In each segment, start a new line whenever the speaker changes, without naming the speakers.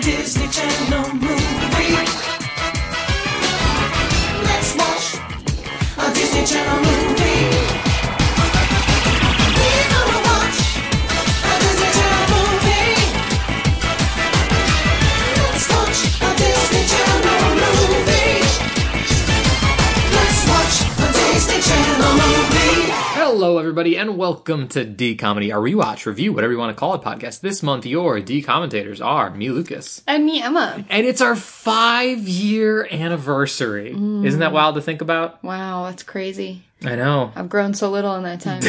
Disney Channel movie. Let's watch a Disney Channel movie. We're gonna watch a Disney Channel movie. Let's watch a Disney Channel movie. Let's watch a Disney Channel movie.
Hello, everybody, and welcome to D Comedy, our rewatch, review, whatever you want to call it, podcast. This month, your D commentators are me, Lucas,
And me, Emma.
and it's our five-year anniversary.
Mm.
Isn't that wild to think about?
Wow, that's crazy.
I know.
I've grown so little in that time.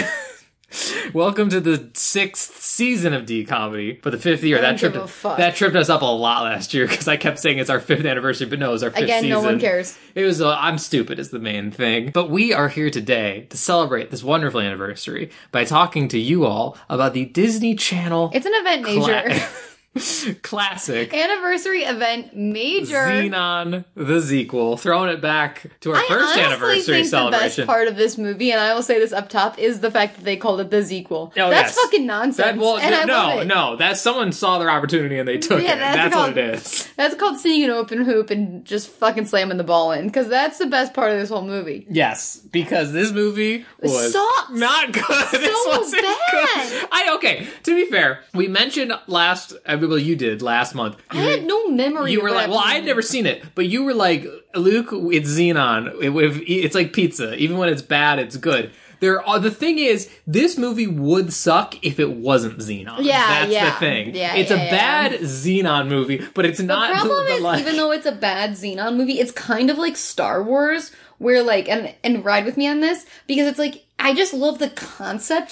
Welcome to the sixth season of D Comedy for the fifth year.
I don't
That tripped
give a fuck.
that tripped us up a lot last year because I kept saying it's our fifth anniversary, but no, it's our fifth
Again,
season.
no one cares.
It was uh, I'm stupid is the main thing. But we are here today to celebrate this wonderful anniversary by talking to you all about the Disney Channel
It's an event major.
cla- classic
Anniversary event major.
Xenon the sequel, throwing it back to our
I
first
honestly
anniversary
think the
celebration.
best part of this movie, and I will say this up top, is the fact that they called it the sequel.
Oh,
that's
yes.
fucking nonsense.
that well,
and I
no,
love it.
no, that someone saw their opportunity and they took
Yeah,
it.
that's
That's what
called-
it is.
That's called seeing an open hoop and just fucking slamming the ball in, because that's the best part of this whole movie.
Yes, because this movie was
sucks.
not good. this wasn't
bad.
good. I okay. To be fair, we mentioned last. uh, Well, you did last month.
I had no memory.
You
of
were
what
like, well, I
happened.
had never seen it, but you were like, Luke, it's Xenon. It- if- it's like pizza. Even when it's bad, it's good. There are the thing is, this movie would suck if it wasn't Xenon.
Yeah,
that's
yeah.
the thing.
Yeah,
it's a
yeah, yeah.
bad Xenon movie, but it's
The
not.
problem
the,
is,
like-
even though it's a bad Xenon movie, it's kind of like Star Wars, where like and and ride with me on this because it's like I just love the concept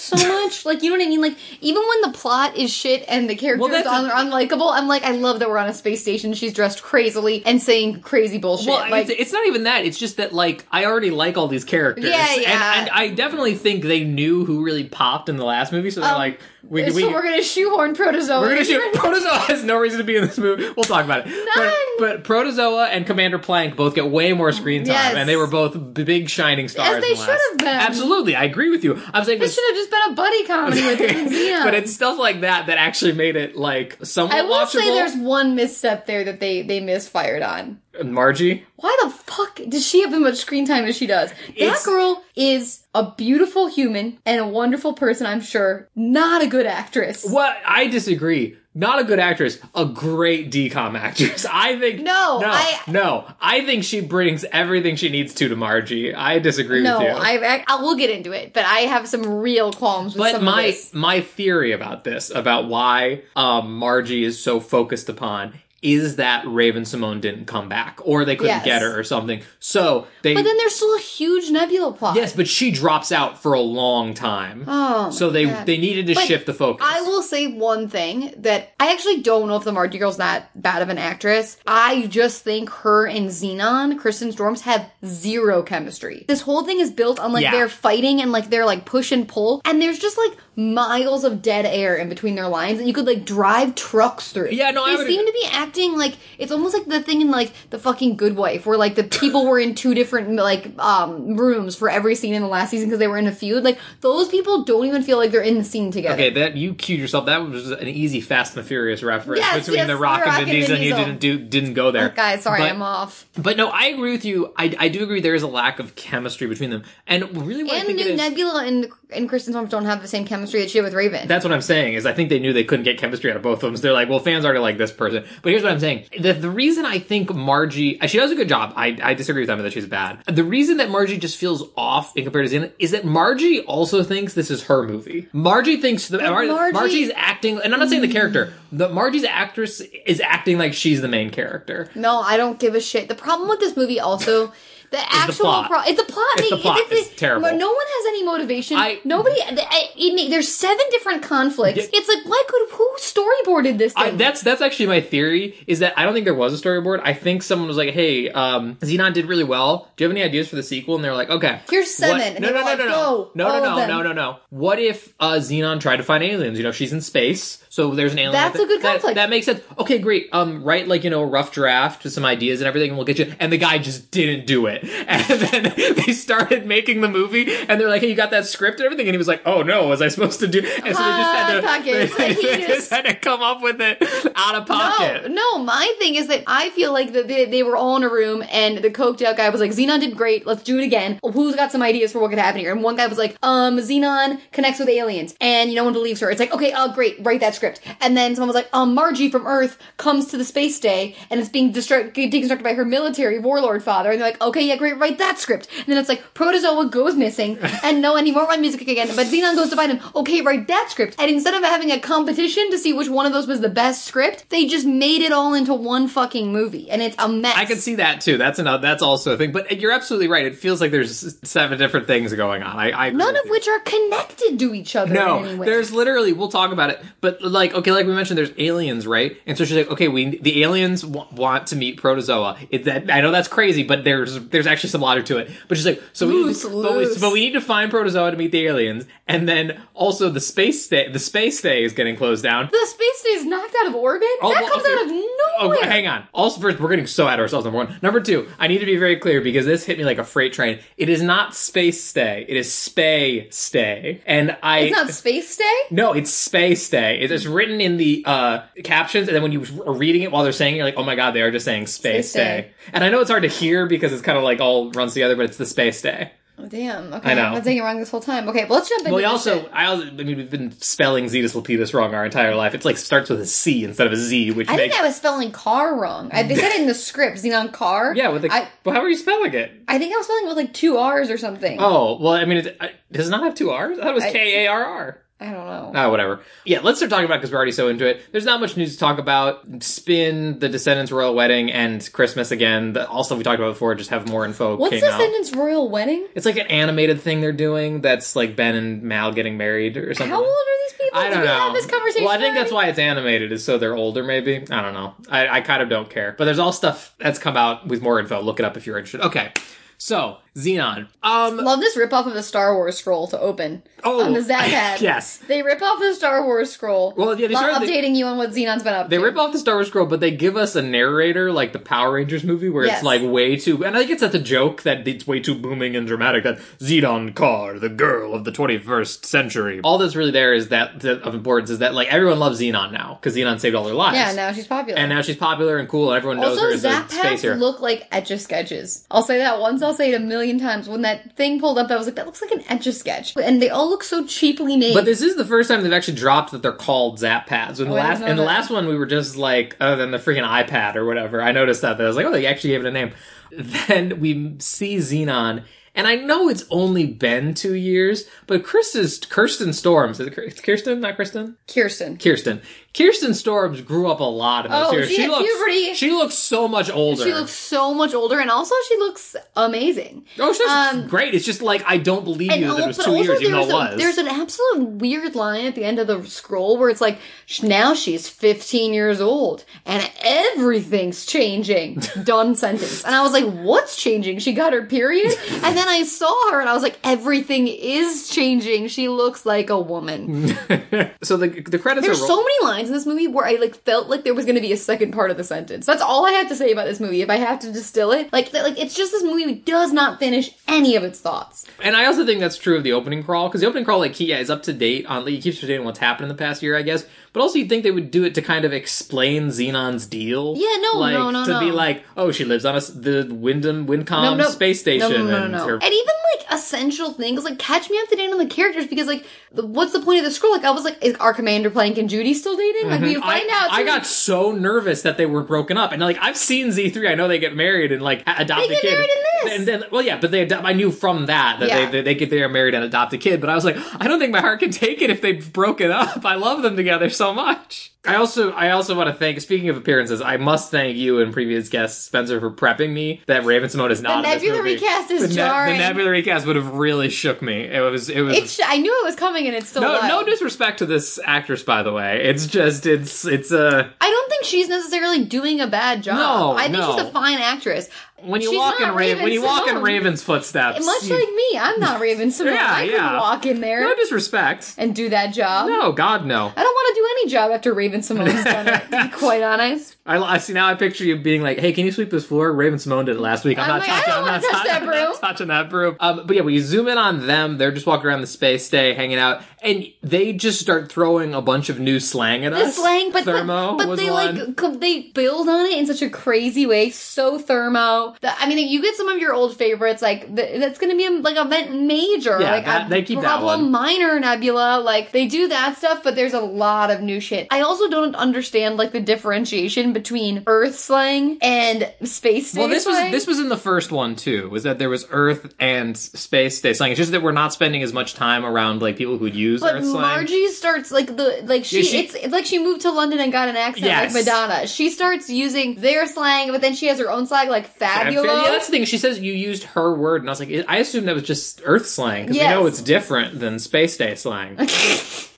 so much. like you know what I mean? Like even when the plot is shit and the characters
that's
on,
the-
are unlikable, I'm like I love that we're on a space station. She's dressed crazily and saying crazy bullshit.
Well,
like
it's, it's not even that. It's just that like I already like all these characters.
Yeah, yeah.
And, and I definitely think they knew who really popped in the last movie, so they're
Um,
like, we,
so
we,
we're gonna shoehorn Protozoa.
we're gonna
into
shoot. Protozoa has no reason to be in this movie. We'll talk about it.
None.
But, but Protozoa and Commander Plank both get way more screen time,
Yes.
and they were both b- big shining stars.
they
in the
should
last-
have been.
Absolutely, I agree with you. I'm saying this.
This should have just been a buddy comedy with him and Xenon.
but it's stuff like that that actually made it like somewhat
I will
watchable.
say there's one misstep there that they they misfired on.
Margie.
Why the fuck does she have as much screen time as she does? That
It's-
girl is a beautiful human and a wonderful person, I'm sure. Not a good actress.
What I disagree. Not a good actress, a great DCOM actress. I think
No,
no,
I-
no. I think she brings everything she needs to to Margie. I disagree
No,
with you.
I, I, I will get into it, but I have some real qualms with
but
some
my
of this.
my theory about this, about why um, Margie is so focused upon, is that Raven Simone didn't come back, or they couldn't
Yes.
get her, or something. So they
But then there's still a huge Nebula plot.
yes, but she drops out for a long time.
Oh,
so they
God.
they needed to
But
shift the focus.
I will say one thing that I actually don't know if the Margie girl's not bad of an actress. I just think her and Xenon, Kristen Storms, have zero chemistry. This whole thing is built on like
Yeah.
they're fighting and like they're like push and pull, and there's just like miles of dead air in between their lines, and you could like drive trucks through.
Yeah, no, I
they
would-
seem to be acting like it's almost like the thing in like the fucking Good Wife, where like the people were in two different like um rooms for every scene in the last season because they were in a feud. Like those people don't even feel like they're in the scene together.
Okay, that you cued yourself. That was an easy Fast and the Furious reference
Yes,
between
yes,
the Rock,
The Rock
and Vin
and
Diesel,
Vin
and you
Diesel.
didn't do didn't go there.
Guys, sorry,
but,
I'm off.
But no, I agree with you. I, I do agree. There is a lack of chemistry between them, and really what I
And
think it is.
Nebula and and Kristen Storms don't have the same chemistry that she had with Raven.
That's what I'm saying is I think they knew they couldn't get chemistry out of both of them. So they're like, well, fans already like this person. But here's what I'm saying: the the reason I think Margie uh, she does a good job. I, I disagree with them that she's bad. The reason that Margie just feels off in comparison is that Margie also thinks this is her movie. Margie thinks that Mar-
Margie-
Margie's acting, and I'm not saying the character. The Margie's actress is acting like she's the main character.
no, I don't give a shit. The problem with this movie also. The actual
plot.
pro- it's the plot.
It's the
They-
plot.
they-
It's terrible.
No one has any motivation.
I-
Nobody. They, I, it, ma- there's seven different conflicts.
Yeah.
It's like why could who storyboarded this
I,
thing?
that's that's actually my theory is that I don't think there was a storyboard. I think someone was like, "Hey, um, Xenon did really well. Do you have any ideas for the sequel?" And they're like, "Okay,
Here's seven."
What-
And
No,
they
no,
were
no,
like,
no, no,
"Go,
no,
all of
no, no,
them."
no, no, no. What if uh, Xenon tried to find aliens? You know, she's in space, so there's an alien. out
That's
there.
a good
That-
conflict.
That makes sense. Okay, great. Um, write like you know a rough draft with some ideas and everything, and we'll get you. And the guy just didn't do it. And then they started making the movie, and they're like, "Hey, you got that script and everything?" And he was like, "oh no, was I supposed to do?" And so they just had to
Hot pockets,
they, they
I hate
just
it.
had to come up with it out of pocket.
No, no, my thing is that I feel like that they, they were all in a room and the coked out guy was like, Xenon did great, let's do it again. Who's got some ideas for what could happen here? And one guy was like, um, Xenon connects with aliens and no one believes her. It's like, okay, oh great, write that script. And then someone was like, um, Margie from Earth comes to the space day and it's being destruct- deconstructed by her military warlord father. And they're like, okay, yeah, great, write that script. And then it's like, Protozoa goes missing and no, and he won't write music again, but Xenon goes to find him. Okay, write that script. And instead of having a competition to see which one of those was the best script, they just made it all into one fucking movie and it's a mess.
I can see that too. That's another. That's also a thing. But you're absolutely right. It feels like there's s- seven different things going on. I, I agree
None
with
of
you.
which are connected to each other. in any
No,
way.
there's literally. We'll talk about it, but like, okay, like we mentioned, there's aliens, right? And so she's like, okay, we the aliens w- want to meet protozoa. It, that I know that's crazy, but there's there's actually some logic to it. But she's like, so
Loose,
we, But, we,
loose.
but we need to find protozoa to meet the aliens, and then also the space day. The space day is getting closed down.
the space is knocked out of orbit.
Oh,
that
well,
comes
okay.
out of
Oh,
nowhere.
hang on. Also, first, we're getting so out of ourselves. Number one. Number two, I need to be very clear because this hit me like a freight train. It is not space stay. It is spay stay. And I.
It's not space day.
no, it's space day. It is written in the uh, captions, and then when you are reading it while they're saying it, you're like, oh my god, they are just saying space,
Space
day.
day.
And I know it's hard to hear because it's kind of like all runs together, but it's the space day.
Oh, damn. Okay,
I know.
I've been saying it wrong this whole time. Okay, well, let's jump into
Well, we
this
also,
shit.
I also, I mean, we've been spelling Zetus Lapidus wrong our entire life. It's like starts with a C instead of a Z, which
I
makes
think I was spelling car wrong. I they said it in the script, Xenon car.
yeah. With the,
I,
well, how are you spelling it?
I think I was spelling it with like two R's or something.
Oh, well, I mean, it, I, does it not have two R's? I thought it was
I-
K A R R.
I don't know.
Ah, whatever. Yeah, let's start talking about because we're already so into it. There's not much news to talk about. Spin, the Descendants Royal Wedding, and Christmas again. The, all stuff we talked about before, just have more info
What's
came
the
out.
sentence royal wedding?
It's like an animated thing they're doing that's like Ben and Mal getting married or something.
How old are these people?
I
Did
don't
we
know.
have this conversation?
well, I think that's
already?
why it's animated, is so they're older, maybe. I don't know. I, I kind of don't care. But there's all stuff that's come out with more info. Look it up if you're interested. Okay. So, Xenon. Um,
Love this rip off of the Star Wars scroll to open
Oh,
on the Zapad.
yes.
they rip off the Star Wars scroll.
Well, yeah, they
while
started- they-
updating you on what Xenon's been up
They
to.
rip off the Star Wars scroll, but they give us a narrator like the Power Rangers movie, where
Yes.
it's like way too. And I think it's that's a joke that it's way too booming and dramatic. That Zedon Carr, the girl of the 21st century. All that's really there is that, that of importance is that like everyone loves Xenon now because Xenon saved all their lives.
yeah, now she's popular.
and now she's popular and cool, and everyone knows her
also,
as a
Zap
space
Hats
hero.
look like etch a sketches. I'll say that once, I'll say it a million times. When that thing pulled up, I was like, that looks like an etch a sketch. And they all look so cheaply made.
But this is the first time they've actually dropped that they're called Zap Pads. In the
Oh, I
last,
didn't know
in the
that.
last one, we were just like, other than the freaking iPad or whatever. I noticed that. that I was like, oh, they actually gave it a name. Then we see Xenon, and I know it's only been two years, but Kristen's, Kirsten Storms, is it Kir- Kirsten, not Kristen?
Kirsten.
Kirsten. Kirsten Storms grew up a lot in those
Oh,
years.
she hit
looks,
puberty.
she looks so much older.
She looks so much older, and also she looks amazing.
oh, she's
um,
great. It's just like, I don't believe you
al-
that it was
but
two
also
years, even though
there's
it
a-
was.
There's an absolute weird line at the end of the scroll where it's like, "Sh- now she's 15 years old and everything's changing. Done sentence. And I was like, what's changing? She got her period? And then I saw her and I was like, everything is changing. She looks like a woman.
so the, the credits
There's
are
so many lines in this movie where I like felt like there was going to be a second part of the sentence. That's all I had to say about this movie. If I have to distill it, like, like it's just this movie does not finish any of its thoughts.
And I also think that's true of the opening crawl because the opening crawl, like, yeah, is up to date on like, he keeps updating what's happened in the past year, I guess. But also, you'd think they would do it to kind of explain Xenon's deal.
Yeah, no,
like,
no, no,
to be
no.
like, oh, she lives on a s the Wyndham Wincom
no, no.
Um, space
No,
station,
no, no, no,
and
no.
her-
And even like essential things, like catch me up to date on the characters because like, the, what's the point of the scroll? Like, I was like, is our commander Plank and Judy still dating? Like, we find
Mm-hmm. I,
out.
I
through-
got so nervous that they were broken up, and like I've seen Z three. I know they get married and like a- adopt
They
a
get
kid.
married in this!
And then, well, yeah, but they adopt. I knew from that that
Yeah.
they, they they get they are married and adopt a kid. But I was like, I don't think my heart can take it if they've broken up. I love them together so much. I also I also want to thank. Speaking of appearances, I must thank you and previous guest Spencer for prepping me that Raven Simone is not. in this
Nebula
movie.
recast is
the ne-
jarring.
the Nebula recast would have really shook me. It was it was
It's. I knew it was coming, and it's still.
no,
alive.
no disrespect to this actress, by the way. It's just it's uh, it's a
I don't think she's necessarily doing a bad job.
No,
I think
no.
she's a fine actress.
when you
She's
walk in
not
Raven, when you walk in
Raven's
Raven's footsteps,
Much
you-
like me, I'm not Raven Simone.
Yeah,
I couldn't
yeah.
walk in there
no disrespect.
and do that job.
No, God, no.
I don't want to do any job after Raven Simone's done it, to be quite honest.
I, I see now. I picture you being like, "Hey, can you sweep this floor?" Raven Simone did it last week. I'm,
I'm
not
like, I
touching.
don't
I'm
wanna
not,
touch that
I'm not
broom.
touching that broom. Um, but yeah, when you zoom in on them, they're just walking around the space, day, hanging out, and they just start throwing a bunch of new slang at
The
us.
slang, but but-
thermo
but,
was
they
one.
like co- they build on it in such a crazy way. So thermo. That, I mean, you get some of your old favorites, like th- that's going to be a, like a vent major,
Yeah,
like
that-
a
they keep that
problem
one.
minor nebula. Like they do that stuff, but there's a lot of new shit. I also don't understand like the differentiation between Earth slang and space.
Well,
day
this was
slang.
this was in the first one too. Was that there was Earth and space day slang? It's just that we're not spending as much time around like people who would use
But
Earth slang.
Margie starts like the like she,
Yeah, she-
it's it's like she moved to London and got an accent
Yes.
like Madonna. She starts using their slang, but then she has her own slang like
And fa- Yeah, that's
fabulous.
the thing. She says you used her word, and I was like, I assume that was just Earth slang because
Yes.
we know it's different than space day slang.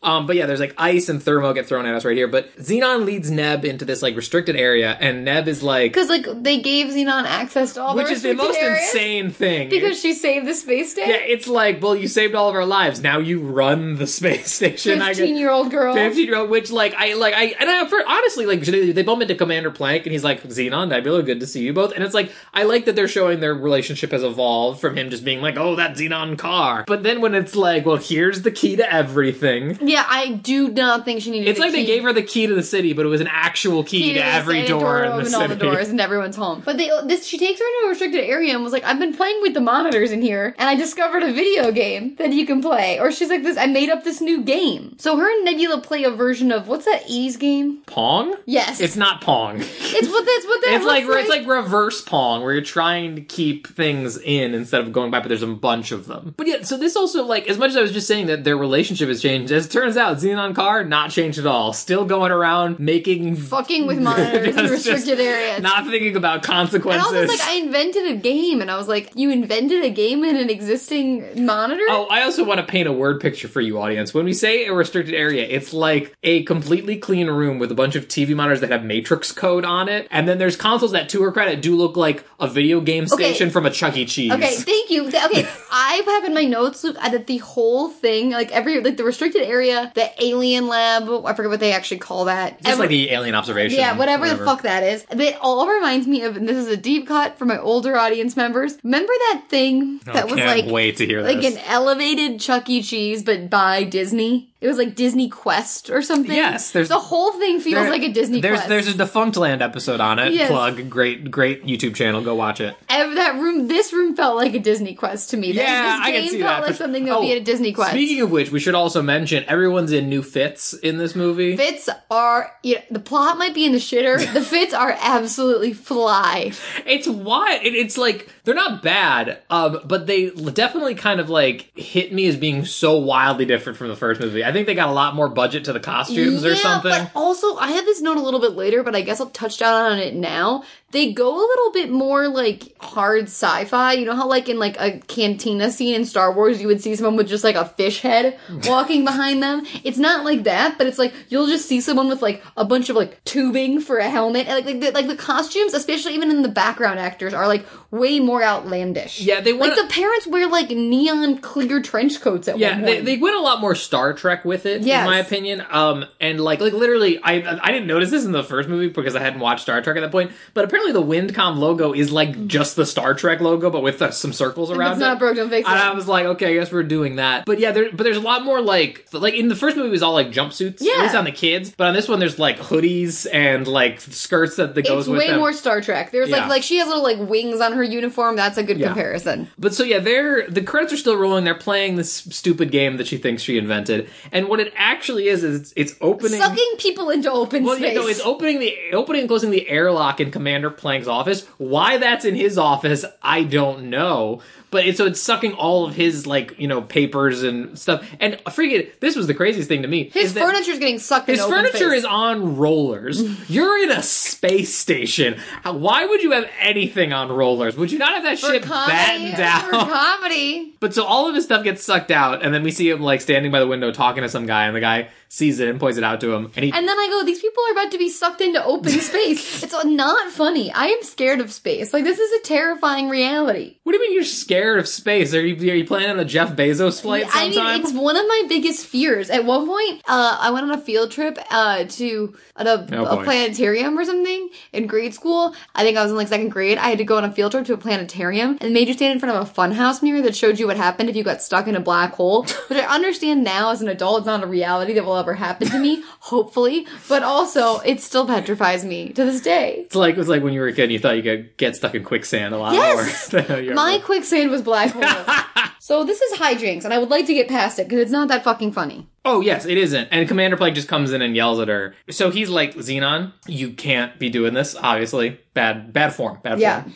um, but yeah, there's like ice and thermo get thrown at us right here. But Xenon leads Neb into this like restricted area, and Neb is like,
Because like they gave Xenon access to all
which
the
is the
restricted
most
areas
insane thing.
because she saved the space
yeah,
day.
it's like, well, you saved all of our lives. Now you run the space station. I guess.
Fifteen year old girl.
15 year old, which, like, I, like, I, and I, for, honestly, like, they, they bump into Commander Plank and he's like, Xenon, Nebula, good to see you both. And it's like, I like that they're showing their relationship has evolved from him just being like, oh, that Xenon car. But then when it's like, well, here's the key to everything.
Yeah, I do not think she needed.
It's
a
like they
key.
gave her the key to the city, but it was an actual key,
key
to,
the
every door in the
sanitarium and all
city.
the doors and everyone's home. But they this she takes her into a restricted area and was like, I've been playing with the monitors in here, and I discovered a video game that you can play. Or she's like, This I made up this new game. So her and Nebula play a version of what's that 80s game?
Pong?
Yes.
It's not Pong.
it's what that's what that
It's like,
looks
it's like reverse pong, where you're trying to keep things in instead of going by, but there's a bunch of them. But yeah, so this also like as much as I was just saying that their relationship has changed, as it turns out, Xenon Car not changed at all. Still going around making
fucking with monitors in
That's just
restricted areas.
not thinking about
and
consequences.
also, it's like I invented a game, and I was like, "You invented a game in an existing monitor."
Oh, I also want to paint a word picture for you, audience. When we say a restricted area, it's like a completely clean room with a bunch of TV monitors that have matrix code on it, and then there's consoles that, to her credit, do look like a video game
Okay.
station from a Chuck E. Cheese.
Okay, thank you. Th- Okay, I have in my notes, Luke, that the whole thing, like every, like the restricted area, the alien lab, I forget what they actually call that.
Just
Every-
like the alien observation.
yeah, whatever, the fuck that is. That all reminds me of, and this is a deep cut for my older audience members. Remember that thing that was like,
Oh, wait to hear
like
this.
an elevated Chuck E. Cheese, but by Disney? It was like Disney Quest or something.
Yes, there's-
the whole thing feels
There-
like a Disney
There's
Quest.
there's a Defunct Land episode on it.
Yes.
Plug great great YouTube channel. Go watch it.
Ev- that room, this room felt like a Disney Quest to me. This-
Yeah,
this
I
game
can see
felt
that
like
for-
something that would be
Oh,
at a Disney Quest.
Speaking of which, we should also mention everyone's in new fits in this movie.
fits are you know, the plot might be in the shitter. The fits are absolutely fly.
It's why it, it's like they're not bad, um, but they definitely kind of like hit me as being so wildly different from the first movie. I think they got a lot more budget to the costumes or something.
But also, I had this note a little bit later, but I guess I'll touch down on it now. They go a little bit more like hard sci-fi. You know how like in like a cantina scene in Star Wars, you would see someone with just like a fish head walking behind them. It's not like that, but it's like you'll just see someone with like a bunch of like tubing for a helmet. And, like like the, like the costumes, especially even in the background actors, are like way more outlandish.
Yeah, they
like
wanna-
the parents wear like neon clear trench coats at
Yeah,
one
they,
point.
they went a lot more Star Trek with it,
Yes.
in my opinion. Um, and like, like literally, I I didn't notice this in the first movie because I hadn't watched Star Trek at that point. But apparently, the Windcom logo is like just the Star Trek logo, but with uh, some circles around
it's
it.
not broke, don't fix
and
it.
I was like, okay, I guess we're doing that. But yeah, there, but there's a lot more like, like in the first movie, it was all like jumpsuits,
Yeah.
at least on the kids. But on this one, there's like hoodies and like skirts that, that goes
it's
with
way
them.
more Star Trek. There's like
Yeah.
like she has little like wings on her uniform. That's a good
Yeah.
comparison.
But so yeah, they're the credits are still rolling. They're playing this stupid game that she thinks she invented, and what it actually is is it's, it's opening.
Sucking people into open
well,
space.
you know, it's opening the opening and closing the airlock in Commander Plank's office. Why that's in his office, I don't know. But it's so it's sucking all of his like you know papers and stuff. And freaking, this was the craziest thing to me.
his
is that-
furniture's getting sucked
his
into open
furniture
space.
is on rollers. You're in a space station. How- Why would you have anything on rollers? Would you not have that
for
shit
comedy.
battened down?
For comedy.
But so all of his stuff gets sucked out, and then we see him like standing by the window talking to some guy, and the guy sees it and points it out to him, and he
And then I go, these people are about to be sucked into open space. It's not funny. I am scared of space. Like, this is a terrifying reality.
What do you mean you're scared of space? Are you, are you planning on a Jeff Bezos flight
I
sometime?
mean, it's one of my biggest fears. At one point, uh, I went on a field trip uh, to a,
Oh,
a
boy.
planetarium or something in grade school. I think I was in like second grade. I had to go on a field trip to a planetarium and made you stand in front of a funhouse mirror that showed you what happened if you got stuck in a black hole. Which I understand now as an adult, it's not a reality that will ever happen to me, hopefully. But also, it still petrifies me to this day.
It's like it's like when you were a kid and you thought you could get stuck in quicksand a lot
Yes!
more. than you
My
ever-
quicksand was black holes. so this is hijinks, and I would like to get past it because it's not that fucking funny.
oh yes, it isn't. And Commander Pike just comes in and yells at her. So he's like, Xenon, you can't be doing this. Obviously, bad bad form. Bad
Yeah.
form.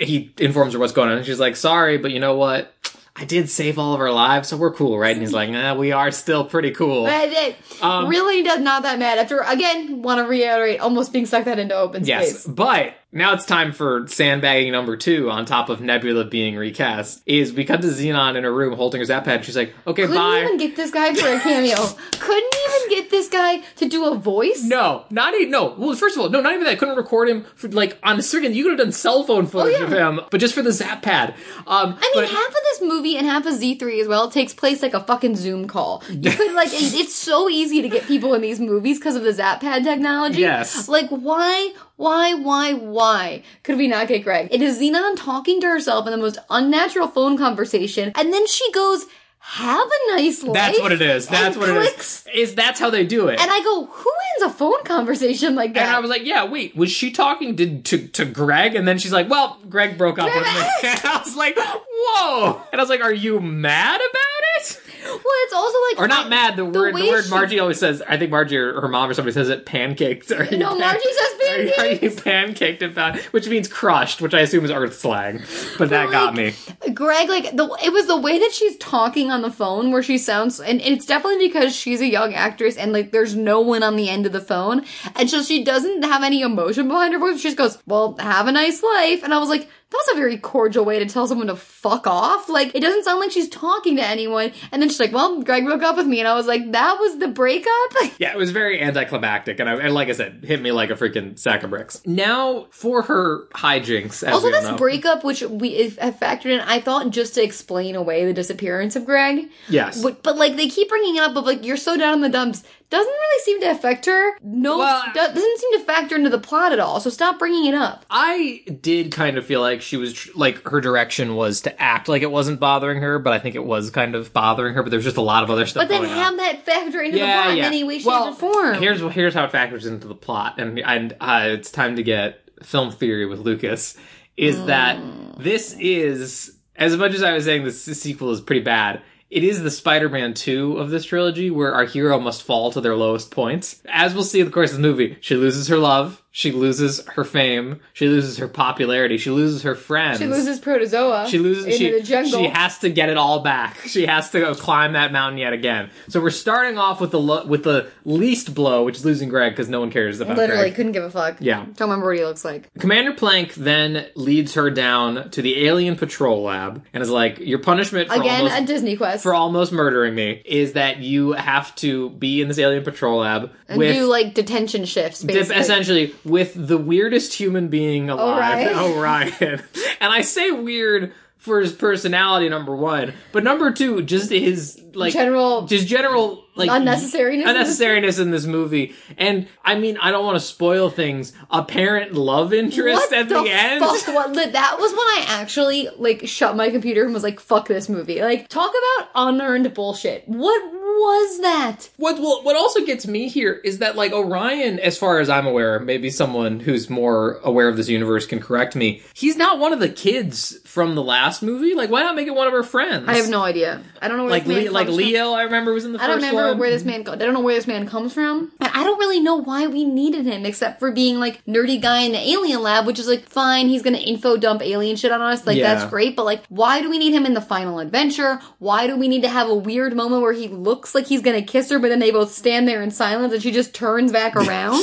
He informs her what's going on, and she's like, "Sorry, but you know what." I did save all of our lives, so we're cool, right? And he's like, nah, we are still pretty cool.
But it
Um,
really does not that mad. After again, want to reiterate, almost being sucked out into open
Yes,
space.
but now it's time for sandbagging number two on top of Nebula being recast. Is we cut to Xenon in her room holding her zap pad. She's like, okay,
Couldn't
bye.
even get this guy for a cameo. Couldn't even get this guy to do a voice.
no, not even, no. Well, first of all, no, not even that. I couldn't record him for like on a certain, you could have done cell phone footage
Oh, yeah.
of him, but just for the zap pad. Um,
I mean,
but-
half of this movie and half of Z3 as well takes place like a fucking Zoom call. You could, like, it- it's so easy to get people in these movies because of the Zap Pad technology.
Yes.
Like, why, why, why, why could we not get Greg? It is Xenon talking to herself in the most unnatural phone conversation, and then she goes, Have a nice life.
that's what it is. That's
and
what it
clicks.
is. Is that's how they do it.
And I go, Who ends a phone conversation like that?
And I was like, yeah, wait, was she talking to, to, to Greg? And then she's like, well, Greg broke up with me. And I was like, whoa. And I was like, are you mad about it?
well, it's also like.
Or not
I-
mad, the, word the
way
word
she-
Margie always says, I think Margie or her mom or somebody says it, pancakes. Are you
No, Margie says
are you- Are, you
pancakes.
pancaked and found, which means crushed, which I assume is earth slang. But that got me.
like, Greg, like the it was the way that she's talking on the phone where she sounds and it's definitely because she's a young actress and like there's no one on the end of the phone. And so she doesn't have any emotion behind her voice. She just goes, Well, have a nice life. And I was like, that was a very cordial way to tell someone to fuck off. Like, it doesn't sound like she's talking to anyone. And then she's like, Well, Greg broke up with me. And I was like, That was the breakup?
Yeah, it was very anticlimactic, and, I, and like I said, hit me like a freaking sack of bricks. Now for her hijinks. As
Also,
we all
this
know.
breakup, which we if, have factored in, I thought just to explain away the disappearance of Greg.
Yes.
But, but like they keep bringing it up of like you're so down in the dumps doesn't really seem to affect her. No,
Well-
do- doesn't seem to factor into the plot at all. So stop bringing it up.
I did kind of feel like she was tr- like her direction was to act like it wasn't bothering her, but I think it was kind of bothering her. But there's just a lot of other stuff.
But then
going on.
have that factor into the plot in any way, shape,
Well,
or form.
Here's here's how it factors into the plot, and and uh, it's time to get film theory with Lucas. Is
Mm.
that this is as much as I was saying this sequel is pretty bad. It is the Spider-Man 2 of this trilogy where our hero must fall to their lowest points. As we'll see in the course of the movie, she loses her love, she loses her fame, she loses her popularity, she loses her friends.
she loses protozoa.
She loses.
into
she,
the jungle.
she has to get it all back. She has to go climb that mountain yet again. So we're starting off with the lo- with the least blow, which is losing Greg because no one cares about
Literally
Greg.
couldn't give a fuck.
Yeah.
don't remember what he looks like.
Commander Plank then leads her down to the alien patrol lab and is like, "Your punishment for
Again,
almost
a Disney quest.
for almost murdering me is that you have to be in this alien patrol lab
and
with."
do like detention shifts.
dip-
Basically. Oh,
essentially, with the weirdest human being alive, Orion. and I say weird for his personality, number one, but number two, just his like
General-
just general like
Unnecessariness?
unnecessariness in this movie. And I mean, I don't want to spoil things. Apparent love interest
What
at the, end.
Fuck, what, li- that was when I actually like shut my computer and was like, "Fuck this movie!" Like, talk about unearned bullshit. What was that?
What well, what also gets me here is that like Orion, as far as I'm aware, maybe someone who's more aware of this universe can correct me. He's not one of the kids from the last movie. Like, why not make it one of her friends?
I have no idea. I don't know where
like
this man
Le- like
comes from.
Leo. I remember was in the
I
first
don't remember
one.
where this man go. I don't know where this man comes from. And I don't really know why we needed him except for being like nerdy guy in the alien lab, which is like fine. He's gonna info dump alien shit on us. Like
Yeah.
that's great. But like, why do we need him in the final adventure? Why do we need to have a weird moment where he looks like he's gonna kiss her, but then they both stand there in silence and she just turns back around?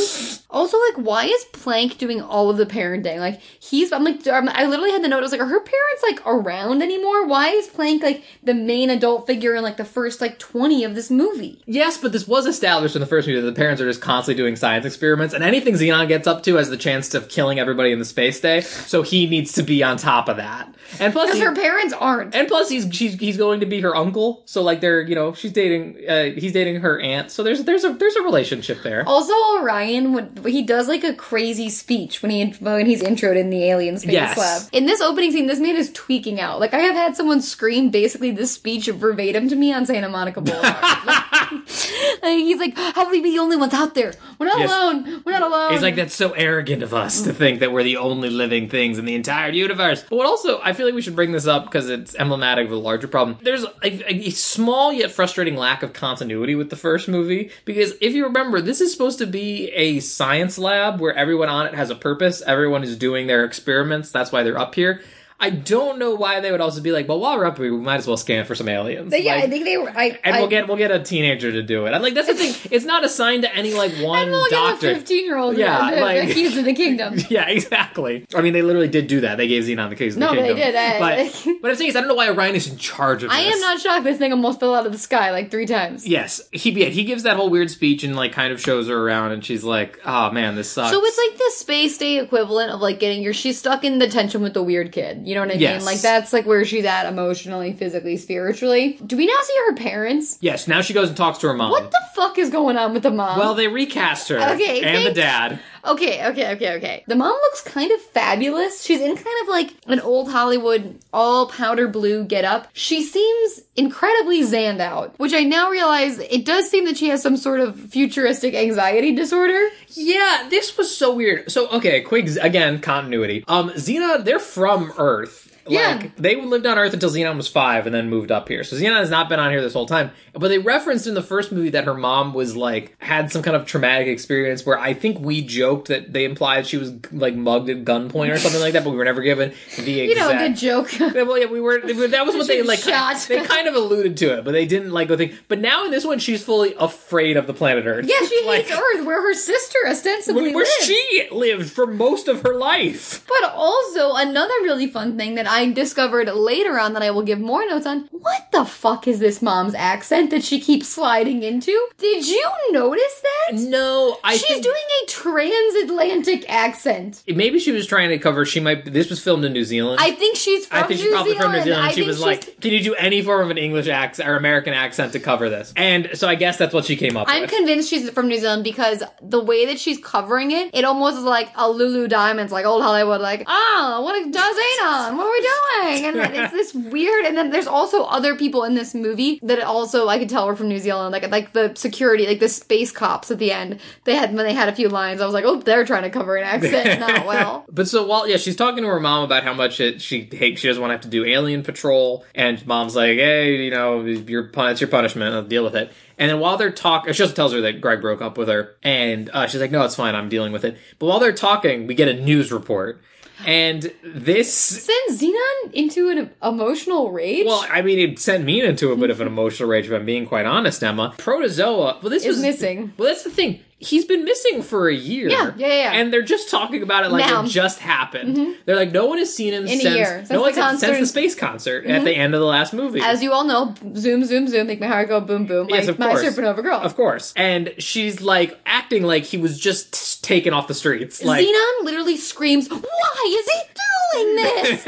also, like, like, why is Plank doing all of the parenting? Like, he's, I'm like, I'm- I literally had the note. I was like, are her parents like around anymore? Why is Plank like the main adult figure in like the first like 20 of this movie?
Yes, but this was established in the first movie that the parents are just constantly doing science experiments, and anything Xenon gets up to has the chance of killing everybody in the space day. So he needs to be on top of that. And plus,
Because
he-
her parents aren't.
and plus he's she's, he's going to be her uncle. So like they're you know she's dating uh, he's dating her aunt. So there's there's a there's a relationship there.
Also, Orion, when he does like a crazy speech when he when he's introed in the alien space
Yes.
lab. In this opening scene, this man is tweaking out. Like I have had someone scream basically this speech verbatim to me on Santa Monica Boulevard. like, he's like, "How can we be the only ones out there? We're not
Yes.
alone. We're not alone."
He's like, that's so arrogant of us to think that we're the only living things in the entire universe. But what also, I feel like we should bring this up because it's emblematic of a larger problem. There's a, a small yet frustrating lack of continuity with the first movie because if you remember, this is supposed to be a science lab where everyone on it has a purpose, everyone is doing their experiments, that's why they're up here. I don't know why they would also be like, well, while we're up here, we might as well scan for some aliens.
But yeah,
Like,
I think they were. I,
and
I,
we'll get we'll get a teenager to do it. I'm like, that's the thing. It's not assigned to any like one
and we'll
doctor.
get a fifteen-year-old.
Yeah,
Yeah, the,
like-
the keys of the kingdom.
Yeah, exactly. I mean, they literally did do that. They gave Xenon the keys to
No,
the
they
kingdom.
did, I-
but what I'm saying is, I don't know why Orion is in charge of
I
this.
am not shocked. This thing almost fell out of the sky like three times.
Yes, he yeah, he gives that whole weird speech and like kind of shows her around, and she's like, "Oh man, this sucks."
So it's like the space day equivalent of like getting your she's stuck in the tension with the weird kid. You know what I
Yes.
mean? Like that's like where she's at emotionally, physically, spiritually. Do we now see her parents?
yes. Now she goes and talks to her mom.
What the fuck is going on with the mom?
well, they recast her
Okay,
and the
thanks.
dad.
okay, okay, okay, okay. The mom looks kind of fabulous. She's in kind of like an old Hollywood all powder blue getup. She seems incredibly zanned out, which I now realize it does seem that she has some sort of futuristic anxiety disorder.
Yeah, this was so weird. So okay, quick again continuity. Um, Xena, they're from Earth.
Yeah.
Like they lived on Earth until Xenon was five, and then moved up here. So Xenon has not been on here this whole time. But they referenced in the first movie that her mom was like had some kind of traumatic experience where I think we joked that they implied she was like mugged at gunpoint or something like that. But we were never given the
You know,
exact.
good joke.
Yeah, Well, yeah, we were. That was what they like.
Shot.
They kind of alluded to it, but they didn't like go think. But now in this one, she's fully afraid of the planet Earth.
Yeah, she
Like-
hates Earth, where her sister ostensibly
where, where
lives.
she lived for most of her life.
but also another really fun thing that I discovered later on that I will give more notes on. What the fuck is this mom's accent that she keeps sliding into? Did you notice that?
No, I
She's doing a transatlantic accent.
maybe she was trying to cover. She might. This was filmed in New Zealand.
I think she's from
I think
New
she's probably
Zealand.
from New Zealand.
I
She
think
was
she's-
like, "Can you do any form of an English accent or American accent to cover this?" And so I guess that's what she came up
I'm
with.
convinced she's from New Zealand because the way that she's covering it, it almost is like a Lulu Diamonds, like old Hollywood, like, ah, what does Anon? What are we doing? And then it's this weird. And then there's also other people in this movie that also I could tell were from New Zealand, like like the security, like the space cops at the end. They had when they had a few lines, I was like, oh, they're trying to cover an accent, not well.
But so while yeah, she's talking to her mom about how much it, she hates, she doesn't want to have to do alien patrol, and mom's like, "Hey, you know, your pun- it's your punishment. I'll deal with it." And then while they're talking, she also tells her that Greg broke up with her, and uh, she's like, "No, it's fine. I'm dealing with it." But while they're talking, we get a news report, and this
Send Xenon into an emotional rage.
Well, I mean, it sent me into a bit of an emotional rage, if I'm being quite honest, Emma. Protozoa, well, this
Is
was
missing.
Well, that's the thing. He's been missing for a year.
Yeah, yeah, yeah.
And they're just talking about it like
Now. Mm-hmm.
it just happened. They're like, no one has seen him
In a
since,
year, since
no
the
one since
concert. Mm-hmm.
the space concert at the end of the last movie.
as you all know, zoom, zoom, zoom, make my heart go boom, boom.
Yes,
like
of course.
My supernova girl.
of course. And she's like acting like he was just taken off the streets. Like,
Xenon literally screams, "Why is he doing this?"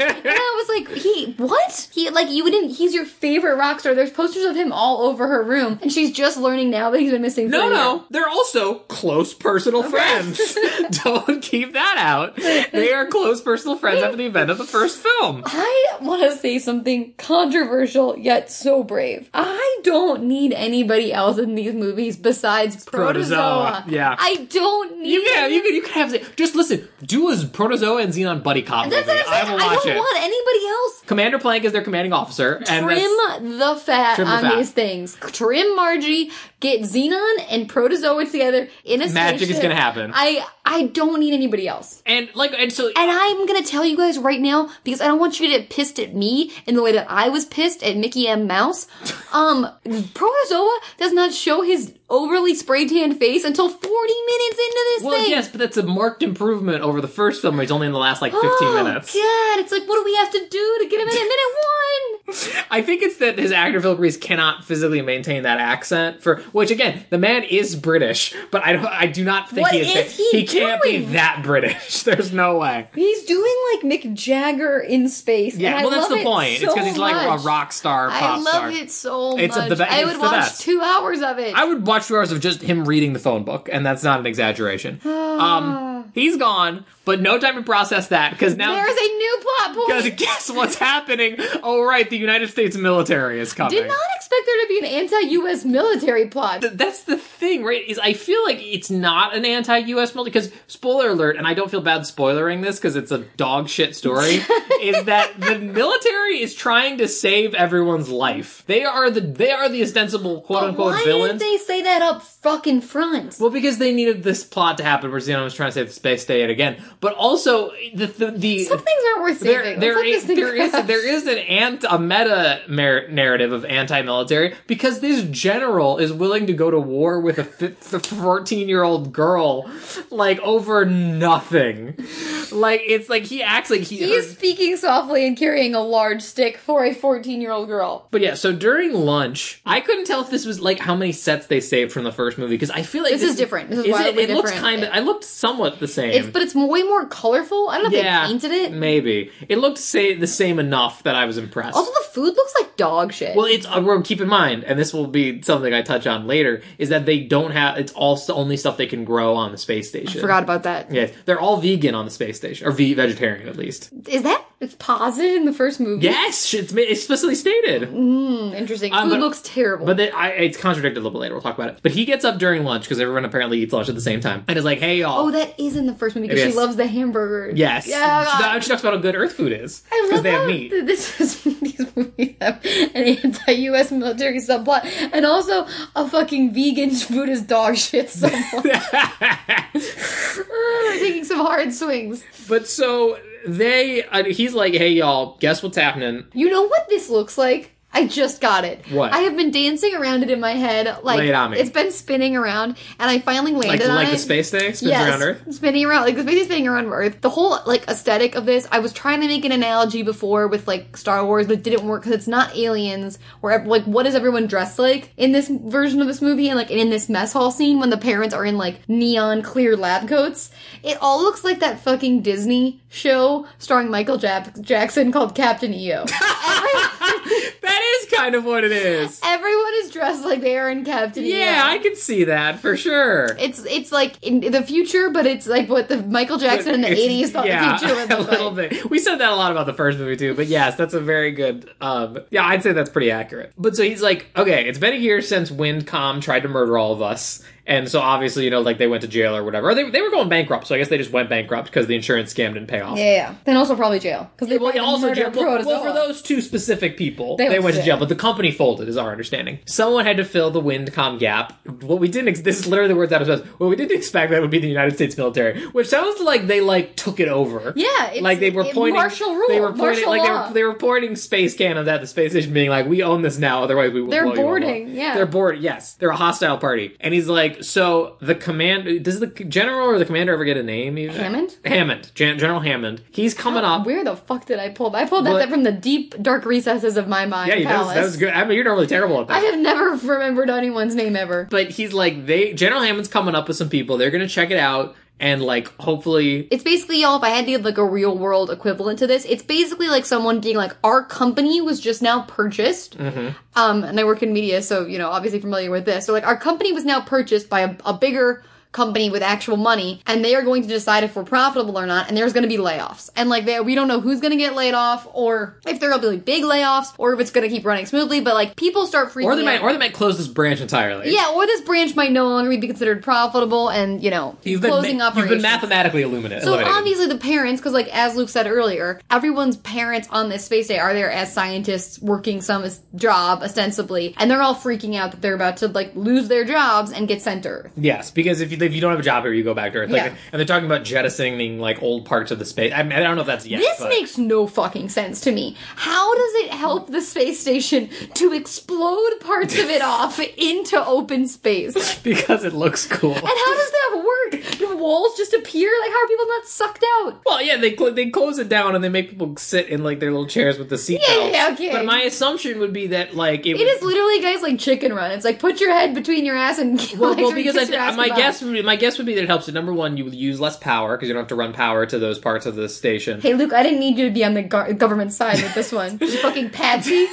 and I was like, "He what? He like you didn't? He's your favorite rock star. There's posters of him all over her room, and she's just learning now that he's been missing. for
No,
a
no,
year.
they're also close personal friends. Don't keep that out. They are close personal friends after the event of the first film.
I want to say something controversial yet so brave. I don't need anybody else in these movies besides
Protozoa.
Protozoa.
Yeah.
I don't need.
You can, you can, you can have. Just listen. Do a Protozoa and Xenon buddy cop
That's
movie.
what I'm saying.
I will
I
watch
don't
it.
want anybody else.
Commander Plank is their commanding officer, and
Trim
that's,
the fat
Trim the
on
fat.
these things. Trim Margie, get Xenon and Protozoa together in a
Magic is
spaceship.
gonna happen.
I I don't need anybody else.
and like, and so
And I'm gonna tell you guys right now because I don't want you to get pissed at me in the way that I was pissed at Mickey M. Mouse. Um, Protozoa does not show his overly spray tanned face until 40 minutes into this
well,
thing.
yes, but that's a marked improvement over the first film, where he's only in the last like fifteen
oh,
minutes.
God, it's like, what do we have to do to get him in at minute one?
I think it's that his actor Phil Grease cannot physically maintain that accent for which again the man is British, but I don't I do not think
What
he is,
is he
can't be
doing?
that British. There's no way.
He's doing like Mick Jagger in space. and
Yeah,
I
well that's
love
the
it
point.
So
it's because he's like
much.
a rock star,
I
pop
love
star.
it so
It's
much.
the be-
I
it's
would
the
watch
best.
two hours of it.
I would watch two hours of just him reading the phone book, and that's not an exaggeration. um, he's gone, but no time to process that because now
there is a new plot
because
point.
guess what's happening? Oh right, the United States military is coming.
Did not expect there to be an anti-U.S. military plot.
Th- that's the thing, right? Is I feel like it's not an anti-U.S. military because spoiler alert, and I don't feel bad spoilering this because it's a dog shit story. is that the military is trying to save everyone's life? They are the they are the ostensible quote unquote
Why
villains.
didn't they say that up fucking front?
well, because they needed this plot to happen where Xenon was trying to save the space state again, but also the the, the
Some things aren't worth saving.
there, there,
Let's let this
is,
thing
there is
crash.
there is an ant a meta mar- narrative of anti-military because this general is willing to go to war with a fourteen year old girl like over nothing. Like it's like he acts like he.
He is speaking softly and carrying a large stick for a 14-year-old girl.
but yeah, so during lunch, I couldn't tell if this was like how many sets they saved from the first movie because I feel like
This is different. This is
it,
wildly
it looks
different.
kind of. I looked somewhat the same.
It's but it's way more colorful. I don't know
yeah,
if they painted it.
Maybe it looked say the same enough that I was impressed.
Also, the food looks like dog shit.
Well, it's uh, well, keep in mind, and this will be something I touch on later, is that they don't have it's all s- only stuff they can grow on the space station.
Forgot about that.
Yes, they're all vegan on the space station, or ve- vegetarian at least.
Is that it's positive in the first movie?
Yes, it's ma- explicitly stated.
Mm. Interesting.
Um,
Food
but-
looks terrible.
But they, I, it's contradicted a little bit later. We'll talk about it. But he gets up during lunch because everyone apparently eats lunch at the same time, and is like, "Hey, y'all."
oh, that is in the first movie because
It
she
is.
loves the hamburgers.
yes.
Yeah.
She-
God.
she talks about how good Earth food is
I
because
love
they have
how
meat.
th- This is these movies have an anti-U.S. military subplot and also a fucking vegan food is dog shit subplot. We're taking some hard swings.
but so they, uh, he's like, "Hey, y'all, guess what's happening?
You know what this looks like? I just got it.
What?
I have been dancing around it in my head. Like
Lay it on me.
it's been spinning around, and I finally
Like,
landed on
like
it.
the space thing spins
yes,
around Earth."
spinning around like this baby spinning around Earth. The whole like aesthetic of this, I was trying to make an analogy before with like Star Wars, but it didn't work because it's not aliens. Or ev- like, what is everyone dressed like in this version of this movie and like in this mess hall scene when the parents are in like neon clear lab coats? It all looks like that fucking Disney show starring Michael Jap- Jackson called Captain E EO.
that is kind of what it is.
everyone is dressed like they are in Captain EO.
Yeah, I can see that for sure.
It's it's like in the future, but it's like what the Michael Jackson in the
It's-
eighties thought
yeah,
the future was.
a little bit. We said that a lot about the first movie too, but yes, that's a very good. Um, yeah, I'd say that's pretty accurate. But so he's like, okay, it's been a year since Windcom tried to murder all of us, and so obviously, you know, like they went to jail or whatever. Or they they were going bankrupt, so I guess they just went bankrupt because the insurance scam didn't pay off.
Yeah, yeah. Then also probably jail because they
Well,
probably
yeah, also
murdered
jail. Well, well,
protozoa.
for those two specific people,
They
they,
went
went
to
to jail,
jail.
but the company folded, is our understanding. Someone had to fill the Windcom gap. What we didn't, ex- this is literally the words out of his mouth. What we didn't expect that would be the United States military, which sounds like they like took it over.
Yeah, it's-
like they were
it-
pointing
martial rule,
They were pointing
martial
like they
law.
were they were pointing space cannons at the space station, being like, "We own this now, otherwise we will."
They're
blow you all up."
boarding, yeah.
they're board. Yes, they're a hostile party, and he's like, "So the command does the general or the commander ever get a name? Even?
Hammond? Oh,
Hammond, Gen- General Hammond. He's coming up.
Where the fuck did I pull? I pulled
But-
that from the deep dark recesses of my mind.
Yeah, you- that was,
palace.
that was good. I mean, you're normally terrible at that.
I have never remembered anyone's name ever.
but he's like, they General Hammond's coming up with some people. They're gonna check it out and like hopefully.
It's basically y'all. If I had to give like a real world equivalent to this, it's basically like someone being like, "Our company was just now purchased."
Mm-hmm.
Um, and I work in media, so you know, obviously familiar with this. So like, our company was now purchased by a, a bigger company with actual money and they are going to decide if we're profitable or not and there's going to be layoffs and like they, we don't know who's going to get laid off or if there'll be like, big layoffs or if it's going to keep running smoothly but like people start freaking
Or they
out.
might, or they might close this branch entirely.
yeah, or this branch might no longer be considered profitable, and you know,
You've been,
closing
ma- you've been
operations.
mathematically illuminated.
So obviously the parents, because like as Luke said earlier, everyone's parents on this space day are there as scientists working some as- job ostensibly, and they're all freaking out that they're about to like lose their jobs and get sent to Earth.
Yes, because if you, if you don't have a job here, you go back to Earth. Like,
Yeah.
And they're talking about jettisoning like old parts of the space. I, mean, I don't know if that's yet.
This
but-
makes no fucking sense to me. How does it help the space station to explode parts of it off into open space? And
because it looks cool.
how does that work? Do walls just appear? Like, how are people not sucked out?
Well, yeah, they cl- they close it down and they make people sit in like their little chairs with the seat
Yeah,
belts.
yeah, okay.
But my assumption would be that like it,
It
would-
is literally, guys, like chicken run. It's like put your head between your ass and
Well,
like,
well, because I
kiss your
thi-
ass
my
goodbye.
guess would be, my guess would be that it helps. That number one, you will use less power because you don't have to run power to those parts of the station.
Hey, Luke, I didn't need you to be on the go- government side with this one. You fucking patsy.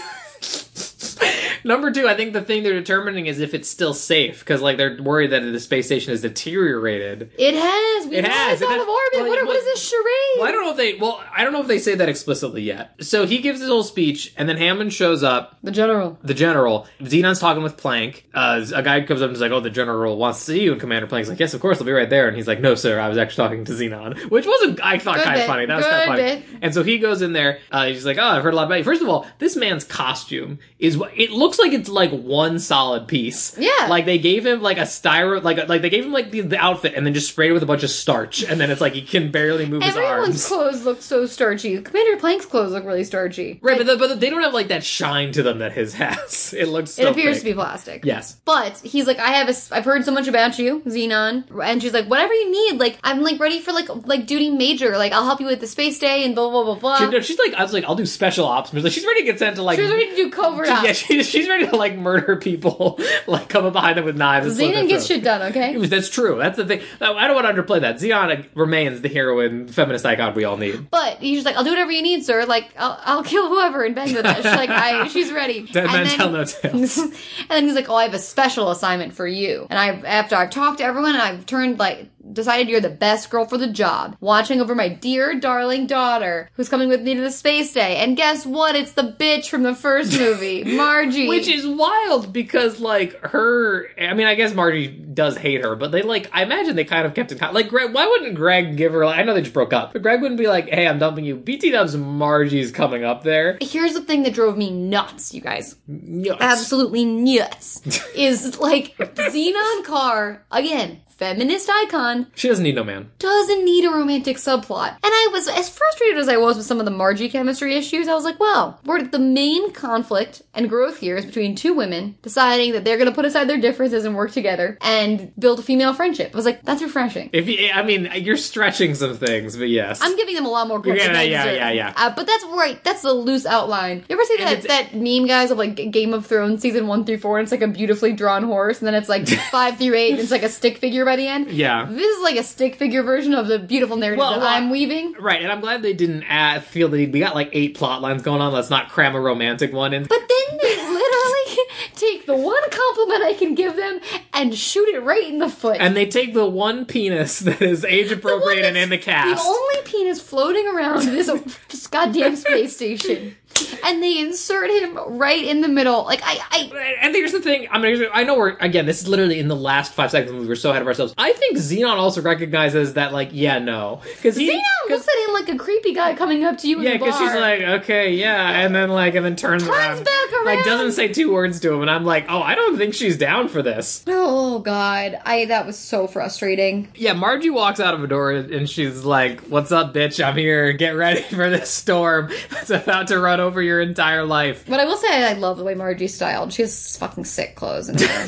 Number two, I think the thing they're determining is if it's still safe because like they're worried that the space station is deteriorated.
It has. We
It
know
has,
It's
it
out
has-
of orbit.
well,
what,
it
are- what
was-
is this charade?
Well, I don't know if they. Well, I don't know if they say that explicitly yet. So he gives his whole speech, and then Hammond shows up.
The general.
The general Xenon's talking with Plank. Uh, a guy comes up and is like, "Oh, the general wants to see you." And Commander Plank's like, "Yes, of course, I'll be right there." And he's like, "No, sir, I was actually talking to Xenon," which was a, I thought
Good
kind of
bit.
funny. That was
Good
kind of funny.
bit.
And so he goes in there. Uh, he's like, "Oh, I've heard a lot about you." First of all, this man's costume is what it looks like. It's like one solid piece.
Yeah.
Like they gave him like a styro, like a- like they gave him like the, the outfit, and then just sprayed it with a bunch of starch, and then it's like he can barely move his arms.
Everyone's clothes look so starchy. Commander Plank's clothes look really starchy.
Right, but, the, but they don't have like that shine to them that his has. It looks.
It
So
appears
fake.
to be plastic.
Yes.
But he's like, I have a, s- I've heard so much about you, Xenon, and she's like, whatever you need, like, I'm like ready for like, like duty major, like I'll help you with the space day and blah blah blah blah.
She- no, she's like, I was like, I'll do special ops. Like, she's ready to get sent to like.
Um, She was ready to do covert
yeah,
ops.
she, she's ready to like murder people, like come up behind them with knives. and slit their
Xenon
throats.
gets shit done, okay?
That's true. That's the thing. I don't want to underplay that. Xenon remains the heroine, feminist icon we all need.
But he's just like, I'll do whatever you need, sir. Like, I'll, I'll kill whoever in Bangladesh. She's like, I, she's ready.
Dead
and
men
then,
tell no tales.
and then he's like, Oh, I have a special assignment for you. And I, after I've talked to everyone, and I've turned like, decided you're the best girl for the job, watching over my dear darling daughter who's coming with me to the space day. And guess what? It's the bitch from the first movie, Margie.
Which is wild because like her, I mean, I guess Margie does hate her, but they like, I imagine they kind of kept in contact. Like Greg, why wouldn't Greg give her? Like, I know they just broke up, but Greg wouldn't be like, "Hey, I'm dumping you." BT Dubs Margie's coming up there.
Here's the thing that drove me nuts, you guys.
Nuts.
absolutely nuts is like Xenon Carr, again, feminist icon,
She doesn't need no man.
doesn't need a romantic subplot. And I was as frustrated as I was with some of the Margie chemistry issues, I was like, wow, we're at the main conflict and growth here is between two women deciding that they're gonna put aside their differences and work together and build a female friendship. I was like, that's refreshing.
If you, I mean, you're stretching some things, but yes,
I'm giving them a lot more credit.
Yeah,
than they
yeah,
deserve.
yeah, yeah.
Uh, but that's right. That's the loose outline. You ever see that that meme, guys, of like Game of Thrones season one through four? And it's like a beautifully drawn horse, and then it's like five through eight, and it's like a stick figure by the end.
Yeah.
this is like a stick figure version of the beautiful narrative
Well,
that
well,
I'm weaving.
right. And I'm glad they didn't add, feel that we got like eight plot lines going on. Let's not cram a romantic one in.
But then they literally take the one compliment I can give them and shoot it right in the foot.
and they take the one penis that is age
The one
appropriate and
that's
in the cast.
The only penis floating around this, this goddamn space station. And they insert him right in the middle. Like, I. I
And here's the thing. I mean, here's the- I know we're again. This is literally in the last five seconds. We were so ahead of ourselves. I think Xenon also recognizes that, like, yeah, no, because he,
Xenon
cause,
looks at him like a creepy guy coming up to you
yeah,
in the bar.
because she's like, okay, yeah, and then like, and then turns, turns around,
back
like,
around.
doesn't say two words to him, and I'm like, oh, I don't think she's down for this.
oh god, I that was so frustrating.
Yeah, Margie walks out of a door and she's like, "What's up, bitch? I'm here. Get ready for this storm that's about to run over your entire life."
But I will say I love the way Margie styled. She has fucking sick clothes and hair.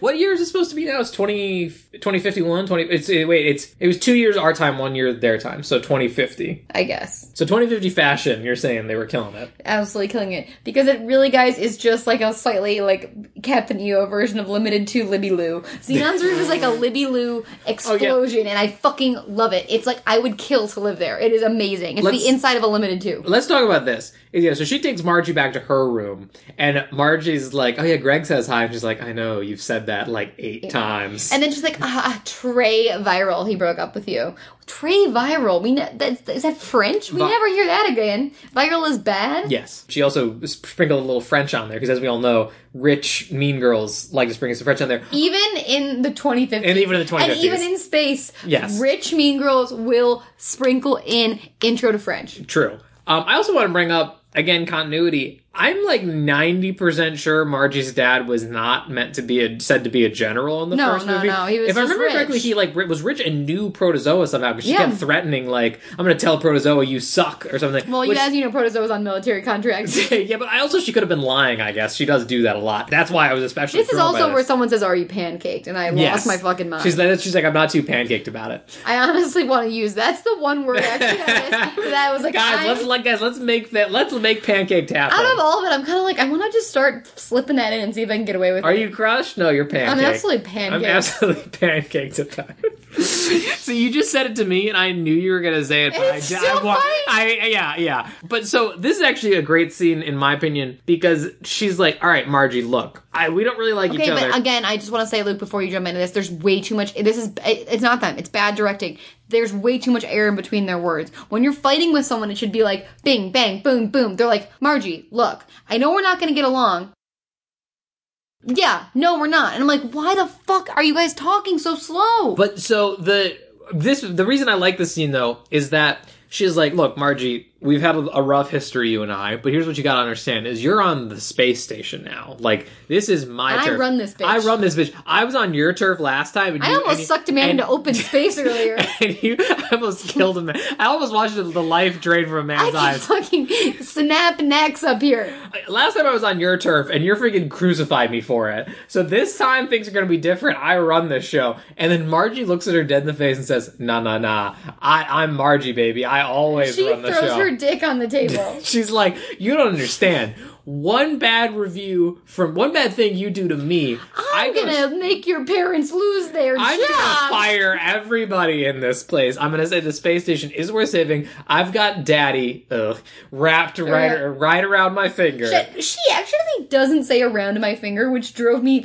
What year is it supposed to be now? It's 20, 2051, 20 it's eh, wait, it's it was 2 years our time, 1 year their time. So 2050.
I guess.
So 2050 fashion, you're saying they were killing it.
Absolutely killing it. Because it really, guys, is just like a slightly like Captain EO version of Limited to Libby Lou. Xenon's Roof is like a Libby
Oh,
Lou explosion, and I fucking love it. It's like I would kill to live there. It is amazing. It's
Let's-
the inside of a Limited Two.
Let's talk about this. Yeah, so she takes Margie back to her room, and Margie's like, "Oh yeah, Greg says hi." And she's like, "I know you've said that like eight times."
And then she's like, ah, Trey Viral, he broke up with you. Trey Viral, we ne- that, is that French? We
Vi-
never hear that again. Viral is bad.
yes, she also sprinkled a little French on there because, as we all know, rich mean girls like to sprinkle some French on there.
Even in the 2050s.
And even in the
And
2050s.
even in space,
Yes.
rich mean girls will sprinkle in intro to French.
True. Um, I also want to bring up again continuity. I'm like 90% sure Margie's dad was not meant to be a, said to be a general in the
No,
first
no,
movie.
no, he was
if I
just
remember
rich.
correctly, he like ri- was rich and knew Protozoa somehow because she
Yeah.
kept threatening like, "I'm going to tell Protozoa you suck" or something.
Well, you
which-
guys, you know, Protozoa's on military contracts.
yeah, but I also she could have been lying. I guess she does do that a lot. That's why I was especially.
this is
thrown by
also
this.
where someone says, Are you pancaked? And I
Yes.
lost my fucking mind.
She's like, she's like, I'm not too pancaked about it.
I honestly want to use that's the one word actually I missed that I was like,
guys,
I'm-
let's like, guys, let's make that, let's make pancaked happen.
out of all of it, I'm kind of like, I want to just start slipping that in and see if I can get away with
Are
it.
you crushed? No, you're pancaked.
I'm absolutely
I'm
pancaked.
absolutely pancaked about it. so you just said it to me, and I knew you were gonna say it. But
It's
I,
so
I, wa-
funny.
I- yeah, yeah. But so this is actually a great scene, in my opinion, because she's like, "All right, Margie, look, I we don't really like
Okay,
each other."
but again, I just want to say, Luke, before you jump into this, there's way too much. This is it- it's not them; it's bad directing. There's way too much air in between their words. When you're fighting with someone, it should be like bing, bang, boom, boom. They're like, Margie, look, I know we're not going to get along. Yeah, no, we're not. And I'm like, why the fuck are you guys talking so slow?
But so the this the reason I like this scene though is that she's like, look, Margie, we've had a, a rough history, you and I. But here's what you got to understand: is you're on the space station now. Like this is my.
I
turf.
run this bitch.
I run this bitch. I was on your turf last time. And
I
you-
almost
and you-
sucked a man
and-
into open space earlier.
And you, I almost killed him. I almost watched the life drain from a
I
man's
can
eyes.
fucking snap necks up here.
Last time I was on your turf, and you're freaking crucified me for it. So this time things are gonna be different. I run this show, and then Margie looks at her dead in the face and says, "Nah, nah, nah. I, I'm Margie, baby. I always
She
run the
throws
show."
her dick on the table.
She's like, "You don't understand. One bad review from one bad thing you do to me, I
I'm
go-
gonna make your parents lose their
I'm gonna
job.
fire everybody in this place. I'm gonna say the space station is worth saving. I've got daddy ugh, wrapped right,
Yeah.
right around my finger.
She- She actually doesn't say around my finger, which drove me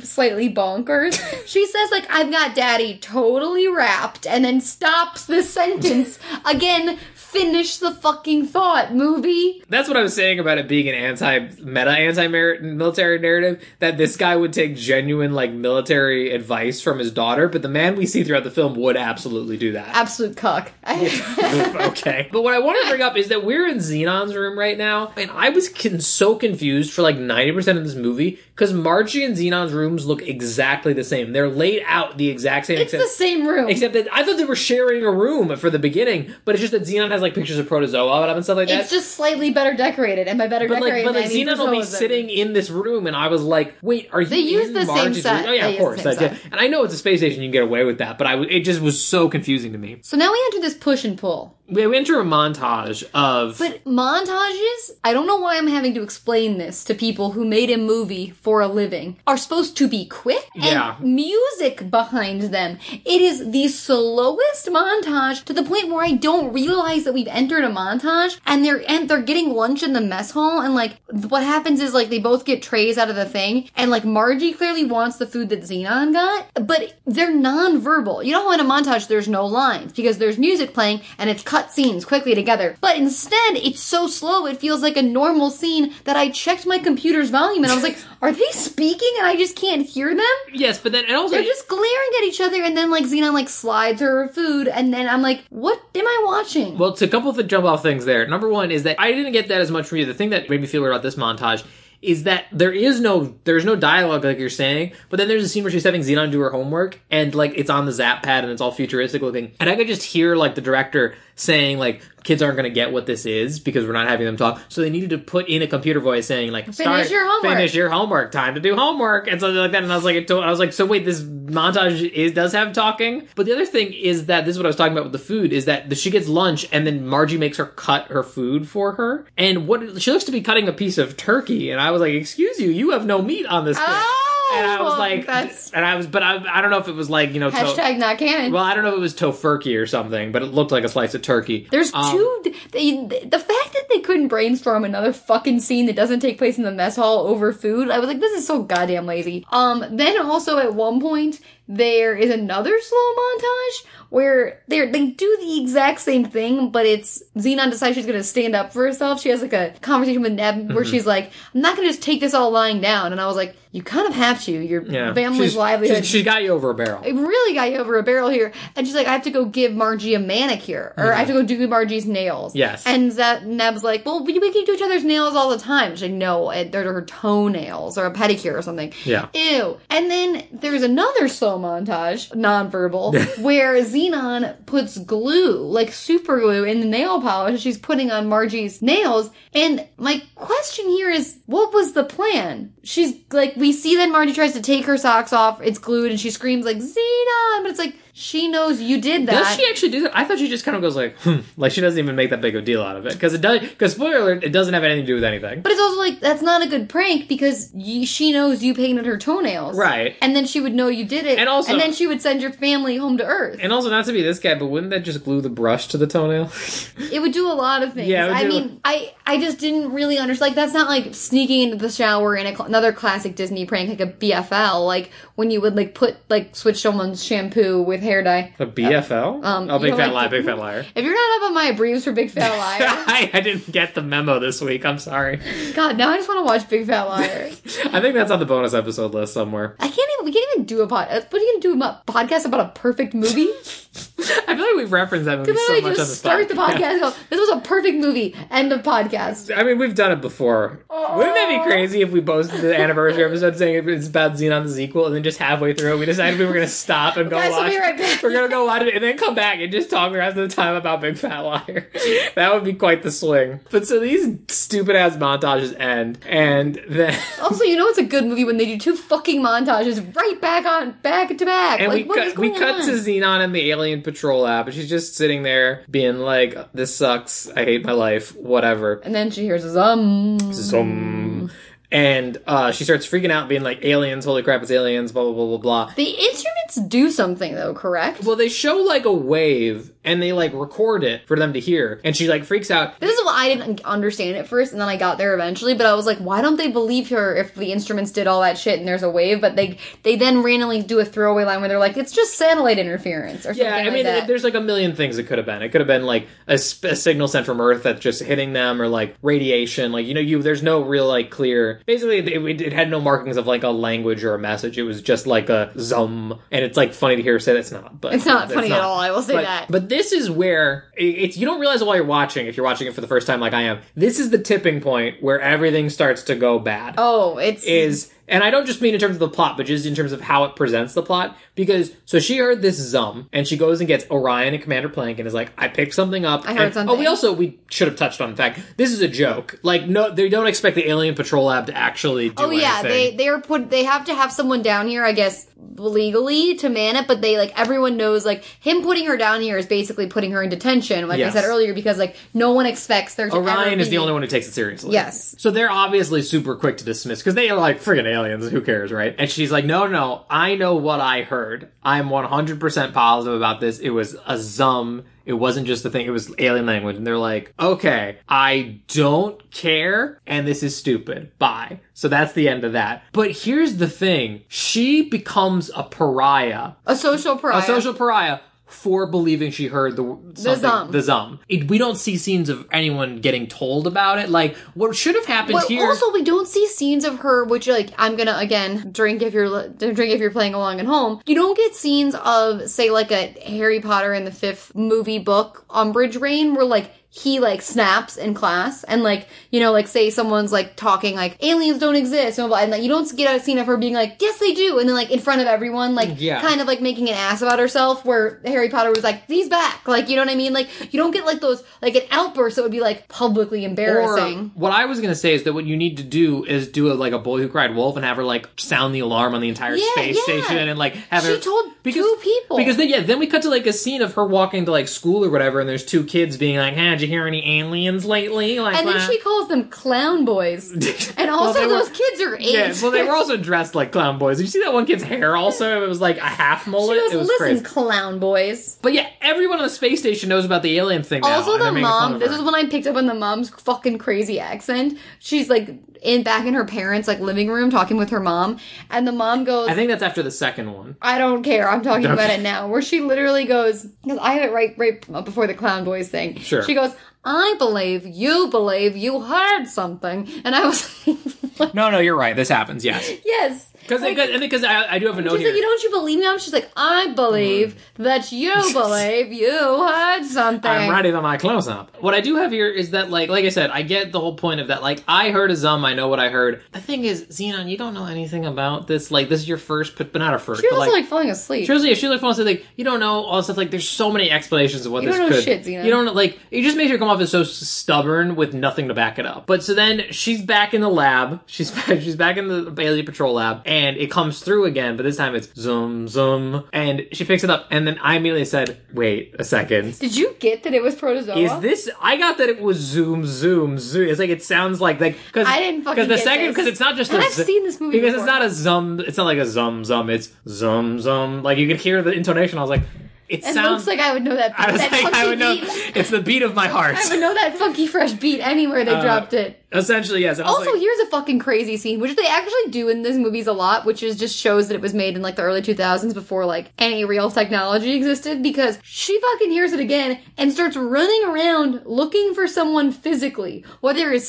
slightly bonkers. she says, like, I've got daddy totally wrapped, and then stops the sentence. Again, finish the fucking thought, movie.
That's what I was saying about it being an anti meta anti military narrative. That this guy would take genuine like military advice from his daughter, but the man we see throughout the film would absolutely do that.
Absolute cuck.
okay. But what I want to bring up is that we're in Xenon's room right now, and I was con- so confused for like 90% of this movie because Margie and Xenon's rooms look exactly the same. They're laid out the exact same.
it's the same room.
Except that I thought they were sharing a room for the beginning, but it's just that Xenon has like pictures of protozoa up and stuff like that.
it's just slightly better decorated, and by better
but like,
decorated,
but like
I mean
Xenon will be
proposal.
sitting in this room, and I was like, "Wait, are you?"
They use
in
the same
Margie's
set.
room? Oh yeah,
They
of
use
course.
the same
that's it. And I know it's a space station; you can get away with that. But I, w- it just was so confusing to me.
So now we enter this push and pull.
We we enter a montage of
But montages, I don't know why I'm having to explain this to people who made a movie for a living, are supposed to be quick and
Yeah.
music behind them. It is the slowest montage to the point where I don't realize that we've entered a montage and they're and they're getting lunch in the mess hall and like what happens is like they both get trays out of the thing and like Margie clearly wants the food that Xenon got, but they're non-verbal. You know how in a montage there's no lines because there's music playing and it's cut scenes quickly together. But instead, it's so slow it feels like a normal scene that I checked my computer's volume and I was like, are they speaking and I just can't hear them?
yes, but then and also
They're just glaring at each other and then like Xenon like slides her food and then I'm like, what am I watching?
Well, it's a couple of the jump off things there. Number one is that I didn't get that as much from you. The thing that made me feel weird about this montage is that there is no there's no dialogue like you're saying, but then there's a scene where she's having Xenon do her homework and like it's on the zap pad and it's all futuristic looking. And I could just hear like the director saying like kids aren't going to get what this is because we're not having them talk. So they needed to put in a computer voice saying like start,
your homework."
finish your homework, time to do homework, and something like that. And I was like, it to- I was like, so wait, this montage is does have talking. But the other thing is that this is what I was talking about with the food is that she gets lunch and then Margie makes her cut her food for her. And what she looks to be cutting a piece of turkey, and I was like, excuse you, you have no meat on this. thing."
Oh,
and I was like,
that's
and I was, but I, I don't know if it was like you know, to-
hashtag not canon.
well, I don't know if it was tofurkey or something, but it looked like a slice of turkey.
There's
Um,
two. They, the fact that they couldn't brainstorm another fucking scene that doesn't take place in the mess hall over food, I was like, this is so goddamn lazy. Um, then also at one point, there is another slow montage where they are they do the exact same thing, but it's Xenon decides she's gonna stand up for herself. She has like a conversation with Neb where
Mm-hmm.
she's like, I'm not gonna just take this all lying down. And I was like, you kind of have to. Your
Yeah.
family's
She's-
livelihood.
she's- she got you over a barrel.
I really got you over a barrel here. And she's like, I have to go give Margie a manicure, or I have to go do Margie's nails.
Mm-hmm. Yes.
And that Neb's like, well, we, we can do each other's nails all the time. She's like, no, it- they're her toenails or a pedicure or something.
Yeah.
Ew. And then there's another slow montage, nonverbal, where Xenon puts glue, like super glue, in the nail polish she's putting on Margie's nails. And my question here is, what was the plan? She's like, we see that Margie tries to take her socks off, it's glued, and she screams like, Xenon! But it's like, she knows you did that.
Does she actually do that? I thought she just kind of goes like, hmm, like she doesn't even make that big of a deal out of it because it does. Because spoiler alert, it doesn't have anything to do with anything.
But it's also like that's not a good prank because y- she knows you painted her toenails,
Right.
And then she would know you did it,
And also-
and then she would send your family home to earth.
And also, not to be this guy, but wouldn't that just glue the brush to the toenail?
it would do a lot of things.
Yeah, it would
I
do-
mean, I I just didn't really understand. Like that's not like sneaking into the shower in a cl- another classic Disney prank, like a BFL, like when you would like put like switch someone's shampoo with hair dye.
a BFL?
Um,
oh,
you
big
know,
fat
like-
lie, big fat liar.
If you're not up on my briefs for Big Fat Liar,
I, I didn't get the memo this week. I'm sorry.
God, now I just want to watch Big Fat Liar.
I think that's on the bonus episode list somewhere.
I can't even. We can't even do a pod. uh, What are you gonna do about podcast about a perfect movie?
I feel like we've referenced that movie
Could
so
literally
much on
just start the podcast. and go, this was a perfect movie. End of podcast.
I mean, we've done it before. Wouldn't that be crazy if we posted the anniversary episode saying it's about Xenon the sequel, and then just halfway through it, we decided we were going to stop and go
Guys, we'll
watch.
be right back.
We're going to go watch it and then come back and just talk the rest of the time about Big Fat Liar. that would be quite the swing. But so these stupid ass montages end, and then.
Also, you know it's a good movie when they do two fucking montages right back on back to back.
And
Oh, like,
we
what is
cut we
going
cut
on?
to Xenon and the Alien Patrol app, and she's just sitting there being like, "This sucks. I hate my life. Whatever."
and then she hears a um.
Zoom. And uh, she starts freaking out, being like, aliens, holy crap, it's aliens, blah, blah, blah, blah, blah.
The instruments do something though, correct?
Well, they show like a wave and they like record it for them to hear. And she like freaks out.
This is why I didn't understand at first, and then I got there eventually. But I was like, why don't they believe her if the instruments did all that shit and there's a wave? But they they then randomly do a throwaway line where they're like, it's just satellite interference or something.
Yeah, I
like
mean,
that.
there's like a million things it could have been. It could have been like a, s- a signal sent from Earth that's just hitting them, or like radiation. Like you know, you there's no real like clear. Basically, it, it, it had no markings of like a language or a message. It was just like a zum, and it's like funny to hear her say that's not. But
It's not funny at all, I will say
But-
that.
But this is where it- it's you don't realize it while you're watching if you're watching it for the first time, like I am. This is the tipping point where everything starts to go bad
oh, it's
is and I don't just mean in terms of the plot, but just in terms of how it presents the plot. Because so she heard this zum, and she goes and gets Orion and Commander Plank, and is like, "I picked something up."
I heard
and,
something.
Oh, we also we should have touched on the fact this is a joke. Like, no, they don't expect the Alien Patrol Lab to actually do.
Oh yeah,
anything.
they they are put. They have to have someone down here, I guess, legally to man it. But they like everyone knows like him putting her down here is basically putting her in detention, like
Yes.
I said earlier, because like no one expects there. To
Orion
ever
is
be-
the only one who takes it seriously.
Yes.
So they're obviously super quick to dismiss because they are like friggin' aliens. Who cares, right? And she's like, no, no, I know what I heard. I'm 100% positive about this. It was a zum. It wasn't just the thing. It was alien language. And they're like, okay, I don't care. And this is stupid. Bye. So that's the end of that. But here's the thing. She becomes a pariah
a social pariah.
a social pariah for believing she heard the something-
zum.
The zum. It, we don't see scenes of anyone getting told about it. Like what should have happened
But
here.
also, we don't see scenes of her, which like I'm gonna again drink if you're li- drink if you're playing along at home. You don't get scenes of say like a Harry Potter in the fifth movie book, Umbridge Reign, where like he like snaps in class and like you know like say someone's like talking like aliens don't exist blah, blah, blah, and like you don't get a scene of her being like yes they do and then like in front of everyone like
Yeah.
kind of like making an ass about herself where Harry Potter was like he's back like you know what I mean like you don't get like those like an outburst that would be like publicly embarrassing
Or what I was gonna say is that what you need to do is do a, like a boy who cried wolf and have her like sound the alarm on the entire
Yeah,
space
yeah.
station and like have
She
her.
told two people.
because then yeah then we cut to like a scene of her walking to like school or whatever and there's two kids being like hey did you hear any aliens lately like
and then
blah.
she calls them clown boys and
Well,
also
they were-
those kids are eight
yeah well they were also dressed like clown boys Did you see that one kid's hair also it was like a half
she
mullet
goes
it was
listen
crazy
clown boys
but yeah everyone on the space station knows about the alien thing now,
Also,
and they're
the
making fun
mom.
of
This
her.
is when I picked up on the mom's fucking crazy accent. She's like in back in her parents' like living room talking with her mom, and the mom goes,
I
"I,
think that's after the second one
don't care. I'm talking
Okay.
about it now." Where she literally goes, because I had it right right before the clown boys thing.
Sure.
She goes, "I believe you believe you heard something," and I was like,
no no you're right this happens yes
"Yes."
because
Like,
because I, I do have a note
She's
here Mm.
like, you don't you believe me? I'm. She's like, I believe that you believe you heard something.
I'm ready for my close up. What I do have here is that, like, like I said, I get the whole point of that. Like, I heard a zum, I know what I heard. The thing is, Xenon, you don't know anything about this. Like, this is your first, but, but not her first.
She was
but,
also like falling asleep.
Seriously, if she like falls asleep, like you don't know all this stuff. Like there's so many explanations of what
You
this
don't know
could.
shit, Xena.
You don't know, like it just makes her come off as so s- stubborn with nothing to back it up. But so then she's back in the lab. She's back, she's back in the Bailey Patrol lab, and it comes through again. But this time it's zoom zoom, and she picks it up, and then I immediately said, "Wait a second.
Did you get that it was protozoa?
Is this? I got that it was zoom, zoom, zoom. It's like it sounds like like because
I didn't fucking
the
get
second
this.
because it's not just
And
a
I've
zu-
seen this movie
because it's
before.
not a zum. It's not like a zum zum. It's zum zum. Like you could hear the intonation. I was like, it
It
sounds
looks like I would know that.
I was
that
like
funky
I would know.
Beat.
It's the beat of my heart.
I would know that funky fresh beat anywhere
Uh,
they dropped it.
Essentially, yes. And I was
Also,
like-
here's a fucking crazy scene, which they actually do in these movies a lot, which is just shows that it was made in like the early 2000s before like any real technology existed. Because she fucking hears it again and starts running around looking for someone physically, while there is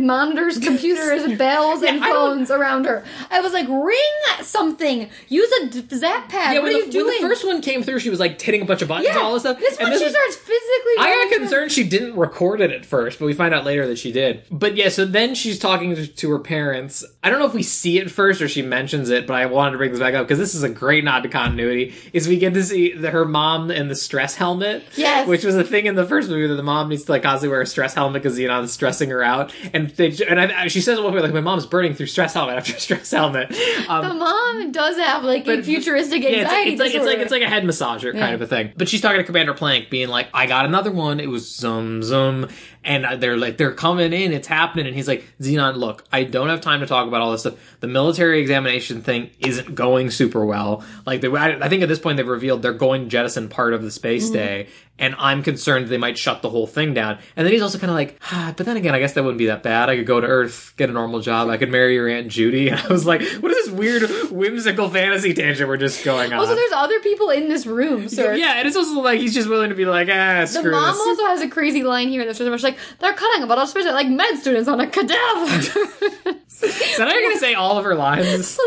monitors, computers, bells, and
I don't-
phones around her. I was like, ring something, use a d- zap pad.
yeah,
what are
when
you
the,
doing?
when the first one came through, she was like hitting a bunch of buttons
yeah,
and all this stuff.
This
and
one she
was-
starts physically.
I
running
got
around.
concerned she didn't record it at first, but we find out later that she did. But yeah, so then she's talking to- to her parents. I don't know if we see it first or she mentions it, but I wanted to bring this back up because this is a great nod to continuity. Is we get to see the, her mom in the stress helmet,
Yes.
which was a thing in the first movie that the mom needs to like constantly wear a stress helmet because Xenon's stressing her out, and they, and I, she says at one point like my mom's burning through stress helmet after stress helmet. Um,
The mom does have like a futuristic anxiety
it's, it's like it's like
disorder.
it's like a head massager kind of a thing. But she's talking to Commander Plank, being like, "I got another one. It was zum zum," and uh, they're like, "They're coming in. It's happening." And he's like, "Xenon, look, I don't have time to talk about all this stuff. The military examination thing isn't going super well. Like, they, I, I think at this point they've revealed they're going to jettison part of the space day." And I'm concerned they might shut the whole thing down. And then he's also kind of like, ah, but then again, I guess that wouldn't be that bad. I could go to Earth, get a normal job. I could marry your Aunt Judy. And I was like, what is this weird whimsical fantasy tangent we're just going on?
also, there's other people in this room, sir.
Uh, Yeah, and it's also like he's just willing to be like, ah,
The
screw
mom
this.
also has a crazy line here in this film. She's like, "They're cutting about us, especially like med students on a cadaver."
so now you're gonna say all of her lines.
So,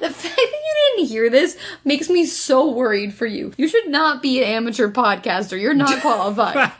the fact that you didn't hear this makes me so worried for you. You should not be an amateur podcaster. You're not qualified.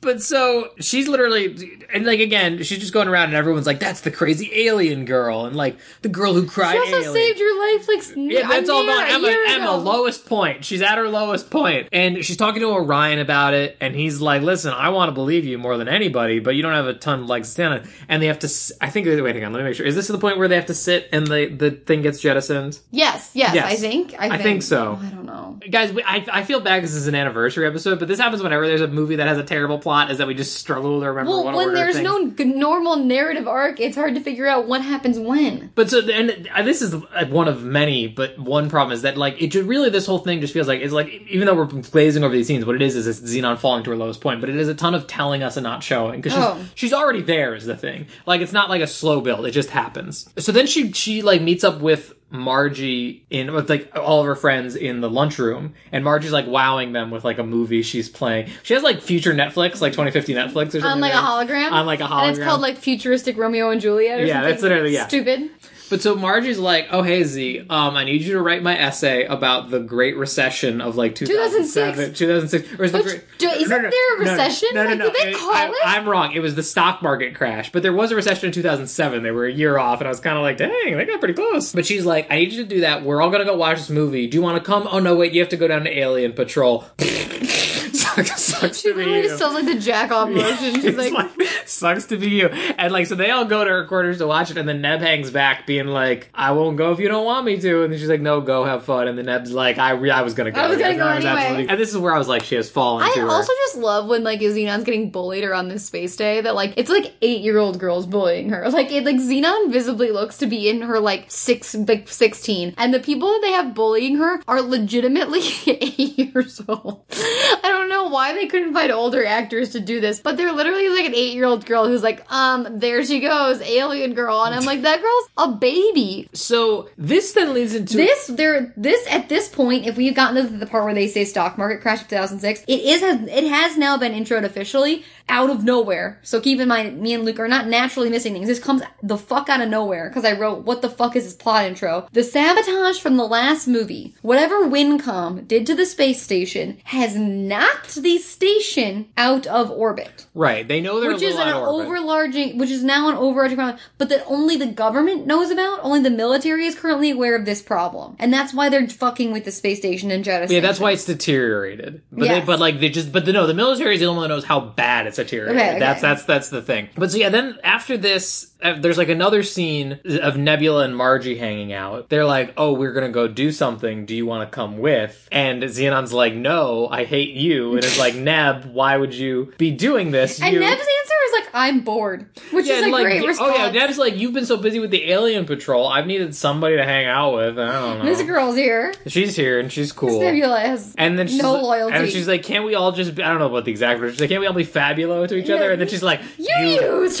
but so she's literally, and like again, she's just going around, and everyone's like, "That's the crazy alien girl," and like the girl who cried.
you also
alien.
saved your life, like
Yeah, that's all about Emma. Emma,
low.
lowest point. She's at her lowest point, and she's talking to Orion about it, and he's like, "Listen, I want to believe you more than anybody, but you don't have a ton of legs to stand on." And they have to. s- I think. Wait, hang on. Let me make sure. Is this the point where they have to sit and the the thing gets jettisoned?
Yes, yes,
Yes.
I think. I,
I think so.
I don't know.
Guys, we, I, I feel bad 'cause this is an anniversary episode, but this happens whenever there's a movie that has a terrible plot, is that we just struggle to remember
Well,
what
when
order
there's
things.
no g- normal narrative arc, it's hard to figure out what happens when.
But so, and uh, this is uh, one of many, but one problem is that, like, it ju- really, this whole thing just feels like, it's like, even though we're glazing over these scenes, what it is is it's Xenon falling to her lowest point, but it is a ton of telling us and not showing, because she's,
Oh.
she's already there is the thing. Like, it's not like a slow build, it just happens. So then she, she, like, meets up with Margie in, with, like, all of her friends in the lunchroom, and Margie's, like, wowing them with, like, a movie she's playing. She has, like, future Netflix, like, 2050 Netflix or something.
On like a
there.
hologram.
On, like, a hologram.
And it's called like futuristic Romeo and Juliet. Or
Yeah,
something
that's literally- yeah.
Stupid.
But so Margie's like, "Oh hey Z, um, I need you to write my essay about the Great Recession of like 2007,
2006.
2006, or is the
Which-
Great-
do- isn't there a recession?
No, no,
Like,
no.
did they
It-
call
I,
it?
I'm wrong. It was the stock market crash, but there was a recession in 2007. They were a year off, and I was kind of like, dang, they got pretty close. But she's like, I need you to do that. We're all gonna go watch this movie. Do you want to come? Oh no, wait, you have to go down to Alien Patrol. sucks, sucks
She
to be
literally
you.
just does like the jack off motion. She's
It's
like,
like, sucks to be you. And like, so they all go to her quarters to watch it, and then Neb hangs back, being like, "I won't go if you don't want me to." And then she's like, "No, go have fun." And the Neb's like, "I, re- I was gonna go.
I was gonna
That's
go
where was
anyway.
absolutely- And this is where I was like, she has fallen. to
I
her.
also just love when like Xenon's getting bullied around this space day that like it's like eight year old girls bullying her. Like it like Xenon visibly looks to be in her like six like sixteen. And the people that they have bullying her are legitimately eight years old. I don't know why they couldn't find older actors to do this, but they're literally like an eight year old girl who's like, um, there she goes, alien girl. And I'm like, that girl's a baby.
So this then leads into
This there this at this point, if we've gotten to the part where they say stock market crash of 2006, it is it has now been introed officially out of nowhere. So keep in mind, me and Luke are not naturally missing things. This comes the fuck out of nowhere because I wrote what the fuck is this plot intro? The sabotage from the last movie, whatever Wincom did to the space station, has knocked the station out of orbit
right. They know they're
which
a
is
little out
an
of orbit.
overlarging, which is now an overarching problem, but that only the government knows about. Only the military is currently aware of this problem, and that's why they're fucking with the space station and jettison.
yeah, that's why it's deteriorated. But they,
Yes.
but like they just but the, no, the military is the only one that knows how bad it's deteriorated.
Okay, okay.
That's that's that's the thing. But so yeah, then after this, uh, there's like another scene of Nebula and Margie hanging out. They're like, "Oh, we're gonna go do something. Do you want to come with?" And Xenon's like, "No, I hate you." And it's like, "Neb, why would you be doing this?"
And
you,
Neb's answer is like, "I'm bored," which
Yeah,
is a
and, like,
great
yeah,
response.
Oh yeah, Neb's like, "You've been so busy with the alien patrol. I've needed somebody to hang out with." I don't know.
this girl's here.
She's here and she's cool.
Nebula has
And then she's
no
like,
loyalty.
And she's like, "Can't we all just? Be, I don't know about the exact words. She's like, "Can't we all be fabulo to each other?" And then she's like,
"You used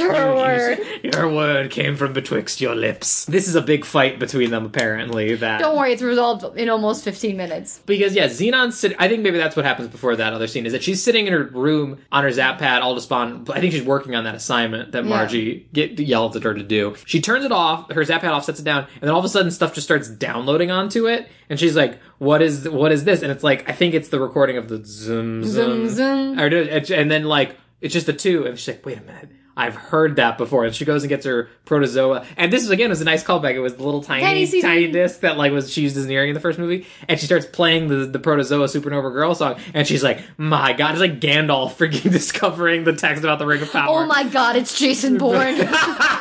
her word."
used- your word came from betwixt your lips." This is a big fight between them, apparently. That
Don't worry, it's resolved in almost 15 minutes.
because yeah, Xenon's. Sit- I think maybe that's what happens before that other scene is that she's sitting in her room on her zap pad, all despondent. I think she's working on that assignment that Margie get yelled at her to do. She turns it off, her zap pad off, sets it down, and then all of a sudden stuff just starts downloading onto it, and she's like, "What is what is this?" And it's like, I think it's the recording of the zoom zoom
Zoom, zoom.
Or no, it's- and then like it's just the two, and she's like, "Wait a minute." I've heard that before, and she goes and gets her protozoa. And this is again was a nice callback. It was the little tiny,
Tiny
tiny,
CD.
disc that like was she used as an earring in the first movie. And she starts playing the the protozoa supernova girl song, and she's like, "My God!" It's like Gandalf freaking discovering the text about the ring of power.
Oh my god, it's Jason Bourne.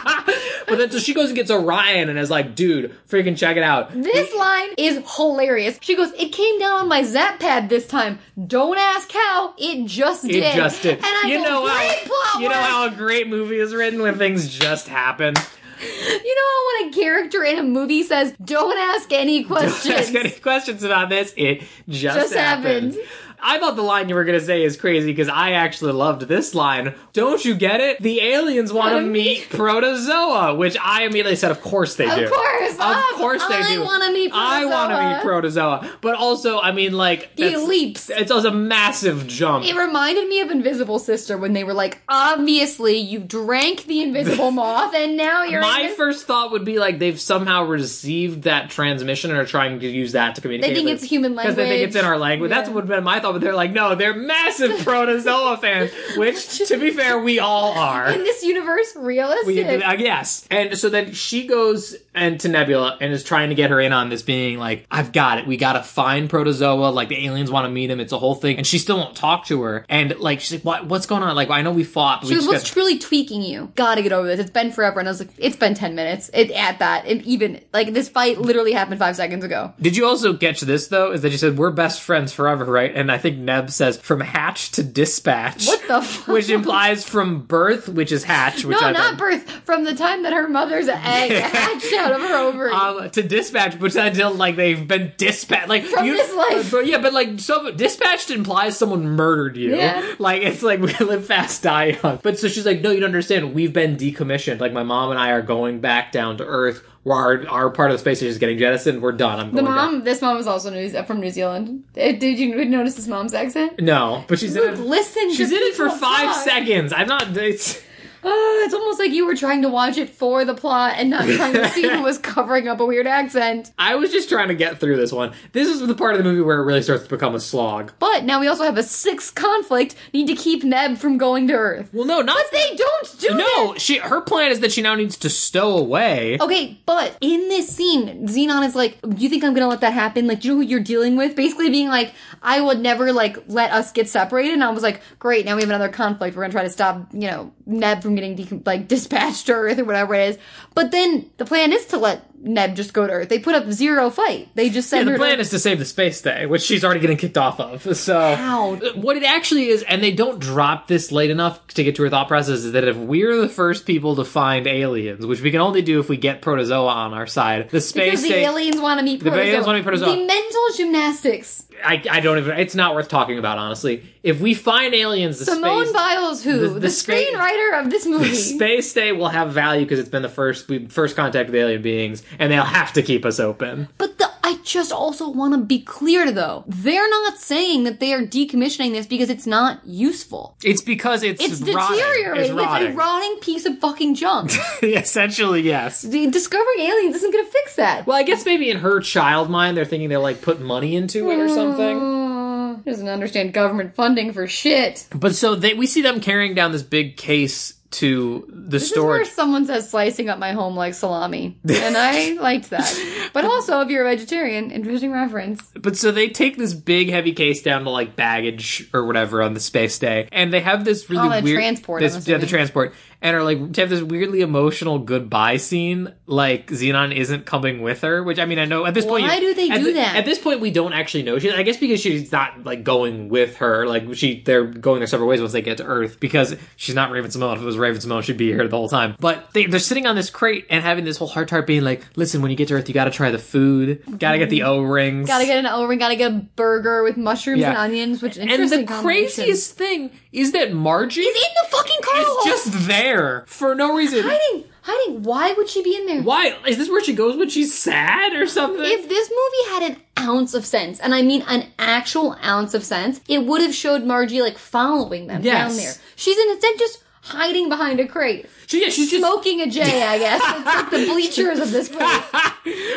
But then so she goes and gets Orion and is like, "Dude, freaking check it out."
This line is hilarious. She goes, It came down on my zap pad this time. Don't ask how, it just did.
It just did.
And I
you
go,
know
"Great
how
plot
you know
work."
how a great movie is written when things just happen.
You know how when a character in a movie says, Don't ask any questions.
ask any questions about this. It just,
Just
happened.
happened.
I thought the line you were going to say is crazy because I actually loved this line. Don't you get it? The aliens want to
Wanna
meet protozoa, which I immediately said, of course they
Of
do.
course,
Of
of-
course they
I
do.
wanna meet
I want to meet
protozoa.
protozoa. But also, I mean, like,
He
that's-
leaps.
it's also a massive jump.
It reminded me of Invisible Sister when they were like, Obviously, you drank the invisible moth and now you're.
My
invis-"
first thought would be like they've somehow received that transmission and are trying to use that to communicate.
They think
with-
it's human
they think it's in our language. That's
Yeah.
what would have been my thought, but they're like, no, they're massive protozoa fans, which, to be fair, we all are.
in this universe, realistic.
We, uh, yes. And so then she goes and to Nebula and is trying to get her in on this, being like, I've got it. We got to find Protozoa. Like, the aliens want to meet him. It's a whole thing. And she still won't talk to her. And, like, she's like, what, what's going on? Like, I know we fought, but
She
we
goes,
just
"What's
got-
truly tweaking you? Gotta get over this. It's been forever." And I was like, "It's been ten minutes. It at that. It, even like this fight literally happened five seconds ago."
Did you also catch this though? Is that you said we're best friends forever, right? And I think Neb says from hatch to dispatch.
What the fuck?
Which implies from birth, which is hatch, which
No,
I
not
thought-
birth. From the time that her mother's egg hatched out of her ovary.
um, to dispatch, which I did like they've been dispatched. Like
From
you,
this life.
but yeah, but like so dispatched implies someone murdered you.
Yeah.
Like it's like we live fast, die young. But so she's like, no, you don't understand. We've been decommissioned. Like my mom and I are going back down to Earth. Where our, our part of the space is getting jettisoned. We're done. I'm
the
going down.
mom. This mom was also New, from New Zealand. Uh, Did you notice this mom's accent?
No, but she's in
Luke,
it.
listen.
She's
to
in it for
people
five
talk.
seconds. I'm not. It's,
Oh, it's almost like you were trying to watch it for the plot and not trying to see who was covering up a weird accent.
I was just trying to get through this one. This is the part of the movie where it really starts to become a slog.
But now we also have a sixth conflict. Need to keep Neb from going to Earth.
Well, no, not
They don't Oh, do that.
No, she. Her plan is that she now needs to stow away.
Okay, but in this scene, Xenon is like, "Do you think I'm gonna let that happen? Like, do you know who you're dealing with?" Basically, being like, "I would never like let us get separated." And I was like, "Great, now we have another conflict. We're gonna try to stop, you know, Neb from getting de- like dispatched to Earth or whatever it is." But then the plan is to let Neb just go to Earth. They put up zero fight. They just send
And the
her.
plan
to-
is to save the space day, which she's already getting kicked off of. So Uh,
How?
what it actually is, and they don't drop this late enough to get to her thought process, is that if we're the first people to find aliens, which we can only do if we get protozoa on our side, the space
because the
day.
aliens want to meet protozoa.
aliens wanna meet protozoa.
The mental gymnastics.
I, I don't even. It's not worth talking about, honestly. If we find aliens, the
Simone
space.
Biles, who the,
the space-
screenwriter of this movie,
Space Day will have value because it's been the first we, first contact with alien beings, and they'll have to keep us open.
But the, I just also want to be clear though. They're not saying that they are decommissioning this because it's not useful.
It's because it's
It's
rotting.
deteriorating.
It's
It's,
rotting.
a rotting piece of fucking junk.
Essentially, yes.
The- Discovering aliens isn't going to fix that.
Well, I guess maybe in her child mind, they're thinking they'll like put money into it or something.
Uh, doesn't understand government funding for shit.
But so they, we see them carrying down this big case to the
This
storage.
is where someone says slicing up my home like salami, and I liked that. But also, if you're a vegetarian, interesting reference.
But so they take this big heavy case down to like baggage or whatever on the space day, and they have this really
On a
weird
Oh, transport, I'm
This, yeah, the
assuming.
transport, and are like to have this weirdly emotional goodbye scene. Like Xenon isn't coming with her, which I mean, I know at this point,
Why do they
at
do
the-
that?
At this point, we don't actually know. She, I guess, because she's not like going with her. Like she, they're going their separate ways once they get to Earth because she's not Raven Simone. If it was Raven Simone, she'd be here the whole time. But they, they're sitting on this crate and having this whole heart to heart, being like, "Listen, when you get to Earth, you got to try the food. Got to get the O rings.
Mm-hmm. Gotta get an O ring. Gotta get a burger with mushrooms
Yeah.
and onions, which
And
interesting
the
combination.
craziest thing is that Margie
He's in the fucking car.
is
hole.
just there for no reason.
hiding, hiding. Why would she be in there?
Why is this where she goes when she's sad or something?
If this movie had an ounce of sense, and I mean an actual ounce of sense, it would have showed Margie like following them down
Yes.
there. She's in- instead just hiding behind a crate,
she, yeah, she's just.
smoking a J. I guess it's like the bleachers of this movie.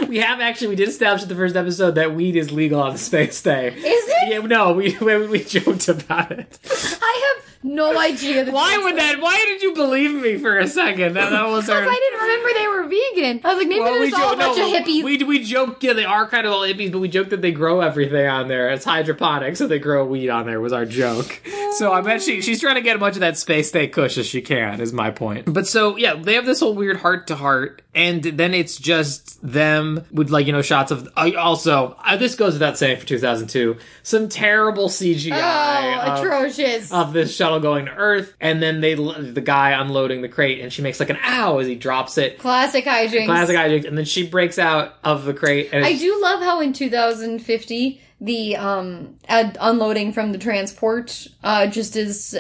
we have actually we did establish in the first episode that weed is legal on the space day. Is
it?
Yeah, no, we we, we joked about it.
I have no idea. That
Why
that's
would that? Why did you believe me for a second? That that was our.
Because I didn't remember they were vegan. I was like, maybe
Well,
they're just all a
joke-
bunch
no,
of hippies.
We we joked yeah, they are kind of all hippies, but we joked that they grow everything on there. It's hydroponic, so they grow weed on there. Was our joke. so I bet she she's trying to get as much of that space day cush as she can. Is my point. But so yeah, they have this whole weird heart to heart, and then it's just them with like you know shots of I also uh, this goes without saying for 2002 some terrible CGI.
oh,
of-
atrocious.
of this shuttle going to Earth, and then they the guy unloading the crate, and she makes like an ow as he drops it,
Classic hijinks.
classic hijinks, and then she breaks out of the crate. And
I
it's-
do love how in 2050 the um ad- unloading from the transport uh just is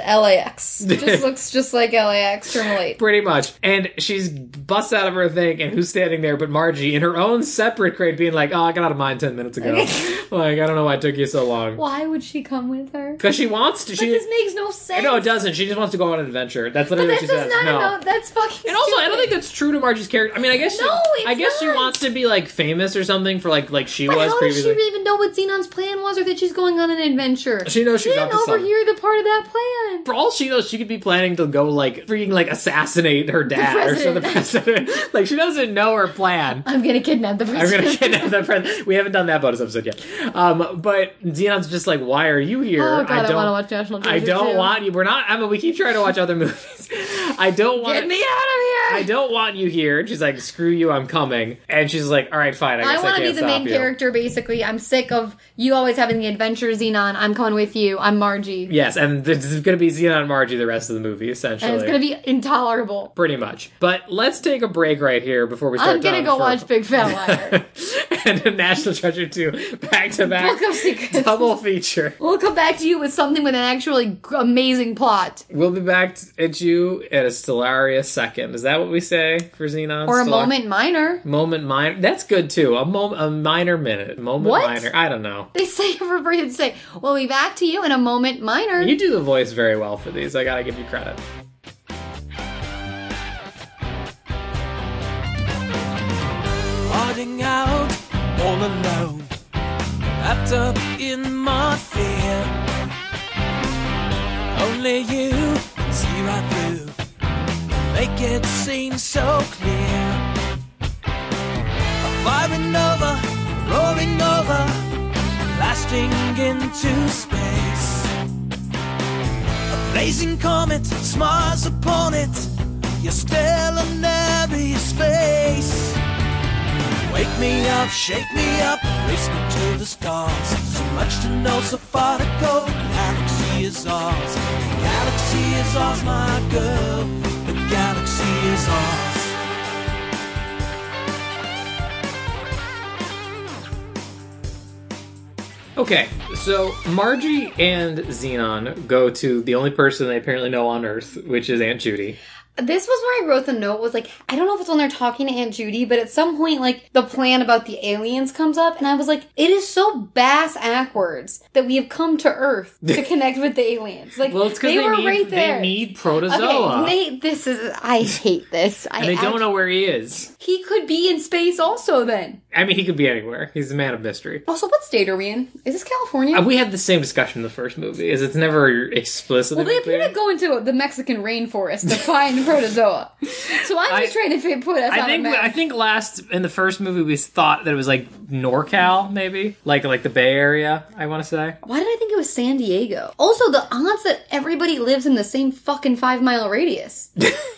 LAX. Just looks just like LAX Terminal 8.
Pretty much. And she's busts out of her thing, and who's standing there but Margie in her own separate crate being like, oh, I got out of mine 10 minutes ago. like, I don't know why it took you so long.
Why would she come with her?
Because she wants to. She,
this makes no sense.
no, it doesn't. She just wants to go on an adventure. That's
But
literally what
that
she
does
says.
not
no.
about that's fucking.
And also, I don't
stupid.
think that's true to Margie's character. I mean, I guess she,
No, it's
I guess she
not.
wants to be like famous or something for like like she
But
was
how does she
previously.
even know what Xenon's plan was, or that she's going on an adventure?
She knows she's
she
up
didn't
to something.
overhear the part of that plan.
for all she knows, she could be planning to go like freaking like assassinate her dad or something. The president. like she doesn't know her plan.
I'm gonna kidnap the
I'm
president.
gonna kidnap that friend. We haven't done that bonus episode yet. Um, but Xenon's just like, why are you here?
Oh god, I,
don't.
want to watch National
I
Treasure.
don't
too.
want you. We're not. I mean, we keep trying to watch other movies. I don't want.
Get me out of
I
here!
don't want you here. And she's like, screw you, I'm coming. And she's like, all right, fine. I
I
guess I,
want
can't
to be
stop
the main
you.
character, basically. I'm sick of you always having the adventure, Xenon. I'm coming with you. I'm Margie.
Yes, and this is going to be Xenon and Margie the rest of the movie, essentially.
And it's going to be intolerable.
Pretty much. But let's take a break right here before we start.
I'm going to
talking
go
for-
watch Big Fat Liar.
and National Treasure 2 back to back.
Book of Secrets.
Double feature.
We'll come back to you with something with an actually g- amazing plot.
We'll be back at you at a Stellarius second. Is that what we say for Xenon?
Or a
Stellar-
moment minor.
Moment minor. That's good too. A moment, a minor minute. Moment
What?
minor. I don't know.
They say every breath, they say, we'll be back to you in a moment minor.
You do the voice very well for these. I gotta give you credit.
heading out all alone, wrapped up in my fear. Only you can see right through, make it seem so clear. A firing over, roaring over, blasting into space. A blazing comet smiles upon it, you're still in Abby's face. Wake me up, shake me up, race me to the stars. So much to know, so far to go. The galaxy is ours. The galaxy is ours, my girl. The galaxy is ours.
Okay, so Margie and Xenon go to the only person they apparently know on Earth, which is Aunt Judy.
This was where I wrote the note was like, I don't know if it's when they're talking to Aunt Judy, but at some point, like, the plan about the aliens comes up, and I was like, it is so bass backwards that we have come to Earth to connect with the aliens. Like,
Well, it's because
they,
they,
were
need,
right there.
they need protozoa.
okay, Nate, this is, I hate this. I
and they don't
act-
know where he is.
He could be in space also then.
I mean, he could be anywhere. He's a man of mystery.
Also, what state are we in? Is this California?
Uh, We had the same discussion in the first movie, is it's never explicitly
well, they
clear.
appear to go into the Mexican rainforest to find protozoa. So I'm
I-
just trying to fit, put us
I
on
think
a map.
I think last in the first movie we thought that it was like NorCal maybe like like the Bay Area I want to say
Why did I think it was San Diego? Also, the odds that everybody lives in the same fucking five mile radius.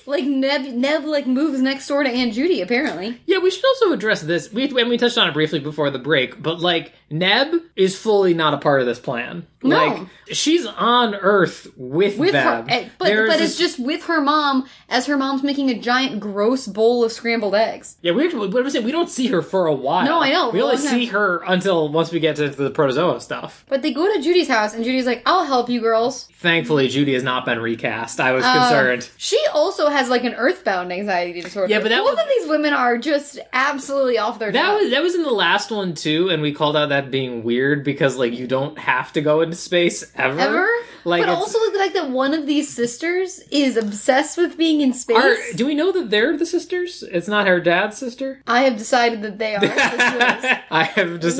like Neb, Neb like moves next door to Aunt Judy. Apparently,
yeah we should also address this we and we touched on it briefly before the break but like Neb is fully not a part of this plan
No.
like she's on Earth with,
with
them
her, eh, but
There's
but
this-
it's just with her mom as her mom's making a giant gross bowl of scrambled eggs.
yeah we what I'm saying we don't see her for a while
No, I know,
we only
well, okay.
see her until once we get to the protozoa stuff
But they go to Judy's house, and Judy's like, "I'll help you, girls."
thankfully Judy has not been recast I was
Uh,
concerned
She also has like an earthbound anxiety disorder.
Yeah, but that
both
was-
of these women are just absolutely off their.
That
chops.
was that was in the last one too, and we called out that being weird because like you don't have to go into space ever.
ever.
Like
but
it's-
also the fact that one of these sisters is obsessed with being in space.
are, do we know that they're the sisters? It's not her dad's sister.
I have decided that they are. sisters.
I have decided.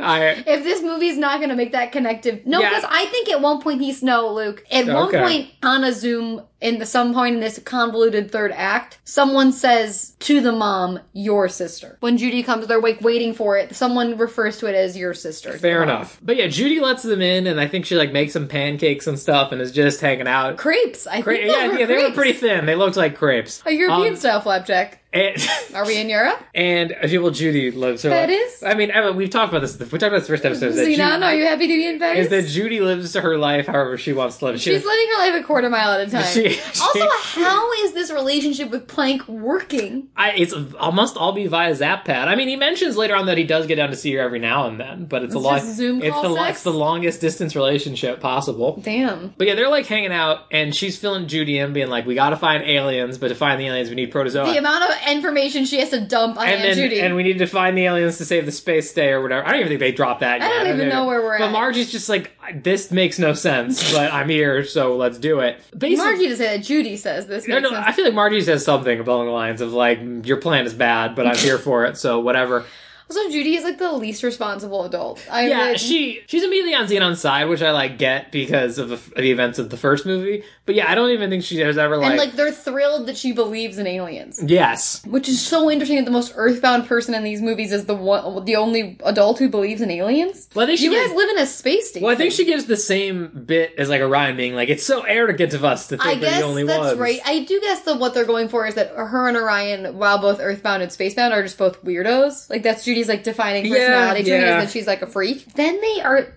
I
if this movie's not going to make that connective, no,
Yeah.
because I think at one point he's no Luke. At one
Okay.
point on a Zoom in the some point in this convoluted third act, someone says to the mom, "Your sister." When Judy comes, they're like waiting for it. Someone refers to it as your sister.
fair enough. But yeah, Judy lets them in, and I think she like makes some pancakes and stuff, and is just hanging out.
Crepes. I
Cra-
think
yeah,
those were
yeah, they were
crepes. Oh,
pretty thin. They looked like crepes.
A European
Um,
style flapjack.
and-
Are we in Europe?
And uh, well, Judy loves her.
That is-
I mean, Emma, we've talked about this. We talked about this first episode. that Ju-
Xenon, are you happy to be in Paris?
is that Judy lives her life however she wants to live. She-
She's living her life a quarter mile at a time.
She- she-
also, how is this relationship with Plank working?
I, it's it must all be via Zap Pad. I mean, he mentions later on that he does get down to see her every now and then, but it's, a
It's
long,
just Zoom
it's
call
the lo-
sex?
it's the longest distance relationship possible.
Damn.
But yeah, they're like hanging out, and she's filling Judy in, being like, "We got to find aliens, but to find the aliens, we need protozoa."
The amount of information she has to dump on
and
Aunt
then,
Judy.
and we need to find the aliens to save the space day or whatever. I don't even think they dropped that.
I
yet.
don't even
they-
know where we're
But
at.
Margie's just like, "This makes no sense," but I'm here, so let's do it. Basically,
Margie to say that Judy says this.
No,
makes
no,
sense.
I feel like Margie says something along the lines of like, "Your plan is bad, but I'm here for it, so whatever."
also, Judy is like the least responsible adult. I
Yeah,
would-
she she's immediately on Xenon's side, which I like get because of the, of the events of the first movie. But yeah, I don't even think she has ever like,
and like they're thrilled that she believes in aliens,
yes,
which is so interesting. That the most earthbound person in these movies is the one, the only adult who believes in aliens.
Well, I think she
you guys
did-
live in a space station.
well, I think she gives the same bit as like Orion being like, "It's so arrogant of us to think
I
we're
guess
the only
that's
ones."
right. I do guess that what they're going for is that her and Orion, while both Earthbound and Spacebound, are just both weirdos. Like that's Judy's like defining
Yeah,
personality trait
yeah.
is that she's like a freak. Then they are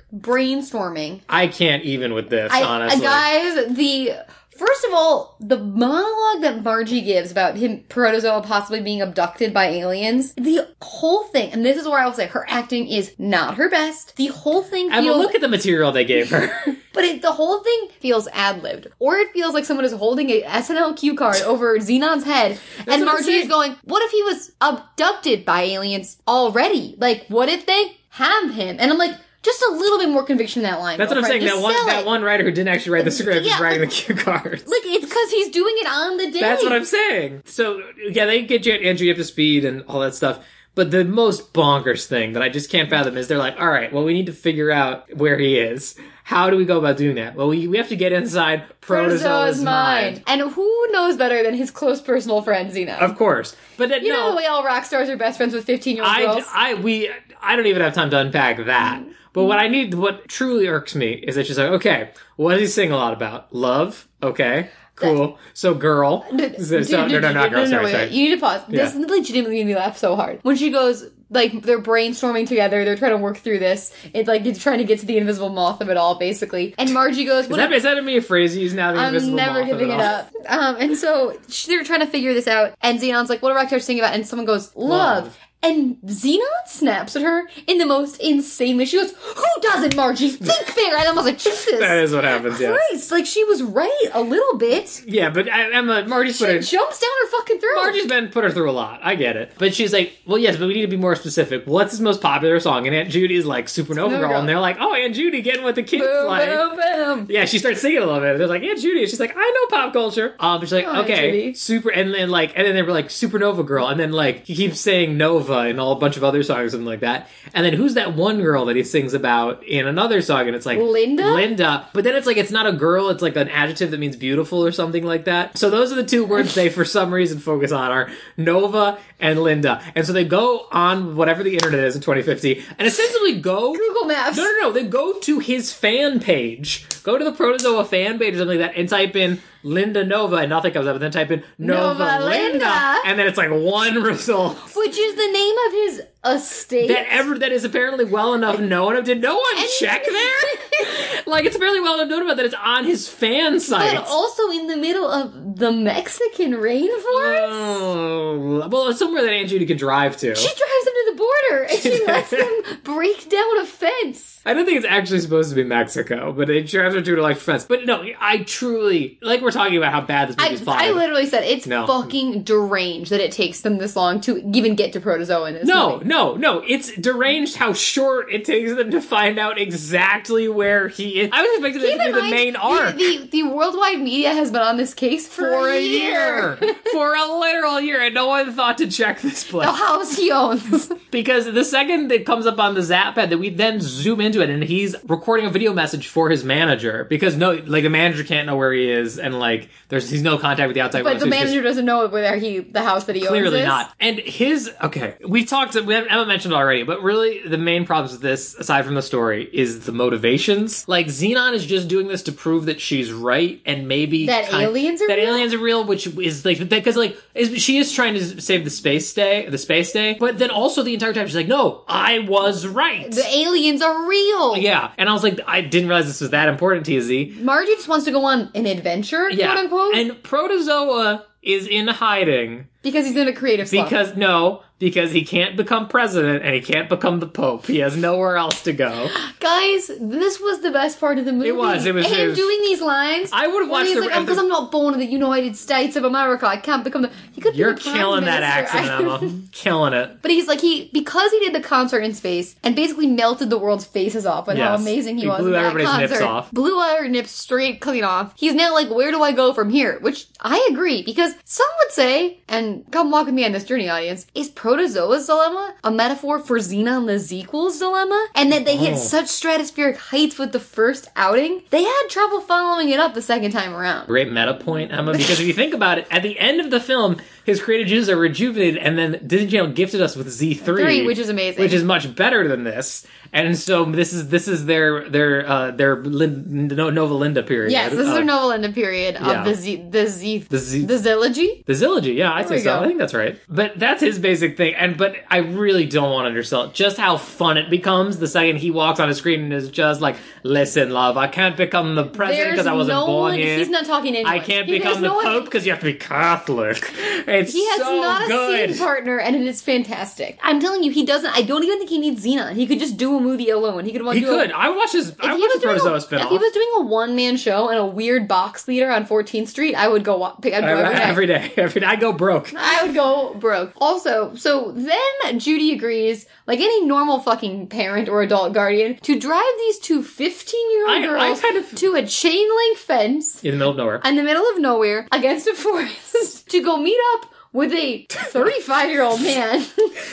brainstorming.
I can't even with this,
I, uh,
honestly.
guys, the first of all, the monologue that Margie gives about him protozoa possibly being abducted by aliens, the whole thing, and this is where I will say her acting is not her best. The whole thing
I mean,
feels
look at the material they gave her.
but it, the whole thing feels ad libbed, or it feels like someone is holding a SNL cue card over Xenon's head, and
what I'm
Margie is
saying.
going, "What if he was abducted by aliens already? Like, what if they have him?" And I'm like, just a little bit more conviction in that line.
That's what I'm
girlfriend.
saying. That
Just
one
sell
that
it.
one writer who didn't actually write the script
Yeah,
is writing
like-
the cue cards.
Like it's because he's doing it on the day.
That's what I'm saying. So yeah, they get you Andrew up to speed and all that stuff. But the most bonkers thing that I just can't fathom is they're like, all right, well, we need to figure out where he is. How do we go about doing that? Well, we, we have to get inside Protozoa's mind.
And who knows better than his close personal friend, Zeno?
Of course. But that,
you
no,
know the way all rock stars are best friends with 15 year old
I,
girls?
I, we, I don't even have time to unpack that. But what I need, what truly irks me is that she's like, okay, what does he sing a lot about? Love? Okay. Cool. So girl. So,
Dude,
so, no,
dude,
no,
dude,
not girl.
dude, no,
Sorry,
wait, wait.
sorry.
You need to pause. This
Yeah.
legitimately made me laugh so hard. When she goes, like, they're brainstorming together, they're trying to work through this. It's like, it's trying to get to the invisible moth of it all, basically. And Margie goes,
Is
what
that,
if-
is that me a phrase you use now? The
I'm
invisible
never
moth of
giving
it all?
it up. Um, and so sh- they were trying to figure this out, and Xenon's like, "What are rock stars singing about?" And someone goes, "Love."
Love.
And Xenon snaps at her in the most insane way. She goes, "Who doesn't, Margie? Think bigger." And I was like, "Jesus,
That is what happens, yeah.
Christ!" Like she was right a little bit.
Yeah, but I, Emma, Marty's put her.
Jumps down her fucking throat.
Margie's been put her through a lot. I get it. But she's like, well, yes, but we need to be more specific. What's his most popular song? And Aunt Judy's like, Supernova
Supernova
Girl.
Girl.
And they're like, oh, Aunt Judy getting with the kids.
boom,
like,
boom, boom.
Yeah, she starts singing a little bit. And they're like, Aunt Judy. And she's like, I know pop culture. Um, she's like,
Oh, Aunt
okay,
Judy.
super. And then like, and then they were like, Supernova Girl. And then like, he keeps saying Nova and all a bunch of other songs, something like that. And then who's that one girl that he sings about in another song? And it's like
Linda?
Linda. But then it's like it's not a girl. It's like an adjective that means beautiful or something like that. So those are the two words they for some reason focus on are Nova and Linda. And so they go on whatever the internet is in 2050 and essentially go
Google Maps.
no, no, no. Then go to his fan page. Go to the Protozoa fan page or something like that and type in Linda Nova and nothing comes up. And then type in Nova,
Nova
Linda.
Linda.
And then it's like one result.
Which is the name of his estate.
That ever that is apparently well enough known of. Did no one
And-
check there? like it's apparently well enough known about that it's on his fan
but
site.
also in the middle of the Mexican rainforest.
Oh, well, it's somewhere that Aunt Judy can drive to.
She drives them to the border and she lets them break down a fence.
I don't think it's actually supposed to be Mexico, but it drives her to an electric fence. But no, I truly like we're talking about how bad this
I,
movie's plotted.
I literally said it's
No.
fucking deranged that it takes them this long to even get to protozoa in this.
No,
movie.
no, no. It's deranged how short it takes them to find out exactly where he is. I was expecting
Keep
that to
in
be the
mind,
main arc.
The, the worldwide media has been on this case for,
for a year. for a literal year. And no one thought to check this place.
The house he owns.
Because the second it comes up on the zap pad, that we then zoom into it, and he's recording a video message for his manager. Because no, like the manager can't know where he is, and like there's he's no contact with the outside.
but
world, so
the
he's just-
manager doesn't know whether he the house that he owns.
clearly
is.
not. And his okay, we talked. We haven't, Emma mentioned it already, but really the main problems with this, aside from the story, is the motivations. Like Xenon is just doing this to prove that she's right, and maybe
That aliens are
that
real?
aliens are real, which is like because like is, she is trying to save the space day, the space day, but then also the entire time she's like, no, I was right.
The aliens are real.
yeah, and I was like, I didn't realize this was that important, TZ.
Margie just wants to go on an adventure, quote unquote,
And Protozoa is in hiding
because he's in a creative slump.
Because no, because he can't become president and he can't become the pope. He has nowhere else to go.
Guys, this was the best part of the movie.
It was, it was,
Him
it was-
doing these lines.
I would've
where
watched
he's
the-
like, oh,
and the-
because I'm not born in the United States of America. I can't become the. He could be
You're
the prime
killing that
minister.
accent, Emma. killing it.
But he's like he because he did the concert in space and basically melted the world's faces off with how
Yes.
amazing he,
He
was.
blew
in that
everybody's nips
concert.
off.
Blew our nips straight clean off. He's now like, where do I go from here? Which I agree because some would say, and come walk with me on this journey, audience, is Protozoa's dilemma a metaphor for Xenon the sequel's dilemma, and that they
Oh.
hit such stratospheric heights with the first outing, they had trouble following it up the second time around.
Great meta point, Emma, because if you think about it, at the end of the film, his creative juices are rejuvenated, and then Disney Channel gifted us with Z three,
Three, which is amazing.
which is much better than this. And so this is this is their their uh, their Lin- No- Nova Linda period.
Yes, this is
Uh,
their novel ended period of
yeah.
the Z, the Z,
The Z-
the Zilogy.
The Zilogy, yeah, I
we
think so.
go.
I think that's right. But that's his basic thing. And but I really don't want to undersell just how fun it becomes the second he walks on a screen and is just like, "Listen, love, I can't become the president because I wasn't
no
born
one,
here.
He's not talking to anyone.
I can't
He- there's
become the
no one-
pope because you have to be Catholic. It's
He has
so
not a
good.
scene partner, and it is fantastic. I'm telling you, he doesn't. I don't even think he needs Xenon. He could just do a movie alone. He could want
he
to do
could.
A,
I watched his.
if
I
he
watched
was
his
doing
Protozoa
a-
spin-off.
If he was doing a one man show and a weird box leader on 14th Street, I would go wa- pick. I'd go
I-
every, day.
every day, every day, I go broke.
I would go broke. Also, so then Judy agrees, like any normal fucking parent or adult guardian, to drive these two 15 year old
I- I
girls
kind of-
to a chain link fence
In the middle of nowhere.
in the middle of nowhere against a forest to go meet up with a 35 year old man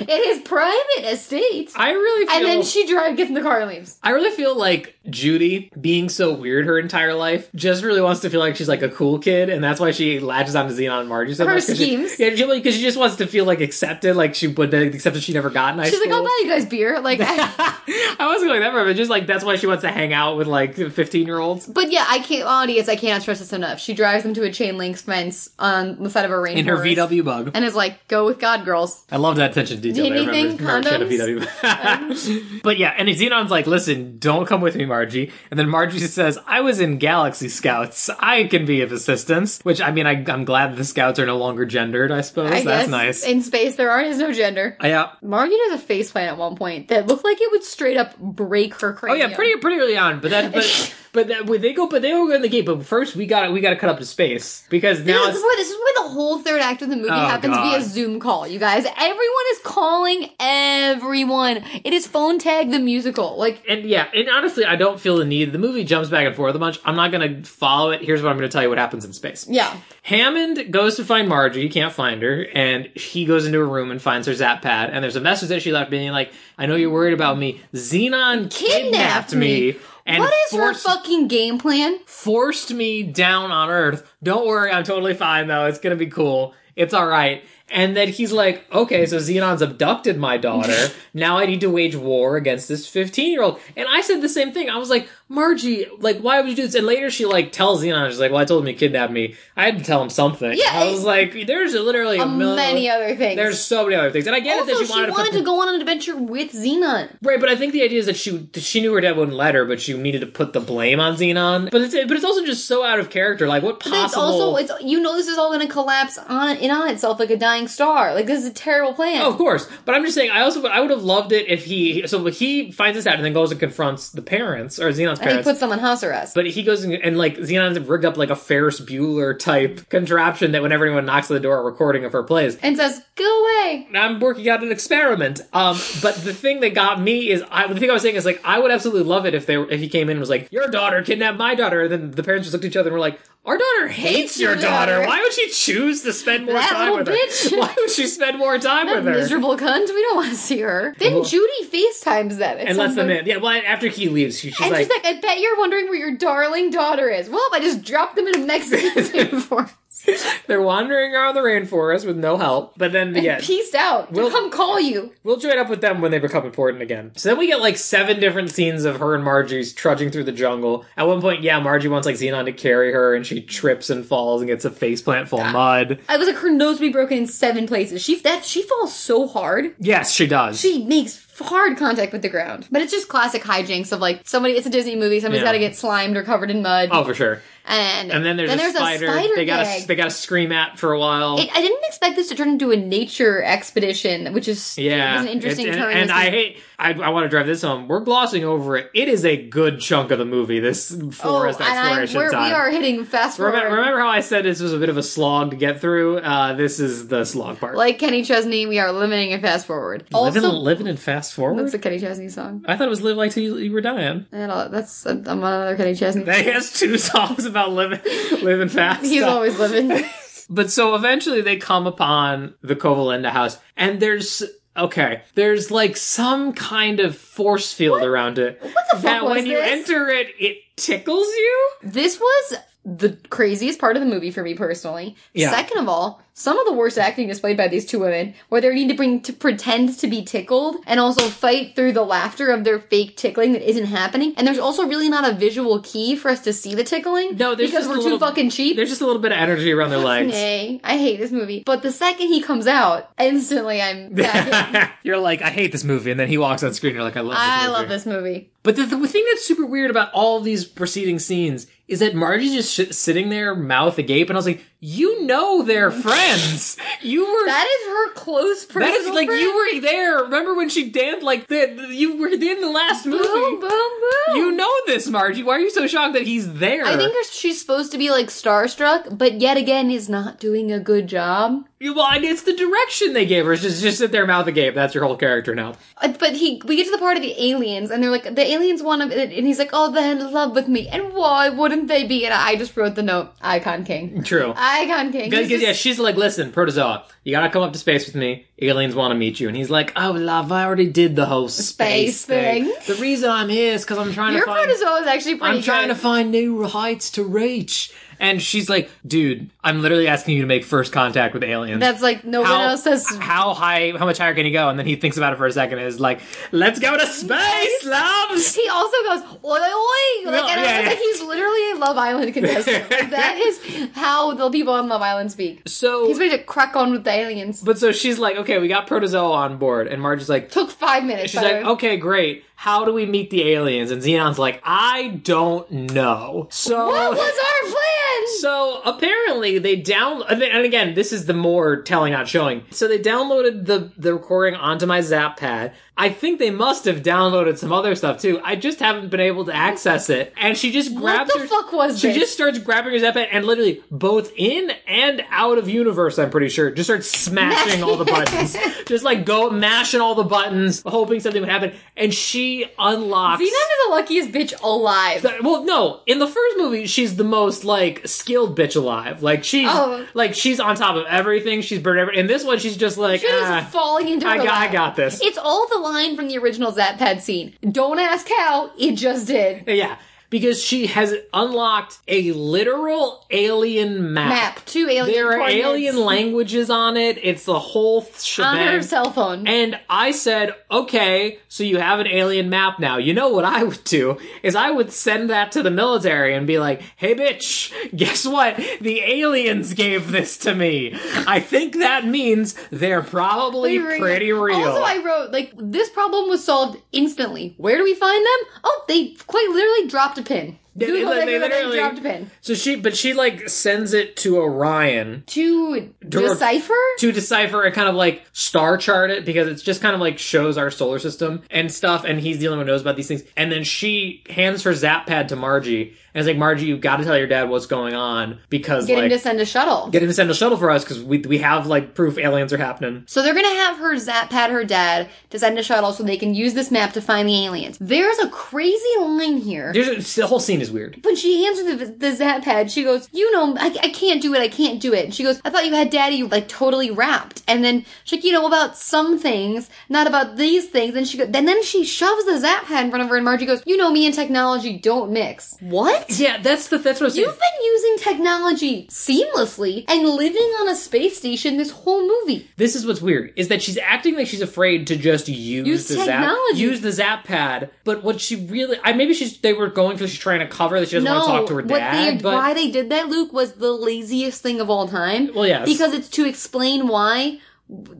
in his private estate.
I really feel
And then she drives, gets in the car, and leaves.
I really feel like Judy, being so weird her entire life, just really wants to feel like she's like a cool kid, and that's why she latches onto Xenon and Margie so
Her
much. 'cause she-
schemes.
yeah, because she just wants to feel like accepted, like she would be accepted she never got in high
She's like, "Oh,
school.
"I'll buy you guys beer." Like, I,
I wasn't going that far, but just like that's why she wants to hang out with like fifteen year olds
but yeah, I can't, audience, I cannot stress this enough. She drives them to a chain link fence on the side of a rainforest
in her VW bug.
and is like, "Go with God, girls."
I love that attention to detail.
Need
I remember-
anything?
remember she had a
Condoms?
VW. but yeah, and Xenon's like, "Listen, don't come with me, Margie." And then Margie says, "I was in Galaxy Scouts. I can be of assistance." Which I mean, I, I'm glad the Scouts are no longer gendered. I suppose
I
that's
guess
nice. Oh,
In space, there are is no gender.
yeah.
Margie does a face plant at one point that looked like it would straight up break her
Oh
cranium.
yeah, pretty pretty early on, but that but but that, when they go, but they go in the gate. But first, we got to we got to cut up the space because now
This
it's
is, why, this is why the whole third act of the movie
Oh,
happens
God.
to be a Zoom call, you guys. Everyone is calling everyone. It is phone tag the musical. Like,
and yeah, and honestly, I don't feel the need. The movie jumps back and forth a bunch. I'm not going to follow it. Here's what I'm going to tell you: what happens in space.
yeah.
Hammond goes to find Margie, he can't find her, and he goes into her room and finds her zap pad. And there's a message that she left being like, I know you're worried about me. Xenon kidnapped,
Kidnapped
me.
me.
And
what is
forced,
her fucking game plan?
forced me down on Earth. Don't worry, I'm totally fine though. It's gonna be cool. It's alright. And then he's like, okay, so Xenon's abducted my daughter. now I need to wage war against this 15 year old. And I said the same thing. I was like, Margie, like, why would you do this? And later she, like, tells Xenon, she's like, well, I told him he kidnapped me. I had to tell him something.
Yeah,
I was like, there's literally a million.
Many other things.
There's so many other things. And I get
also,
it that
she wanted,
to put
to go on an adventure with Xenon.
Right, but I think the idea is that she that she knew her dad wouldn't let her, but she needed to put the blame on Xenon. But it's but it's also just so out of character. Like what
But
possible?
it's also, it's you know, this is all going to collapse on in on itself like a dying star. Like this is a terrible plan.
Oh, of course. But I'm just saying. I also I would have loved it if he so he finds this out and then goes and confronts the parents or Xenon's
and he
parents.
puts them on house arrest.
but he goes and, and like Xenon's rigged up like a Ferris Bueller type contraption that whenever anyone knocks on the door, a recording of her plays.
and says, "Go away."
I'm working out an experiment. Um, but the thing that got me is I, the thing I was saying is like I would absolutely love it if they were, if he came in and was like your daughter kidnapped my daughter, and then the parents just looked at each other and were like our daughter hates
Hates
your
your
daughter.
daughter."
Why would she choose to spend more
That
time
little
with her?
bitch.
Why would she spend more time
That
with her?
miserable cunt. We don't want to see her. Then
Well-
Judy FaceTimes them at
And
some
lets them
point.
in. Yeah. Well, after he leaves, she, she's
And
like.
she's like, I bet you're wondering where your darling daughter is. Well, I just dropped them in a Mexican for
they're wandering around the rainforest with no help. But then, yeah,
Peace out.
We'll-
Come call you.
We'll join up with them when they become important again. So then we get like seven different scenes of her and Margie's trudging through the jungle. At one point, yeah, Margie wants like Xenon to carry her and she trips and falls and gets a faceplant
Ah.
full of mud.
I was like, her nose be broken in seven places. She that she falls so hard.
Yes, she does.
She makes hard contact with the ground. But it's just classic hijinks of like somebody. It's a Disney movie. Somebody's
Yeah.
got to get slimed or covered in mud.
oh, for sure.
and
And then there's, a, spider they got to they got to scream at for a while.
It, I didn't expect this to turn into a nature expedition, which is
yeah,
was an interesting
It's-
turn.
And, and
This
I
is-
hate. I, I want to drive this home. We're glossing over it. It is a good chunk of the movie. This forest
Oh, and I-
exploration
we're-
time.
We are hitting fast forward.
remember, remember how I said this was a bit of a slog to get through? Uh, this is the slog part.
Like Kenny Chesney, we are limiting and fast forward.
living,
also,
living and fast forward.
that's a Kenny Chesney song.
I thought it was live like till you, you were dying.
And all, that's I'm on another Kenny Chesney.
He has two songs about living, living fast.
He's
Uh,
always living.
But so eventually they come upon the Kovalinda house, and there's okay, there's like some kind of force field around it. What
the fuck
That
was
when you
this?
enter it, it tickles you.
this was the craziest part of the movie for me personally.
Yeah.
Second of all, some of the worst acting displayed by these two women, where they need to bring to pretend to be tickled and also fight through the laughter of their fake tickling that isn't happening. And there's also really not a visual key for us to see the tickling.
No, there's
because
just
we're
a
too
little-
fucking cheap.
There's just a little bit of energy around their legs.
Nay, I hate this movie. But the second he comes out, instantly I'm back. in.
you're like, I hate this movie, and then he walks on screen. You're like, I love. This
I
movie.
love this movie.
But the, the thing that's super weird about all these preceding scenes is that Margie's just sh- sitting there, mouth agape, and I was like, "You know they're friends. You were
That is her close personal.
that is like
friend.
you were there. Remember when she danced like that? You were in the last movie.
boom, boom, boom.
You know this, Margie. Why are you so shocked that he's there?
I think her- she's supposed to be like starstruck, but yet again is not doing a good job.
You- Well, and it's the direction they gave her. It's just, just sit there, mouth agape. That's your whole character now.
Uh, But he, we get to the part of the aliens, and they're like, the aliens want him, and he's like, oh, they're in love with me, and why wouldn't they be? And I just wrote the note, Icon King,
True.
Icon King.
Because
He's just-
yeah, she's like, listen, protozoa, you gotta come up to space with me. Aliens want to meet you, and he's like, oh, love, I already did the whole space,
Space thing.
The reason I'm here is because I'm trying
Your
to find.
protozoa is actually pretty.
I'm trying
good.
to find new heights to reach. And she's like, dude, I'm literally asking you to make first contact with aliens.
That's like no one else has.
how high how much higher can you go? And then he thinks about it for a second and is like, Let's go to space, loves!
He also goes oi oi, like, and I
yeah,
was
yeah.
like, he's literally a Love Island contestant. Like, that is how the people on Love Island speak.
So
He's ready to crack on with the aliens.
But so she's like, Okay, we got Protozoa on board and Marge is like
Took five minutes.
She's
by the
like,
way.
okay, great. How do we meet the aliens? And Xenon's like, I don't know. So
what was our plan?
So apparently they down and then- and again this is the more telling not showing. So they downloaded the the recording onto my Zap pad. I think they must have downloaded some other stuff too. I just haven't been able to access it. And she just grabs
the
her,
fuck was
she
this?
just starts grabbing her Zap pad and literally both in and out of universe. I'm pretty sure just starts smashing all the buttons, just like go mashing all the buttons, hoping something would happen. And she unlocks.
Xenon is the luckiest bitch alive.
Th- Well, no. In the first movie, she's the most like skilled bitch alive. Like she's
Oh.
like she's on top of everything. She's burned every. In this one, she's just like,
She was
ah,
falling into her
I got, I
lap.
got this.
It's all the line from the original Zap Pad scene. Don't ask how, it just did.
yeah, because she has unlocked a literal alien map.
Map, two alien
There are
coordinates
alien languages on it. It's the whole
on
shebang.
her cell phone.
And I said, okay, so you have an alien map now. You know what I would do is I would send that to the military and be like, hey, bitch, guess what? The aliens gave this to me. I think that means they're probably pretty real.
Also, I wrote like this problem was solved instantly. Where do we find them? Oh, they quite literally dropped a pin.
They- they-
Google,
they
they,
literally-
dropped a pin
so she, but she like sends it to Orion
to
Dur-
decipher.
to decipher and kind of like star chart it because it's just kind of like shows our solar system and stuff and he's the only one who knows about these things and then she hands her zap pad to margie and is like margie you got to tell your dad what's going on because
Get him
like
to send a shuttle.
get him to send a shuttle for us because we, we have like proof aliens are happening
So they're gonna have her zap pad her dad to send a shuttle so they can use this map to find the aliens. There's a crazy line here.
There's, it's- the whole scene is weird
when she hands her the, the zap pad, she goes, "You know, I, I can't do it. I can't do it." And she goes, "I thought you had daddy like totally wrapped." And then she's like, "You know about some things, not about these things." And she goes, and then she shoves the zap pad in front of her, and Margie goes, "You know, me and technology don't mix." What?
yeah that's the that's what i'm saying
You've been using technology seamlessly and living on a space station this whole movie.
this is what's weird is that she's acting like she's afraid to just use,
Use
the zap
technology.
use the zap pad but what she really i maybe she's they were going for she's trying to cover that she doesn't want to talk to her
what
dad
they,
but
why they did that, Luke, was the laziest thing of all time.
Well, yes.
because it's to explain why.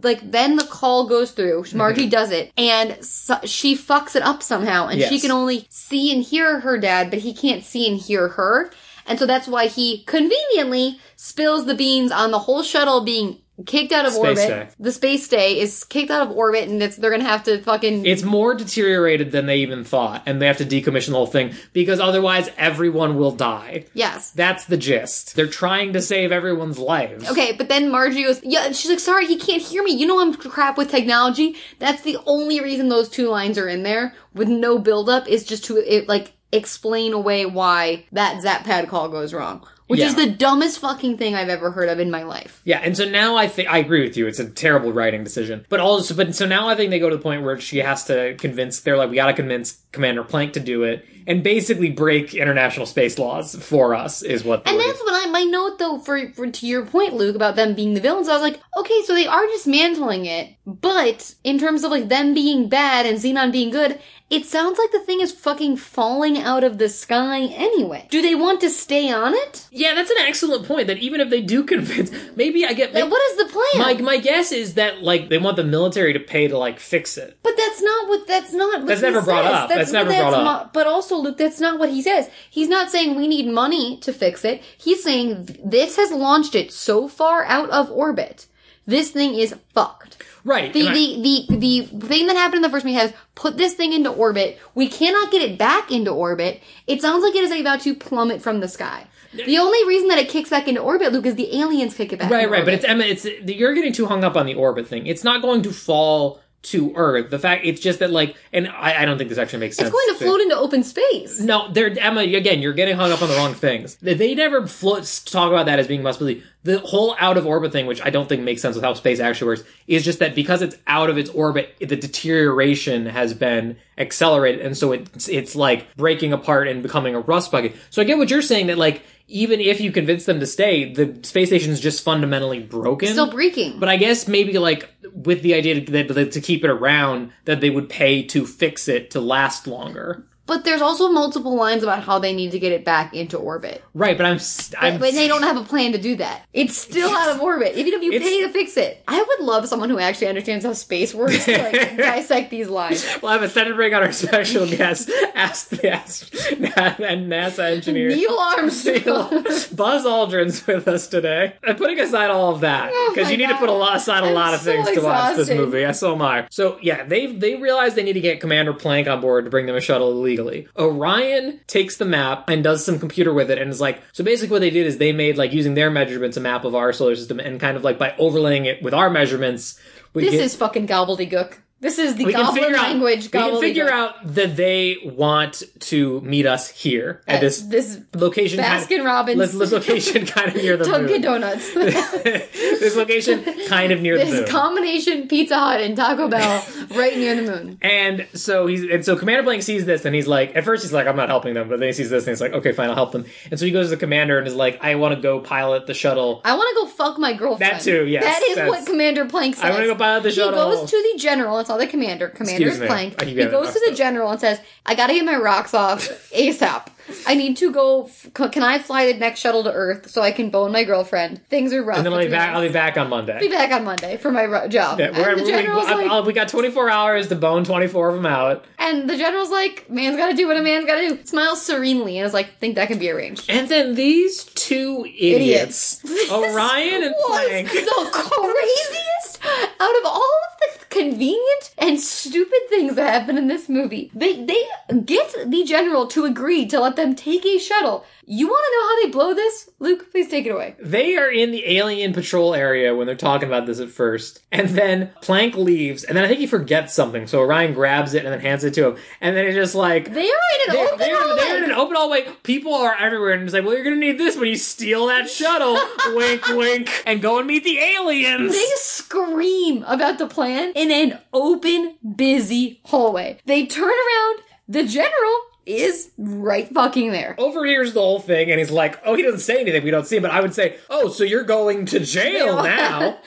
Like then the call goes through. Margie
Mm-hmm.
does it, and so, she fucks it up somehow, and she
Yes.
can only see and hear her dad, but he can't see and hear her, and so that's why he conveniently spills the beans on the whole shuttle being kicked out of orbit.
day.
The space day is kicked out of orbit, and it's, they're gonna have to fucking
it's more deteriorated than they even thought, and they have to decommission the whole thing because otherwise everyone will die.
yes.
That's the gist. They're trying to save everyone's lives.
Okay, but then Margie goes, yeah, she's like, sorry, he can't hear me. You know I'm crap with technology. That's the only reason those two lines are in there with no buildup is just to, it, like, explain away why that zap pad call goes wrong. Which is
Yeah.
the dumbest fucking thing I've ever heard of in my life.
Yeah, and so now I think I agree with you. It's a terrible writing decision. But also, but so now I think they go to the point where she has to convince. They're like, we got to convince Commander Plank to do it, and basically break international space laws for us is what. The
And
way-
that's what I, my note though, for, for to your point, Luke, about them being the villains, I was like, okay, so they are dismantling it, but in terms of like them being bad and Xenon being good, it sounds like the thing is fucking falling out of the sky anyway. Do they want to stay on it?
yeah, that's an excellent point. That even if they do convince, maybe I get.
Like, what is the plan?
my my guess is that like they want the military to pay to like fix it.
But that's not what. That's not. What
That's
he
never brought
says.
up. That's never brought up.
mo- but also, Luke, that's not what he says. He's not saying we need money to fix it. He's saying th- this has launched it so far out of orbit. This thing is fucked.
Right.
The,
and I-
the, the, the thing that happened in the first movie has put this thing into orbit. We cannot get it back into orbit. It sounds like it is about to plummet from the sky. The only reason that it kicks back into orbit, Luke, is the aliens kick it back.
Right,
into
right. But
orbit.
it's Emma. It's you're getting too hung up on the orbit thing. It's not going to fall to Earth. The fact it's just that like, and I, I don't think this actually makes sense.
it's going to float into open space.
No, they're Emma. Again, you're getting hung up on the wrong things. They- They never float, talk about that as being possibility. The whole out of orbit thing, which I don't think makes sense with how space actually works, is just that because it's out of its orbit, the deterioration has been accelerated, and so it's it's like breaking apart and becoming a rust bucket. So I get what you're saying that like even if you convince them to stay, the space station is just fundamentally broken.
Still breaking.
But I guess maybe like with the idea that, that to keep it around, that they would pay to fix it to last longer.
But there's also multiple lines about how they need to get it back into orbit.
Right, but I'm s- I'm
But, but they don't have a plan to do that. It's still out of orbit, even if you
It's-
pay to fix it. I would love someone who actually understands how space works to like dissect these lines.
We'll have a Senate break on our special guest, ask the ask, and NASA engineer
Neil Armstrong.
Buzz Aldrin's with us today. I'm putting aside all of that because
Oh my
you need to
God.
put a lot aside a
I'm
lot of
so
things to watch this
exhausted.
movie. I so am I. So yeah, they they realize they need to get Commander Planck on board to bring them a shuttle illegally. Orion takes the map and does some computer with it and is like, so basically what they did is they made like using their measurements a map of our solar system and kind of like by overlaying it with our measurements. We
This
get-
is fucking gobbledygook. This is the
we can
goblin
figure out
language
we can
gobbledygook.
figure out that they want to meet us here at this
this
location
Baskin Robbins.
this, this location kind of near the
Dunkin'
moon.
Donuts.
this location kind of near the moon.
this combination Pizza Hut and Taco Bell right near the moon.
and so he's and so Commander Blank sees this and he's like at first he's like I'm not helping them but then he sees this and he's like okay fine I'll help them and so he goes to the commander and is like I want to go pilot the shuttle
I want to go fuck my girlfriend.
That too, yes,
That is
that's-
what Commander Plank says.
I wanna go pilot the shuttle.
He goes to the general. It's not the commander. Commander is
Excuse me.
Plank.
I keep
He
getting
goes to
messed
the
up.
general and says, "I gotta get my rocks off ASAP. I need to go. f- c- Can I fly the next shuttle to Earth so I can bone my girlfriend? Things are rough.
and then I'll be
between
back
us.
I'll be back on Monday
Be back on Monday for my ro- job."
Yeah, we're-
and, the
we, we,
general's
I-
like,
I'll- we got 24 hours to bone 24 of them out
and the general's like, "Man's gotta do what a man's gotta do." Smiles serenely and is like, "Think that can be arranged."
And then these two idiots,
Idiots.
Orion and
was
Plank.
the craziest out of all of the convenient and stupid things that happen in this movie. They they get the general to agree to let them take a shuttle. You want to know how they blow this, Luke? Please take it away.
They are in the alien patrol area when they're talking about this at first. And then Plank leaves, and then I think he forgets something. So Orion grabs it and then hands it to him. And then it's just like.
They are in an
They're,
open
they're-
hallway.
they're in an open hallway. People are everywhere, and it's like, well, you're gonna need this when you steal that shuttle. wink, wink, and go and meet the aliens.
They scream about the plan in an open, busy hallway. They turn around. The general is right fucking there.
Overhears the whole thing, and he's like, oh, he doesn't say anything. We don't see him, but I would say, oh, so you're going to jail
Jail.
now.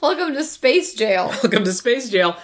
Welcome to space jail.
welcome to space jail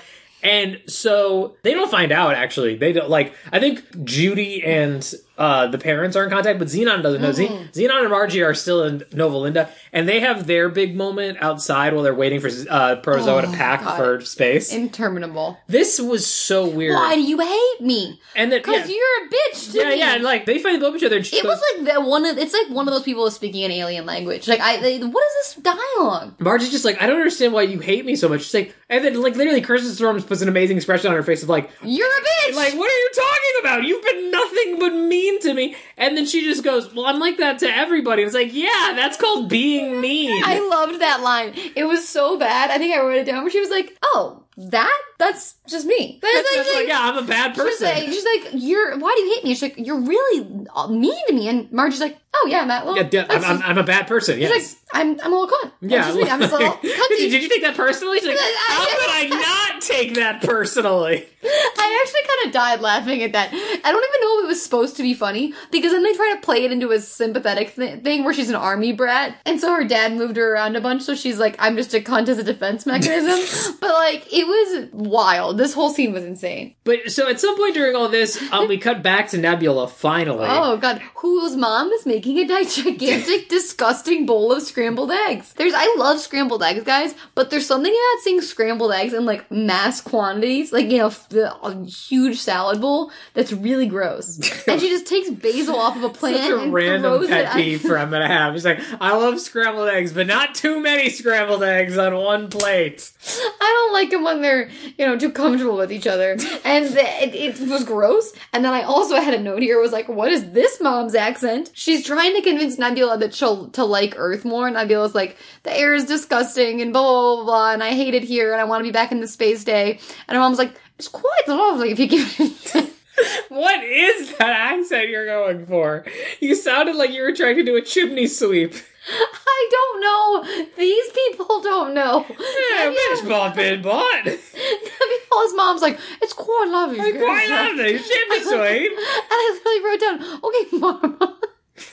and so they don't find out actually they don't like i think judy and uh, the parents are in contact but xenon doesn't know Xen-
Mm.
xenon and margie are still in nova linda and they have their big moment outside while they're waiting for uh, protozoa to
Oh,
pack
God.
for space
Interminable.
this was so weird
Why do you hate me?
and then yeah,
Because you're a bitch to
yeah
me.
yeah and, like they find both each other and she
it
goes,
was like that one of it's like one of those people who's speaking an alien language. Like I, they, what is this dialogue?
Margie's just like, I don't understand why you hate me so much. She's like, and then like literally, Kirsten Storms puts an amazing expression on her face of like,
You're a bitch.
Like, what are you talking about? You've been nothing but mean to me. And then she just goes, Well, I'm like that to everybody. And it's like, Yeah, that's called being mean.
I loved that line. It was so bad. I think I wrote it down. Where she was like, "Oh, that that's just me." But
That's-
it's
that's like, yeah, I'm a bad
She's like,
person.
she's like, you're. Why do you hate me? She's like, you're really uh, mean to me. And Margie's like, oh yeah, Matt. Well,
Yeah, yeah, I'm,
that's
I'm,
just-
I'm a bad person.
she's
Yes.
like, I'm, I'm a little cunt. That's
yeah.
just me. I'm just a little
like- did, you,
cunty.
did you take that personally? She's like, How could I not take that personally?
I actually kind of died laughing at that. I don't even know if it was supposed to be funny because then they try to play it into a sympathetic th- thing where she's an army brat, and so her dad moved her around a bunch, so she's like, "I'm just a cunt as a defense mechanism." but like, it was wild. This whole scene was insane.
But so at some point during all this, um, we cut back to Nebula finally.
Oh god, whose mom is making a di- gigantic, disgusting bowl of scrambled eggs? There's, I love scrambled eggs, guys, but there's something about seeing scrambled eggs and like mass quantities, like you know, f- the, a huge salad bowl that's really gross. and she just takes basil off of a plant
Such a
and
random
throws
pet
it.
peeve for I'm gonna have. He's like, I love scrambled eggs, but not too many scrambled eggs on one plate.
I don't like them when they're, you know, too comfortable with each other. And the, it, it was gross. And then I also had a note here was like, what is this mom's accent? She's trying to convince Nebula that she'll to like Earth more. And Nebula's like, the air is disgusting and blah, blah, blah, blah. And I hate it here. And I want to be back in the space day. And her mom's like, it's quite lovely if you give it.
What is that accent you're going for? You sounded like you were trying to do a chimney sweep.
I don't know. These people don't know.
Yeah,
Nebula-
bitch, bop in, bot.
Nebula's mom's like, it's quite lovely. if
Like,
you give it
why
a shot."
not this chimney sweep?
And I literally wrote down, okay, mom.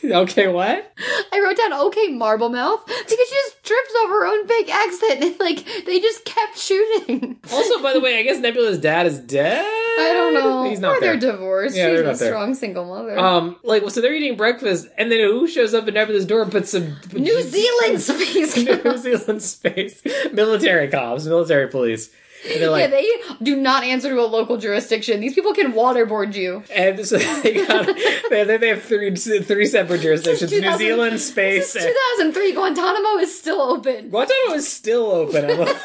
Okay, what?
I wrote down okay marble mouth because she just trips over her own big accent and like they just kept shooting.
Also, by the way, I guess Nebula's dad is dead.
I don't know.
He's not
or
there.
they're divorced.
Yeah,
She's
they're not
a
there.
strong single mother.
Um, like, well, so they're eating breakfast, and then who shows up at Nebula's door but some
New Zealand space.
New
Cops.
Zealand space military cops, military police. And they're
yeah,
like,
they do not answer to a local jurisdiction. These people can waterboard you.
and so they got they, they- they have three three separate jurisdictions: New
2000
Zealand space.
Since
and-
2003, Guantanamo is still open.
Guantanamo is still open. I love-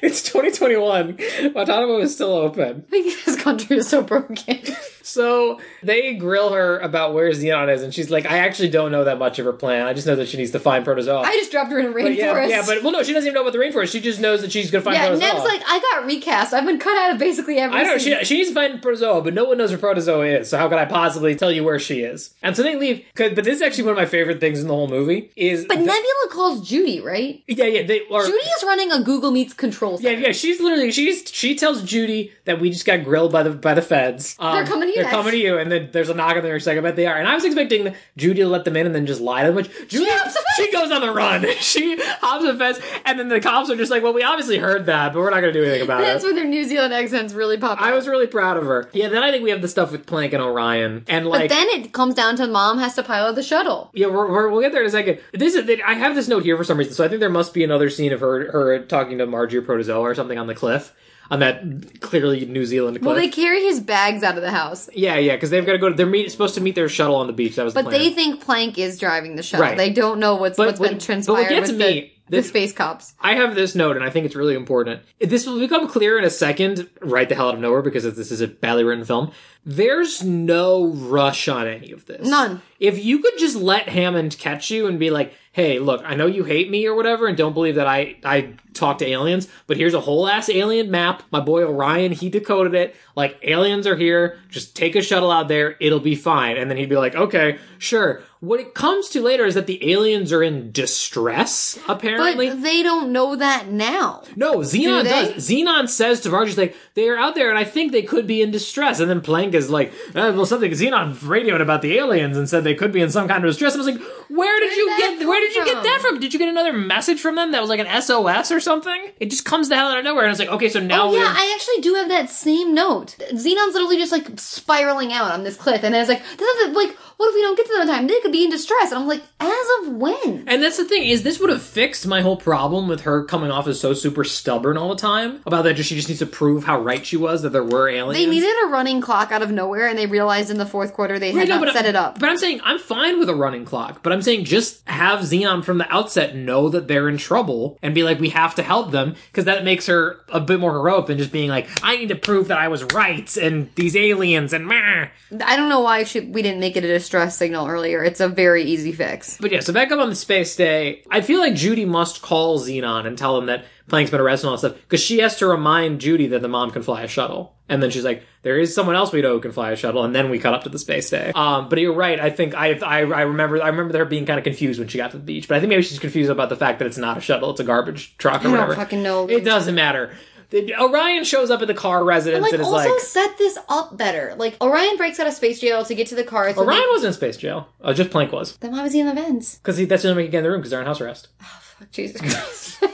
it's 2021. Guantanamo is still open.
Because this country is so broken.
So they grill her about where Xenon is, and she's like, "I actually don't know that much of her plan. I just know that she needs to find Protozoa."
I just dropped her in a
But
rainforest.
yeah, yeah, but well, no, she doesn't even know about the rainforest. She just knows that she's gonna find
yeah, Neb's
Protozoa.
like, I got recast. I've been cut out of basically everything.
I know she, she needs to find Protozoa, but no one knows where Protozoa is. So how could I possibly tell you where she is? And so they leave. 'cause- But this is actually one of my favorite things in the whole movie. Is
But
the-
Nebula calls Judy, right?
yeah, yeah, they are.
Judy is running a Google Meets control
yeah,
center.
yeah, she's literally she's she tells Judy that we just got grilled by the by the feds. Um,
They're coming to you
They're
guys.
coming to you, and then there's a knock on the door. She's like, I bet they are. And I was expecting Judy to let them in and then just lie to them. Which Judy,
hops a
she goes on the run. she hops a fence, and then the cops are just like, Well, we obviously heard that, but we're not going to do anything about it.
That's when their New Zealand accent's really popular.
I was really proud of her. Yeah, then I think we have the stuff with Plank and Orion, and
but
like.
then it comes down to mom has to pilot the shuttle.
yeah, we're, we're, we'll get there in a second. This is I have this note here for some reason, so I think there must be another scene of her her talking to Margie or Protozoa or something on the cliff on that clearly New Zealand cliff.
Well, they carry his bags out of the house,
yeah, yeah, because they've got to go. To, they're meet, supposed to meet their shuttle on the beach. That was the
but
plan.
they think Plank is driving the shuttle.
Right.
They don't know what's
But
what's
what-
been
but what
transpired
gets
with
me-
the,
this-
the space cops.
I have this note, and I think it's really important. This will become clear in a second, right the hell out of nowhere, because this is a badly written film. There's no rush on any of this.
None.
If you could just let Hammond catch you and be like, hey, look, I know you hate me or whatever, and don't believe that I, I talk to aliens, but here's a whole ass alien map. My boy Orion, he decoded it. Like, aliens are here. Just take a shuttle out there. It'll be fine. And then he'd be like, okay, sure. What it comes to later is that the aliens are in distress,
But
apparently.
they don't know that now.
No, Xenon
Do they?
does. Xenon says to Marge, she's like, they are out there and I think they could be in distress. And then Plank is like, uh, well, something Xenon radioed about the aliens and said they could be in some kind of distress. I was like, where did
Where'd
you
that
get, where
come
did you get
from?
that from? Did you get another message from them that was like an SOS or something? It just comes the hell out of nowhere. And it's like, okay, so now
Oh
we're.
yeah, I actually do have that same note. Xenon's literally just like spiraling out on this cliff, and then it's like, this is like, what if we don't get to them in time? They could be in distress, and I'm like, as of when?
And that's the thing is this would have fixed my whole problem with her coming off as so super stubborn all the time about that she just needs to prove how right she was that there were aliens.
They needed a running clock out of nowhere, and they realized in the fourth quarter they had
No,
not
but- uh,
set it up.
But I'm saying I'm fine with a running clock. But I'm saying just have Xenon from the outset know that they're in trouble and be like, we have to help them because that makes her a bit more heroic than just being like, I need to prove that I was right and these aliens and meh.
I don't know why she, we didn't make it a distress signal earlier. It's a very easy fix.
But yeah, so back up on the space day, I feel like Judy must call Xenon and tell him that Plank's been arrested and all that stuff because she has to remind Judy that the mom can fly a shuttle. And then she's like, "There is someone else we know who can fly a shuttle." And then we cut up to the space day. Um, but you're right. I think I, I I remember I remember her being kind of confused when she got to the beach. But I think maybe she's confused about the fact that it's not a shuttle; it's a garbage truck or
don't
whatever.
fucking know.
It doesn't matter. The- Orion shows up at the car residence
Like,
and is
also
like,
set this up better. Like, Orion breaks out of space jail to get to the car. So
"Orion
they-
wasn't in space jail. Uh, just Plank was
then why was he in the vents?
because that's the only way he can get in the room because they're on house arrest."
Fuck, Jesus Christ.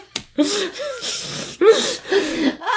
Ah!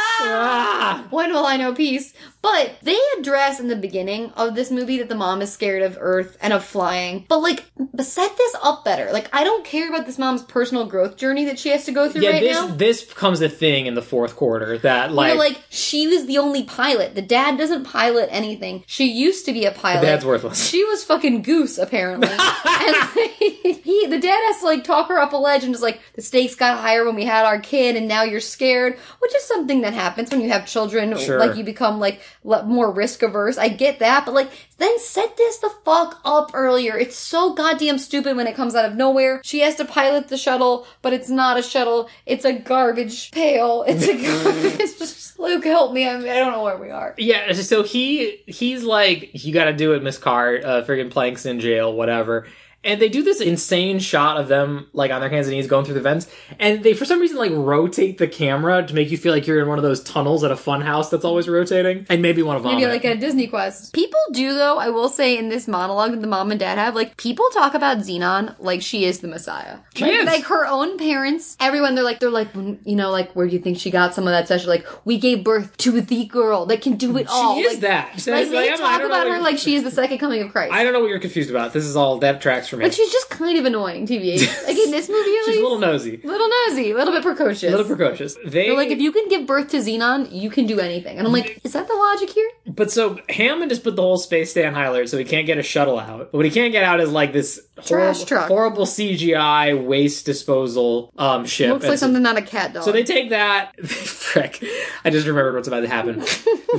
Ah! when will I know peace? But they address in the beginning of this movie that the mom is scared of Earth and of flying. But like, set this up better. Like, I don't care about this mom's personal growth journey that she has to go through
Yeah,
right
this
now.
this becomes a thing in the fourth quarter that
Where
like,
like she was the only pilot. The dad doesn't pilot anything. She used to be a pilot.
dad's worthless.
She was fucking goose apparently. and like, he, the dad has to like talk her up a ledge and just like the stakes got higher when we had our kid, and now you're scared, which is something that happens when you have children.
Sure.
Like you become like le- more risk averse. I get that, but like then set this the fuck up earlier. It's so goddamn stupid when it comes out of nowhere. She has to pilot the shuttle, but it's not a shuttle. It's a garbage pail. It's a garbage. just, Luke, help me. I, I don't know where we are.
yeah. So he he's like, you got to do it, Miss Carr. Uh, friggin' Plank's in jail, whatever. And they do this insane shot of them like on their hands and knees going through the vents, and they for some reason like rotate the camera to make you feel like you're in one of those tunnels at a fun house that's always rotating, and maybe one of them.
Maybe like a Disney quest. People do though, I will say in this monologue that the mom and dad have, like people talk about Xenon like she is the Messiah.
She
like,
is.
like her own parents, everyone they're like they're like mm, you know, like where do you think she got some of that special? Like, we gave birth to the girl that can do it all.
is
like,
that. So
like
it's
they
like, I don't- I
talk
don't
about
know
her
what-
like she is the second coming of Christ.
I don't know what you're confused about. This is all that tracks for me.
but she's just kind of annoying, TBH. like in this movie at
She's
least,
a little nosy,
little nosy, a little bit precocious.
a little precocious. Mm-hmm. They
They're like if you can give birth to Xenon, you can do anything. And I'm like, is that the logic here?
But so Hammond just put the whole space stand highlighted so he can't get a shuttle out. But what he can't get out is like this
Trash
horrible,
truck.
horrible CGI waste disposal um ship.
Looks
And
like
so-
something not a cat dog.
So they take that. Frick! I just remembered what's about to happen.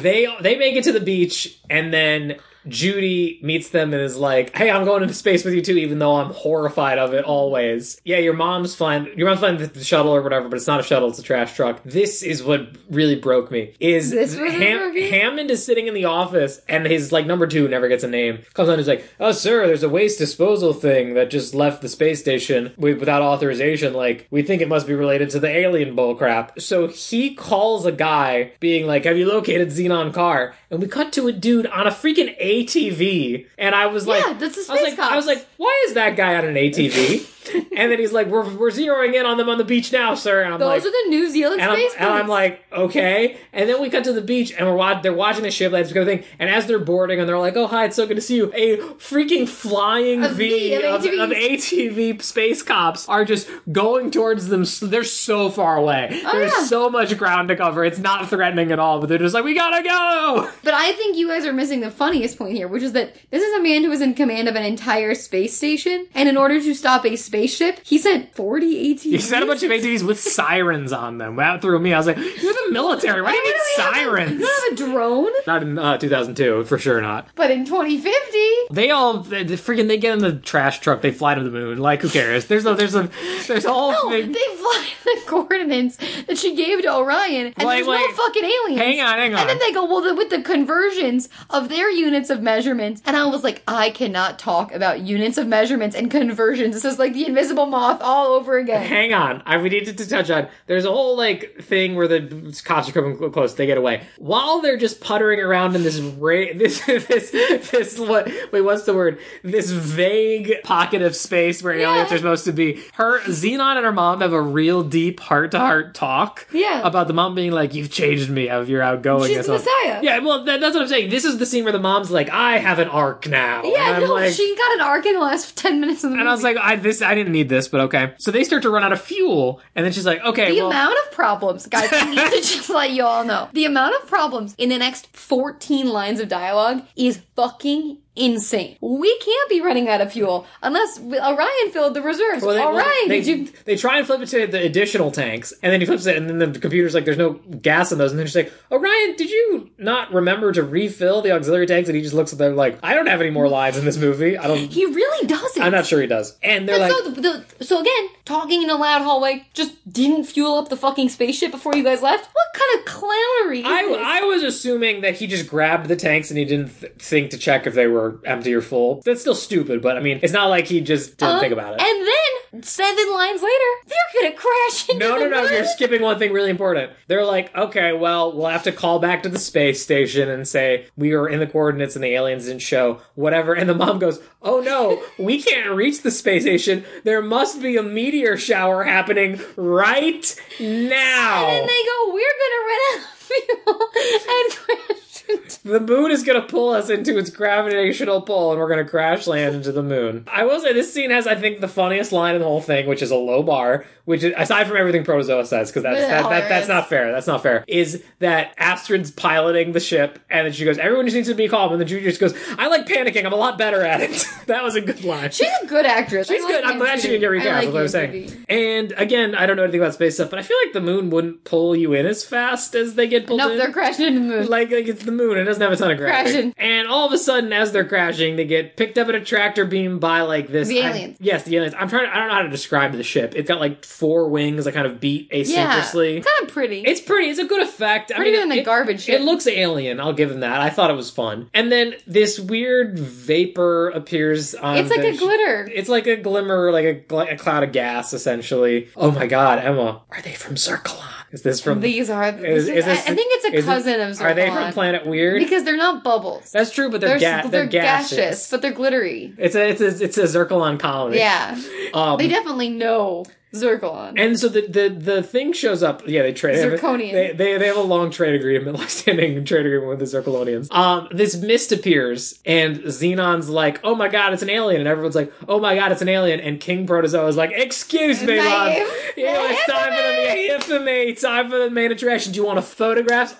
they they make it to the beach and then Judy meets them and is like, "Hey, I'm going into space with you too, even though I'm horrified of it always." Yeah, your mom's flying. Your mom's flying the shuttle or whatever, but it's not a shuttle; it's a trash truck. This is what really broke me. Is
This was what broke you?
Hammond is sitting in the office and his like number two never gets a name. Comes on, and is like, "Oh, sir, there's a waste disposal thing that just left the space station wi- without authorization. Like, we think it must be related to the alien bull crap." So he calls a guy, being like, "Have you located Xenon Car?" And we cut to a dude on a freaking ATV, and I was like,
Yeah, that's the
I was
Space
like, I was
Cops.
like, why is that guy on an ATV? and then he's like, "We're we're zeroing in on them on the beach now, sir." And I'm
Those
like,
are the New Zealand
and I'm,
space
and I'm
police.
like, okay. And then we cut to the beach, and we're watch- they're watching the ship. That's good thing. And as they're boarding, and they're like, "Oh hi, it's so good to see you." A freaking flying
A
V
V of
of,
ATVs.
of ATV space cops are just going towards them. S- They're so far away. There's
Oh, yeah.
so much ground to cover. It's not threatening at all. But they're just like, "We gotta go."
but I think you guys are missing the funniest point here, which is that this is a man who was in command of an entire space station, and in order to stop a spaceship, he sent 40 ATVs.
He sent a bunch of ATVs with sirens on them. That threw me. I was like, "You're the military. Why do you need
You
sirens?"
don't have a drone,
Not in uh, 2002, for sure not.
but in 2050,
They all they, they freaking they get in the trash truck. They fly to the moon. Like who cares? There's no there's a there's a whole
no, they
thing.
fly the coordinates that she gave to Orion, and
Wait,
there's
wait.
no fucking aliens.
Hang on, hang on.
And then they go, well, the, with the conversions of their units of measurements. And I was like, I cannot talk about units of measurements and conversions. This is like the invisible moth all over again.
Hang on, I we needed to touch on. There's a whole like thing where the cops are coming close. They get away while they're just puttering around in this ra- this this this what wait what's the word? This vague pocket of space where aliens are supposed to be. Her Xenon and her mom have a real deep heart to heart talk.
Yeah.
about the mom being like, "You've changed me. Of your outgoing."
She's
or
the
something."
Messiah.
Yeah, well that, that's what I'm saying. This is the scene where the mom's like, "I have an arc now."
Yeah,
and I'm
no,
like,
she got an arc in the last ten minutes of the movie.
And I was like, I this I didn't need this, but okay. So they start to run out of fuel, and then she's like, okay,
the
well,
amount of problems, guys. I need to just let you all know the amount of problems in the next fourteen lines of dialogue is fucking insane. We can't be running out of fuel unless Orion filled the reserves.
well, they, well,
Orion,
they,
did you?
they try and flip it to the additional tanks, and then he flips it, and then the computer's like, "There's no gas in those." And then she's like, "Oh, Ryan, did you not remember to refill the auxiliary tanks?" And he just looks at them like, "I don't have any more lines in this movie. I don't.
He really doesn't.
I'm not sure he does." And they're
But
like,
so, the, the, so again, talking in a loud hallway just didn't fuel up the fucking spaceship before you guys left. What kind of clownery? Is
I,
this?
I was assuming that he just grabbed the tanks and he didn't th- think to check if they were empty or full. That's still stupid, but I mean, it's not like he just didn't
Um,
think about it.
And then seven lines later, they're gonna crash into
No,
the
no, no,
moon.
you're skipping one thing really important. They're like, okay, well, we'll have to call back to the space station and say we are in the coordinates and the aliens didn't show, whatever. And the mom goes, oh no, we can't reach the space station. There must be a meteor shower happening right now.
Oh. And then they go, we're gonna run out of fuel and crash into
The moon is going to pull us into its gravitational pull, and we're going to crash land into the moon. I will say this scene has, I think, the funniest line in the whole thing, which is a low bar. Which, is, aside from everything Protozoa says, because that's that, that, that's
Hilarious.
not fair. That's not fair. Is that Astrid's piloting the ship, and then she goes, "Everyone just needs to be calm," and then Judy just goes, "I like panicking. I'm a lot better at it." that was a good line.
She's a good actress.
She's
I
good.
like
I'm
Ian
glad she didn't get
Judy.
recast.
I
That's
like
what I'm
Ian
saying.
Judy.
And again, I don't know anything about space stuff, but I feel like the moon wouldn't pull you in as fast as they get pulled
Nope,
in.
they're crashing into the moon.
Like, like it's the moon. It doesn't have a ton of gravity.
Crashing.
And all of a sudden, as they're crashing, they get picked up at a tractor beam by like this.
The
I'm-
aliens.
yes, the aliens. I'm trying. To, I don't know how to describe the ship. It's got like four wings that kind of beat
yeah,
asynchronously.
kind of pretty.
It's pretty. It's a good effect. I
Prettier
mean,
than the
it-
garbage ship.
It looks alien. I'll give him that. I thought it was fun. And then this weird vapor appears on.
It's like
the
a glitter.
It's like a glimmer, like a, gl- a cloud of gas, essentially. Oh my god, Emma, are they from Zircalon? Is this from?
These are.
is, is
I,
this-
I think it's a
is it-
cousin of Zircon.
Are they from Planet Weird?
Because they're not bubbles.
That's true, but they're ga- they're, gaseous.
but they're glittery.
It's a it's a it's a Zircalon colony.
Yeah,
Um,
they definitely know Zircon.
And so the, the the thing shows up. Yeah, they trade. they have a-
Zirconian.
They, they they have a long trade agreement, like standing trade agreement with the Zircalonians. Um, this mist appears, and Xenon's like, "Oh my god, it's an alien!" And everyone's like, "Oh my god, it's an alien!" And King Protozoa is like, "Excuse me,
Naive.
love. You know, it's time for the infamy. Time for the main attraction. Do you want a photographs,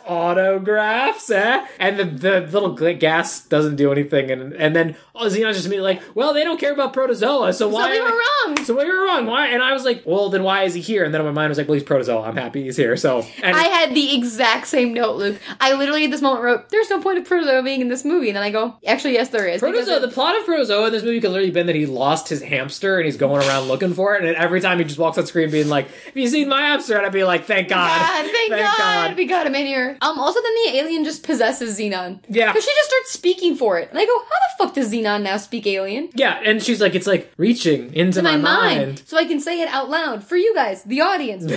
autographs? Eh?" And the the little gl- gas doesn't do anything, and and then oh, Xenon's just immediately like, "Well, they don't care about Protozoa, so, why?"
so we were wrong.
So we were wrong. Why? And I was like, well, then why is he here? And then in my mind I was like, well, he's protozoa. I'm happy he's here. So and
I had the exact same note, Luke. I literally at this moment wrote, "There's no point of Protozoa being in this movie," and then I go, "Actually, yes, there is." because
protozoa.
it-
The plot of protozoa in this movie could literally been that he lost his hamster and he's going around looking for it. And every time he just walks on screen being like, "Have you seen my hamster?" And I'd be like, "Thank God,
God, thank, God, we got him in here. Um, also then the alien just possesses Xenon.
Yeah.
Because she just starts speaking for it. And I go, how the fuck does Xenon now speak alien?
Yeah, and she's like, it's like reaching into
In
my,
my mind.
mind.
So I can say it out loud for you guys, the audience.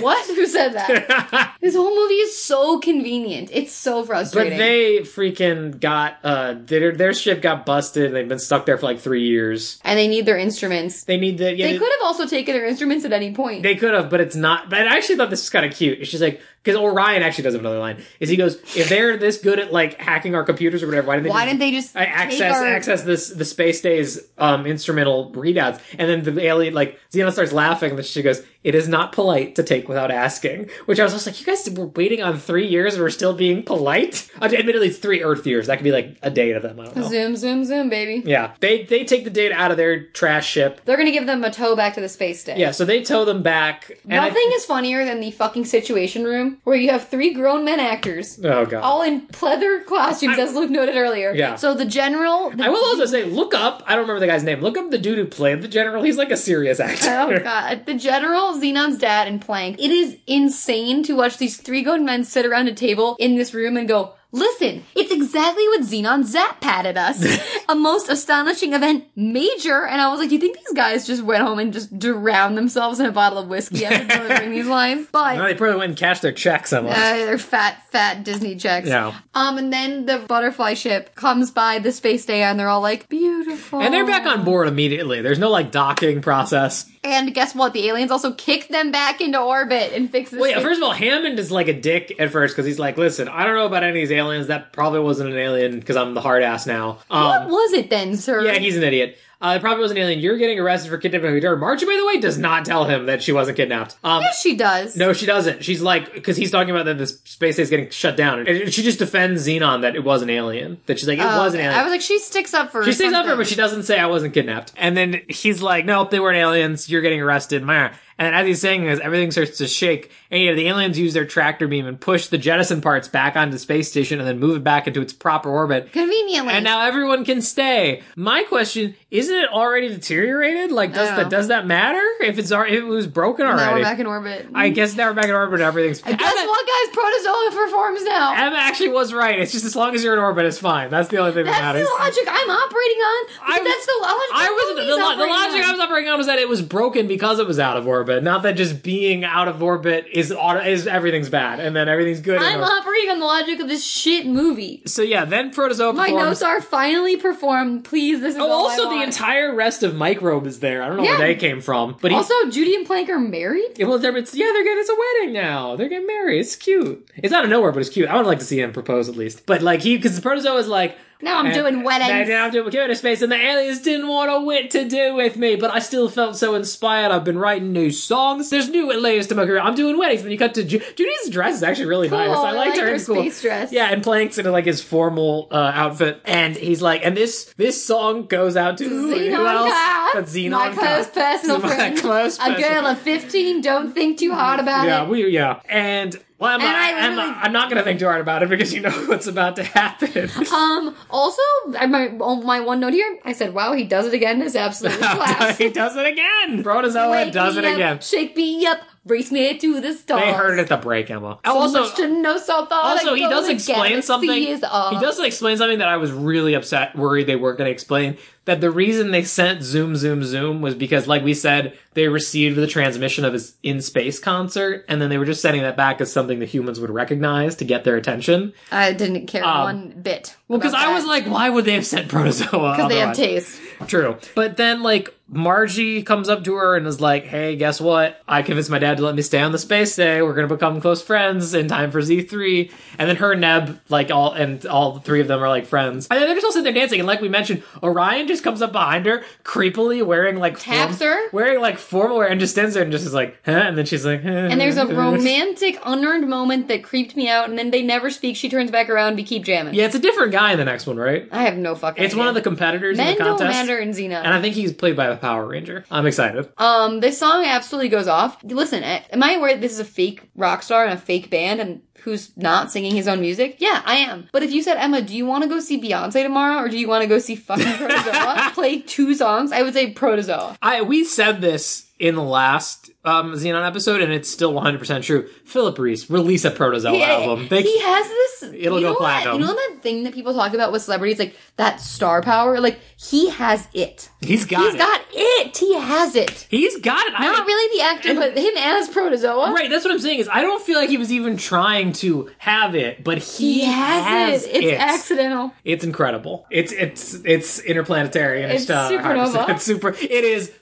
what? Who said that? This whole movie is so convenient. It's so
But
frustrating.
they freaking got uh their their ship got busted. and They've been stuck there for like three years.
and they need their instruments.
They need the yeah,
They could have also taken their instruments at any point.
They could have, but it's not. But I actually thought this was kind of cute. She's like, because Orion actually does have another line. Is he goes, if they're this good at like hacking our computers or whatever, why didn't they?
Why
just-
didn't they just
I
take
access
our-
access this the space days um instrumental readouts, and then the alien like Xena starts laughing, and then she goes, "It is not polite to take without asking." Which I was just like, "You guys were waiting on three years, and we're still being polite." Uh, Admittedly, it's three Earth years. That could be like a day to them. I don't know.
Zoom, zoom, zoom, baby.
Yeah, they they take the data out of their trash ship.
They're gonna give them a tow back to the space day.
Yeah, so they tow them back. and I-
Nothing is funnier than the fucking situation room where you have three grown men actors.
oh god.
All in pleather costumes, as Luke noted earlier.
Yeah.
So the general. the-
I will also say, look up. I don't remember the guy's name. Look up the dude who played the general. He's like a serious actor.
Oh god, the general, Xenon's dad, and Plank. It is insane to watch these three grown men sit around a table in this room and go, "Listen, it's exactly what Xenon Zap patted us." a most astonishing event, major. And I was like, "You think these guys just went home and just drowned themselves in a bottle of whiskey after delivering these lines?" But
No, they probably went and cashed their checks on
Uh,
us.
they're fat, fat Disney checks.
Yeah.
Um, and then the butterfly ship comes by the space day, and they're all like, beautiful.
And they're back on board immediately. There's no like docking process.
And guess what? The aliens also kick them back into orbit and fix this.
Well, yeah,
ship.
first of all, Hammond is like a dick at first because he's like, listen, I don't know about any of these aliens. That probably wasn't an alien because I'm the hard ass now.
what
Um,
was it then, sir?
yeah, he's an idiot. Uh, it probably was an alien. You're getting arrested for kidnapping your daughter. Marjorie, by the way, does not tell him that she wasn't kidnapped. Um,
Yes, she does.
No, she doesn't. She's like, because he's talking about that this space state's getting shut down, and she just defends Xenon that it was an alien. That she's like, it
Oh,
was an
okay.
alien.
I was like, she sticks up for.
she stays up for her,
something.
but she doesn't say I wasn't kidnapped. And then he's like, nope, they weren't aliens. You're getting arrested. Meh. And as he's saying this, everything starts to shake, and yeah, the aliens use their tractor beam and push the jettison parts back onto the space station, and then move it back into its proper orbit.
conveniently.
And now everyone can stay. My question: Isn't it already deteriorated? Like, does
No.
that does that matter if it's already if it was broken
Now
already?
we're back in orbit.
I guess now we're back in orbit. Everything's.
guess what, guys? Protozoa performs now.
Emma actually was right. It's just as long as you're in orbit, it's fine. That's the only thing
that's
that matters.
the logic I'm operating
I
on. But
was-
that's the logic.
I was
movie's
the, lo- the
operating
logic
on.
I was operating on was that it was broken because it was out of orbit. Not that just being out of orbit is auto, is everything's bad, and then everything's good. in
I'm
orbit.
operating on the logic of this shit movie.
so yeah, then protozoa.
My
performs-
notes are finally performed. Please, this is
Oh,
all I
also the
want.
entire rest of Microbe is there. I don't know
Yeah.
where they came from, but he,
Also, Judy and Plank are married.
well, they're, it's, yeah, they're getting it's a wedding now. They're getting married. It's cute. It's out of nowhere, but it's cute. I would like to see him propose at least. But like he, because the protozoa is like,
Now I'm doing weddings.
Now I'm doing computer space, and the aliens didn't want a whit to do with me, but I still felt so inspired. I've been writing new songs. There's new layers to my career. I'm doing weddings. Then you cut to Ju- Judy's dress is actually really
Cool,
nice. I
I
liked
like
her,
her
in school.
space dress.
Yeah, and Plank's in like his formal uh, outfit, and he's like, and this this song goes out to
Xenon
who else?
Cat,
But Xenon
my close
Cat.
personal
My
friend,
close
a
personal- Mm-hmm.
girl of 15. Don't think too hard about
Yeah,
it.
we yeah, and. Well, I'm,
And
not,
I
I'm,
literally-
not, I'm not gonna think too hard about it because you know what's about to happen.
um. Also, I- my oh, my one note here. I said, "Wow, he does it again. This absolute class."
he does it again. Protozoa
Wake
does it
me up,
again.
Shake me up. Race me to the stars.
They heard it at the break, Emma.
Also,
also,
much to know, so far.
also
I
he
go
does
to
explain
galaxy
something. He
Is all.
does explain something that I was really upset, worried they weren't going to explain. That the reason they sent Zoom, Zoom, Zoom was because, like we said, they received the transmission of his in space concert, and then they were just sending that back as something the humans would recognize to get their attention.
I didn't care one bit.
Um, Well, because I was like, why would they have sent Protozoa?
because they have
otherwise?
taste.
True. But then, like, Margie comes up to her and is like, hey, guess what? I convinced my dad to let me stay on the space day. We're going to become close friends in time for Z3. And then her and Neb, like, all, and all the three of them are, like, friends. And then they're just all sitting there dancing. And like we mentioned, Orion just comes up behind her, creepily wearing, like,
Taps her?
Wearing, like, formal wear and just stands there and just is like, huh? And then she's like, huh?
And there's a romantic, unearned moment that creeped me out, and then they never speak. She turns back around, we keep jamming.
Yeah, it's a different guy in the next one, right?
I have no fucking.
It's one of the competitors
men
in the contest.
don't matter in Xena.
And I think he's played by a Power Ranger. I'm excited.
um, this song absolutely goes off. Listen, I- am I aware that this is a fake rock star and a fake band and who's not singing his own music? Yeah, I am. But if you said Emma, do you want to go see Beyonce tomorrow or do you want to go see fucking Protozoa play two songs? I would say Protozoa.
I we said this in the last um, Xenon episode, and it's still 100 percent true. Philip Reese release a Protozoa album. They,
he has this.
It'll
you
go
know that-
platinum.
you know that thing that people talk about with celebrities, like that star power. Like he has it.
he's got
He's
it.
got it. He has it.
he's got it. I
Not
don't-
really the actor, but him as Protozoa.
Right, that's what I'm saying is I don't feel like he was even trying to have it, but he,
He has, it. It's
it.
accidental.
It's incredible. It's it's it's interplanetary and it's,
It's
uh, hard to say.
supernova.
It's super. It is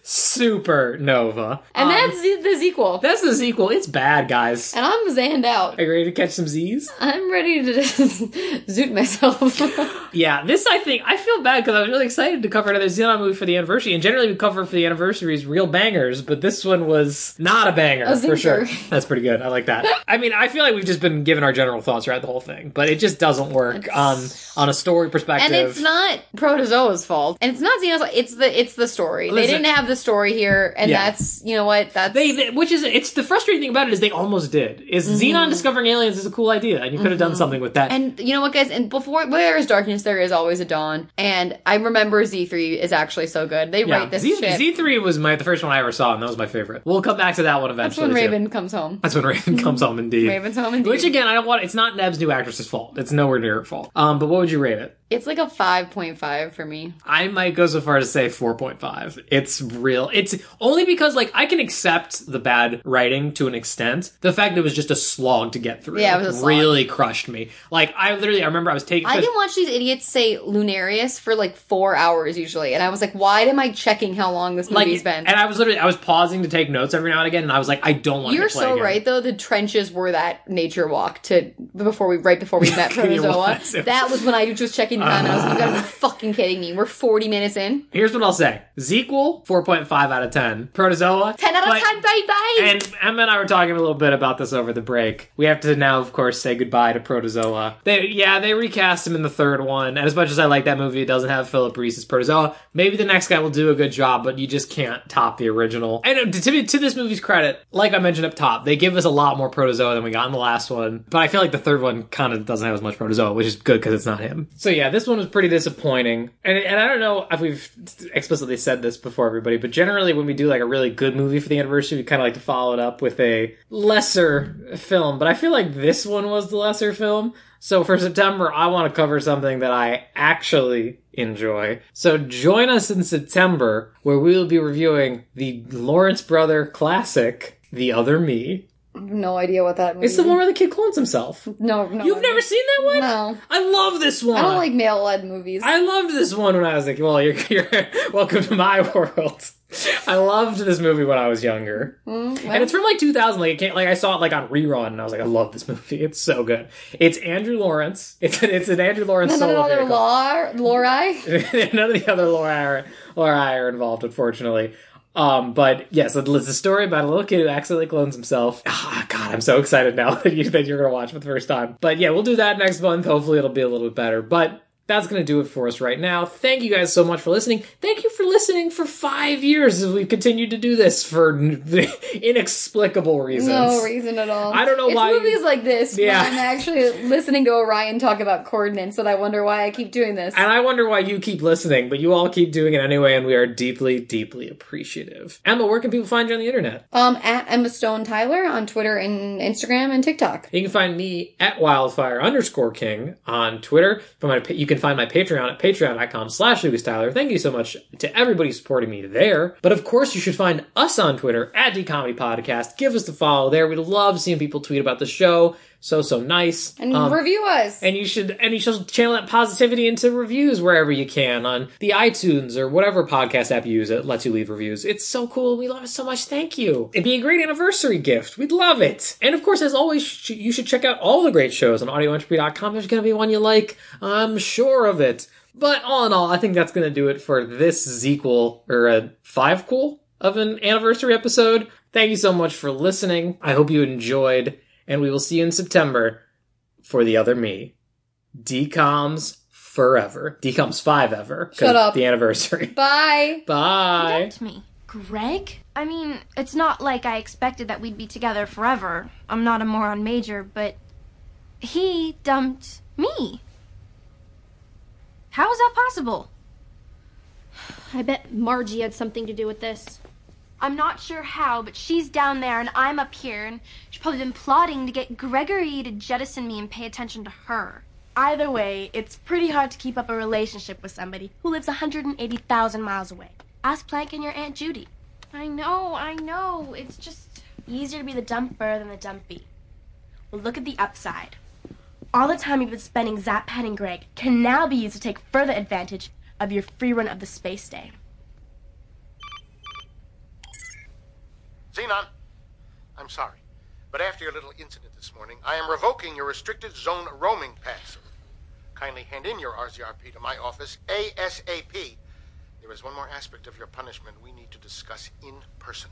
supernova, Um,
And that's the, the sequel.
that's the sequel. It's bad, guys.
and I'm zanned out.
Are you ready to catch some Z's?
I'm ready to just zoot myself.
Yeah, this I think I feel bad because I was really excited to cover another Xenon movie for the anniversary, and generally we cover for the anniversaries real bangers, but this one was not a banger for
zinger.
sure. That's pretty good. I like that. I mean, I feel like we've just been given our general thoughts throughout the whole thing, but it just doesn't work on on a story perspective.
and it's not Protozoa's fault. And it's not Xeno's fault. It's the it's the story. they
Listen.
didn't have the story here, and
Yeah.
that's you know what that's
They, they- which is it's the frustrating thing about it is they almost did. Is Xenon discovering aliens is a cool idea, and you could have done something with that.
Mm-hmm. And you know what, guys? And before where there is darkness, there is always a dawn. And I remember Z three is actually so good. They
yeah,
write this
Z,
shit.
Z3 was my the first one I ever saw, and that was my favorite. We'll come back to that one
that's
eventually.
when
too.
Raven comes home.
That's when Raven comes home, indeed.
Raven's home and
Which again, I don't want. It's not Neb's new actress's fault. It's nowhere near her fault. Um, but what would you rate it?
it's like a five point five for me.
I might go so far to say four point five. It's real. It's only because like I can accept the bad writing to an extent. The fact that it was just a slog to get through,
Yeah, it was a slog.
really crushed me. Like I literally, I remember I was taking.
I can watch these idiots say Lunarius for like four hours usually, and I was like, why am I checking how long this
like,
movie's been?
and I was literally, I was pausing to take notes every now and again, and I was like, I don't want.
You're
to play
so
again.
right though. The trenches were that nature walk to before we right before we met
It
Protozoa.
was, Uh-huh. it was.
that was when I was checking the time. and I was like, you gotta be fucking kidding me. We're 40 minutes in.
Here's what I'll say: Zequel, four point five out of ten. Protozoa,
10 out of
but-
10, bye bye.
And Emma and I were talking a little bit about this over the break. We have to now, of course, say goodbye to Protozoa. They, yeah, they recast him in the third one. And as much as I like that movie, it doesn't have Philip Reese's Protozoa. Maybe the next guy will do a good job, but you just can't top the original. And uh, to, to, to this movie's credit, like I mentioned up top, they give us a lot more Protozoa than we got in the last one. But I feel like the third one kind of doesn't have as much Protozoa, which is good because it's not him. So yeah, this one was pretty disappointing. And, and I don't know if we've explicitly said this before, everybody, but generally when we do like a really good movie for the anniversary, wish we kind of like to follow it up with a lesser film, but I feel like this one was the lesser film. So for September, I want to cover something that I actually enjoy. So join us in September where we will be reviewing the Lawrence Brother classic, The Other Me.
No idea what that means.
It's the one where the kid clones himself.
No, no.
You've never seen that one?
Oh, No.
I love this one.
I don't like male led movies.
I loved this one when I was like, well, you're, you're welcome to my world. I loved this movie when I was younger, and it's from like 2000. Like, it can't, like I saw it like on rerun, and I was like, I love this movie. It's so good. It's Andrew Lawrence. It's an, it's an Andrew Lawrence
None of the
solo
other
vehicle.
law, Lori.
None of the other Laura Laura I are involved, unfortunately. Um, but yes, it's it's a story about a little kid who accidentally clones himself. Ah, God, I'm so excited now that you that you're gonna watch it for the first time. But yeah, we'll do that next month. Hopefully, it'll be a little bit better. But that's gonna do it for us right now. Thank you guys so much for listening. Thank you for listening for five years as we've continued to do this for inexplicable reasons.
No reason at all.
I don't know
it's
why you-
movies like this.
Yeah.
Yeah. I'm actually listening to Orion talk about coordinates, and I wonder why I keep doing this.
And I wonder why you keep listening, but you all keep doing it anyway, and we are deeply, deeply appreciative. Emma, where can people find you on the internet?
Um, at Emma Stone Tyler on Twitter and Instagram and TikTok.
You can find me at wildfire underscore king on Twitter. From my, you can find my Patreon at patreon.com slash Lucas Tyler. Thank you so much to everybody supporting me there. But of course, you should find us on Twitter at Comedy Podcast. Give us the follow there. We love seeing people tweet about the show. So, so nice.
And
Um,
review us.
and you should and you should channel that positivity into reviews wherever you can on the iTunes or whatever podcast app you use that lets you leave reviews. It's so cool. We love it so much. Thank you. It'd be a great anniversary gift. We'd love it. And of course, as always, sh- you should check out all the great shows on audioentropy.com. There's going to be one you like. I'm sure of it. But all in all, I think that's going to do it for this sequel or a five cool of an anniversary episode. Thank you so much for listening. I hope you enjoyed, and we will see you in September for the other me. Decoms forever. Decoms five ever. 'cause
Shut up.
The anniversary.
Bye.
Bye.
to me. Greg? I mean, it's not like I expected that we'd be together forever. I'm not a moron major, but he dumped me. How is that possible?
I bet Margie had something to do with this.
I'm not sure how, but she's down there and I'm up here, and she's probably been plotting to get Gregory to jettison me and pay attention to her. Either way, it's pretty hard to keep up a relationship with somebody who lives 180,000 miles away. Ask Plank and your Aunt Judy.
I know, I know. It's just.
Easier to be the dumper than the dumpy. Well, look at the upside. All the time you've been spending zap patting Greg can now be used to take further advantage of your free run of the space day.
Xenon, I'm sorry, but after your little incident this morning, I am revoking your restricted zone roaming pass. Kindly hand in your RZRP to my office ASAP. There is one more aspect of your punishment we need to discuss in person.